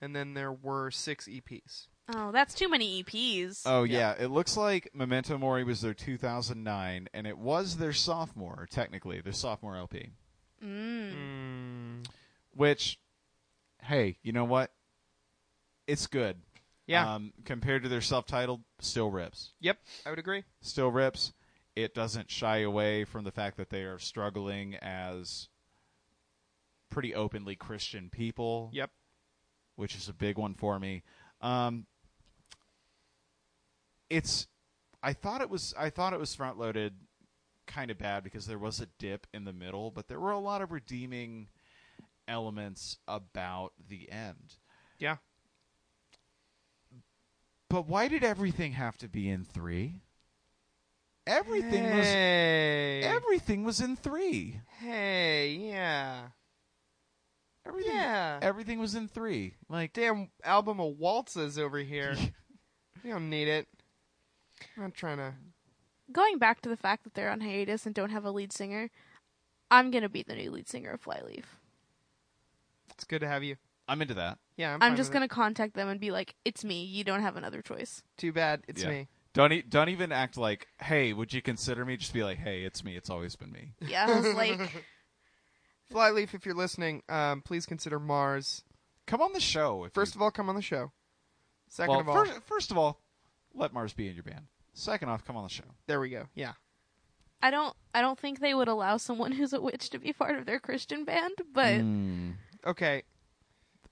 and then there were six E EPs.
Oh, that's too many EPs.
oh yeah. it looks like Memento Mori was their 2009, and it was their sophomore, technically their sophomore LP.
Mm.
Hmm. Which, hey, you know what? It's good.
Yeah.
Um, compared to their self-titled, still rips.
Yep, I would agree.
Still rips. It doesn't shy away from the fact that they are struggling as pretty openly Christian people.
Yep.
which is a big one for me. Um, it's I thought it was I thought it was front loaded kind of bad because there was a dip in the middle, but there were a lot of redeeming elements about the end.
Yeah.
But why did everything have to be in 3? Everything
Hey.
was everything was in 3.
hey, yeah.
Everything
Yeah.
everything was in 3. Like
Damn album of waltzes over here. we don't need it. I'm not trying to.
Going back to the fact that they're on hiatus and don't have a lead singer, I'm gonna be the new lead singer of Flyleaf.
It's good to have you.
I'm into that.
Yeah, I'm,
I'm,
fine
just
with it.
gonna contact them and be like, "It's me. You don't have another choice."
Too bad it's
Yeah.
me.
Don't e- don't even act like, hey, would you consider me? Just be like, hey, it's me. It's always been me.
Yeah, I was like,
Flyleaf, if you're listening, um, please consider Mars.
Come on the show. If
First
you,
of all, come on the show. Second
well,
of all,
first, first of all, let Mars be in your band. Second off, come on the show.
there we go. Yeah.
I don't, I don't think they would allow someone who's a witch to be part of their Christian band, but
Mm. Okay.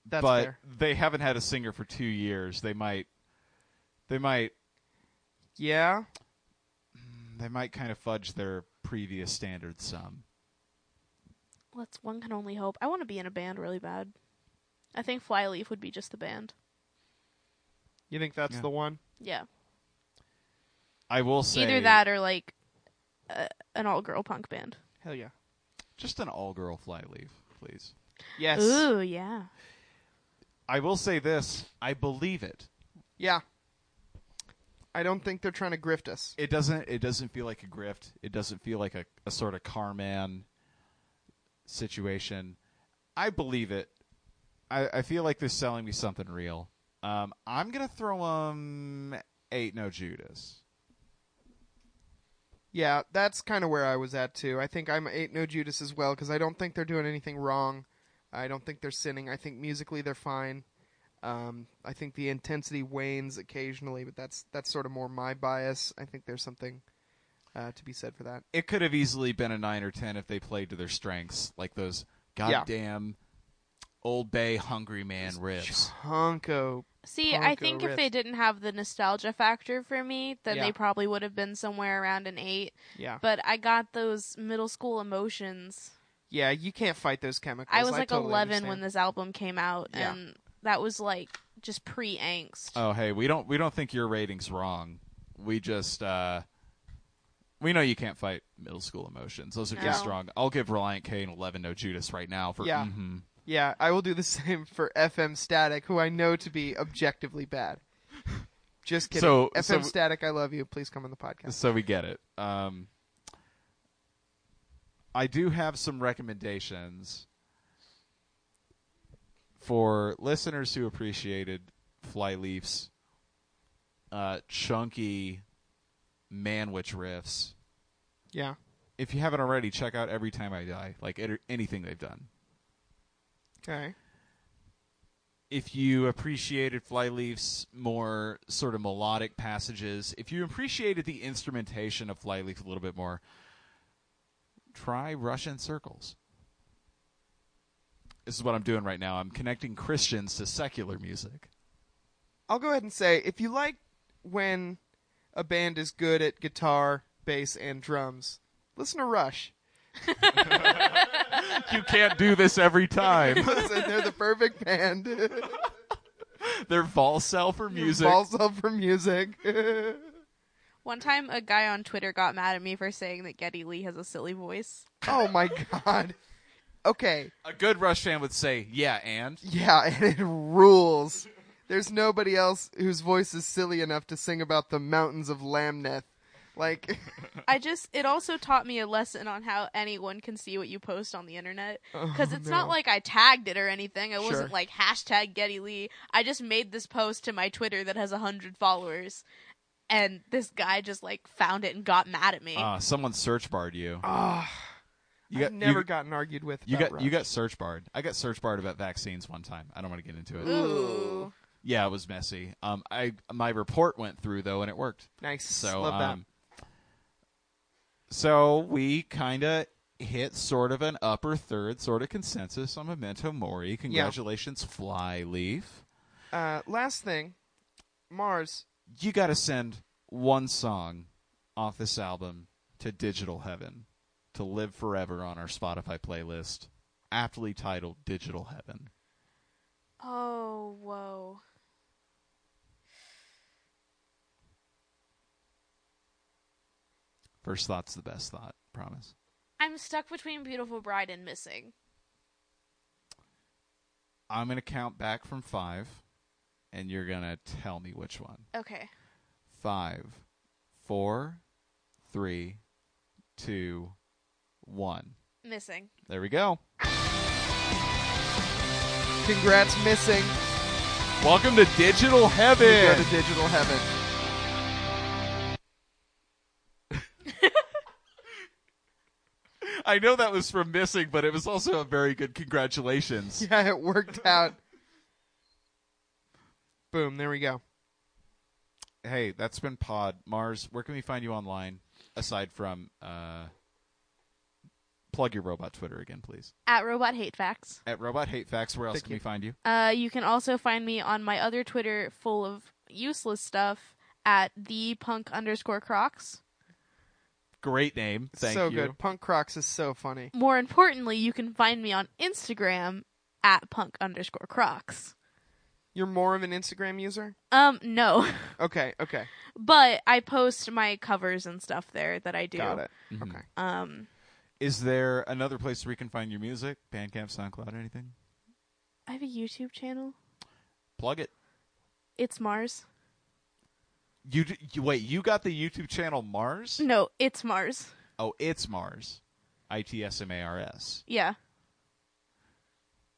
That's
but
fair.
they haven't had a singer for two years. They might, they might,
Yeah.
they might kind of fudge their previous standards some.
let's. One can only hope. I want to be in a band really bad. I think Flyleaf would be just the band.
You think that's
Yeah.
the one?
Yeah,
I will say
either that or like uh, an all-girl punk band.
Hell yeah.
Just an all-girl flyleaf, please.
Yes.
Ooh, yeah.
I will say this. I believe it.
Yeah. I don't think they're trying to grift us.
it doesn't it doesn't feel like a grift. It doesn't feel like a, a sort of carman situation. I believe it. I, I feel like they're selling me something real. Um, I'm gonna throw them eight no Judas.
Yeah, that's kind of where I was at too. I think I'm eight no Judas as well because I don't think they're doing anything wrong. I don't think they're sinning. I think musically they're fine. Um, I think the intensity wanes occasionally, but that's that's sort of more my bias. I think there's something uh, to be said for that.
It could have easily been a nine or ten if they played to their strengths, like those goddamn old bay hungry man riffs.
Honko,
See,
Punk
I
or
think
riff.
if they didn't have the nostalgia factor for me, then
Yeah.
they probably would have been somewhere around an eight.
yeah,
But I got those middle school emotions.
yeah, you can't fight those chemicals.
I was like
totally
11 when
understand.
this album came out,
Yeah. Uh,
and that was like just pre angst.
Oh hey, we don't we don't think your rating's wrong. We just uh we know you can't fight middle school emotions. Those are too
No.
strong. I'll give Reliant K and eleven no Judas right now for
Yeah.
mhm.
Yeah, I will do the same for FM Static, who I know to be objectively bad. Just kidding.
So-
FM
so-
Static, I love you. Please come on the podcast.
So we get it. Um I do have some recommendations for listeners who appreciated Flyleaf's uh chunky manwich riffs.
Yeah.
If you haven't already, check out Every Time I Die, like it, anything they've done.
Okay.
if you appreciated Flyleaf's more sort of melodic passages, if you appreciated the instrumentation of Flyleaf a little bit more, try Russian circles. This is what I'm doing right now. I'm connecting Christians to secular music.
I'll go ahead and say if you like when a band is good at guitar, bass, and drums, listen to Rush.
You can't do this every time.
They're the perfect band.
They're Valsell for music.
Balls up for music.
One time, a guy on Twitter got mad at me for saying that Getty Lee has a silly voice.
oh my god. Okay.
a good Rush fan would say, "Yeah, and
Yeah, and it rules. There's nobody else whose voice is silly enough to sing about the mountains of Lamneth. Like,
I just it also taught me a lesson on how anyone can see what you post on the internet because it's not like I tagged it or anything. I
Sure.
wasn't like hashtag Getty Lee. I just made this post to my Twitter that has a hundred followers, and this guy just like found it and got mad at me.
Ah, someone search barred you." you
Ah. I've never gotten argued with.
You
about
got you
Rush.
got search barred. I got search barred about vaccines one time. I don't want to get into it.
Ooh.
Yeah, it was messy. Um, I my report went through though, and it worked.
nice.
So
Love that.
um, so we kind of hit sort of an upper third sort of consensus on Memento Mori. Congratulations, Flyleaf.
Uh, last thing, Mars.
You got to send one song off this album to Digital Heaven to live forever on our Spotify playlist, aptly titled Digital Heaven.
Oh whoa.
First thought's the best thought, promise.
I'm stuck between Beautiful Bride and Missing.
I'm going to count back from five, and you're going to tell me which one.
Okay.
Five, four, three, two, one.
Missing.
There we go.
Congrats, missing.
Welcome to Digital
You go
Heaven.
to digital heaven.
I know that was from Missing, but it was also a very good congratulations.
Yeah, it worked out. Boom. There we go.
Hey, that's been Pod. Mars, where can we find you online aside from uh, plug your robot Twitter again, please?
At Robot Hate Facts.
At Robot Hate Facts, where else
Thank
can
you.
we find you?
Uh, you can also find me on my other Twitter full of useless stuff at the punk underscore crocs.
Great name. Thank
so
you.
good. Punk Crocs is so funny.
More importantly, you can find me on Instagram at punk underscore crocs.
You're more of an Instagram user.
Um, no,
Okay. Okay.
but I post my covers and stuff there that I do.
Got it.
Mhm.
Okay.
Um,
Is there another place where you can find your music? Bandcamp, SoundCloud, anything?
I have a YouTube channel.
Plug it.
It's Mars.
You, d- you wait. You got the YouTube channel Mars?
No, it's Mars.
Oh, it's Mars. I T S M A R S.
Yeah.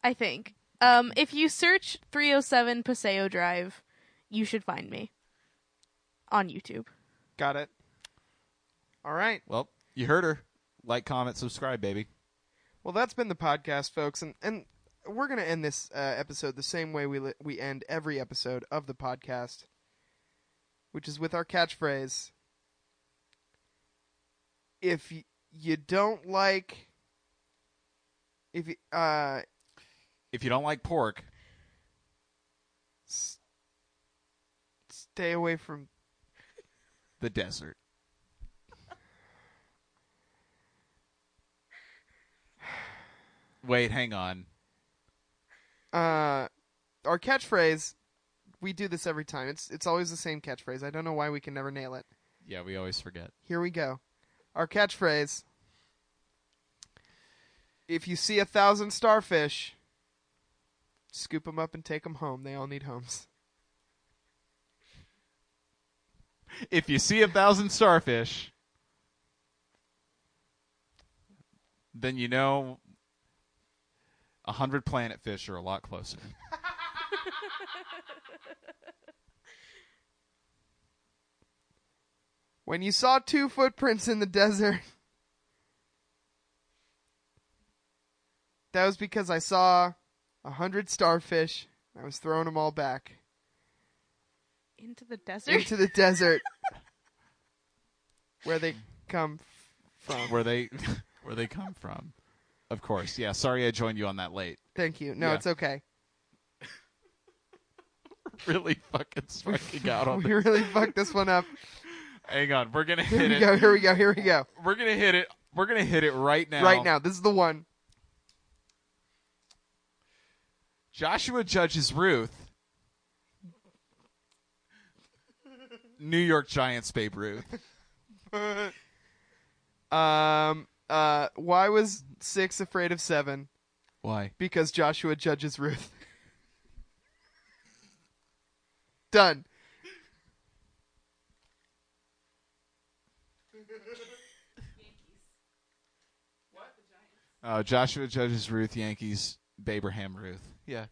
I think. Um, if you search 307 Paseo Drive, you should find me on YouTube.
Got it. All right.
Well, you heard her. Like, comment, subscribe, baby.
Well, that's been the podcast, folks, and and we're gonna end this uh, episode the same way we li- we end every episode of the podcast, which is with our catchphrase. If y- you don't like, if y- uh,
If you don't like pork,
s- stay away from.
the desert. Wait, hang on.
Uh, our catchphrase, we do this every time. It's it's always the same catchphrase. I don't know why we can never nail it.
Yeah, we always forget.
Here we go. Our catchphrase. If you see a thousand starfish, scoop them up and take them home. They all need homes.
If you see a thousand starfish, then you know a hundred planet fish are a lot closer.
When you saw two footprints in the desert, that was because I saw a hundred starfish. I was throwing them all back
Into the desert?
into the desert where they come from.
where they where they come from. Of course. Yeah, sorry I joined you on that late.
Thank you. No,
Yeah.
it's okay.
really fucking striking out on
We
this.
really fucked this one up.
Hang on, we're gonna
Here
hit
we go.
it.
Here we go. Here we go.
We're gonna hit it. We're gonna hit it right now.
Right now, this is the one.
Joshua judges Ruth. New York Giants Babe Ruth.
Um. Uh. Why was six afraid of seven?
Why?
Because Joshua judges Ruth. Done.
Uh, Joshua judges Ruth. Yankees Abraham Ruth. Yeah.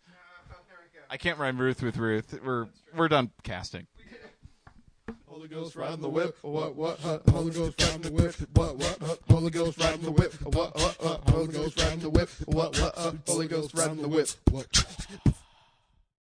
I can't rhyme Ruth with Ruth. We're we're done casting.
Holy Ghost riding the whip, what what? Uh, Holy Ghost riding the whip, what what? Uh, Holy Ghost riding the whip, what what? Uh, Holy Ghost riding the whip, what what? Uh, Holy Ghost riding the whip, what?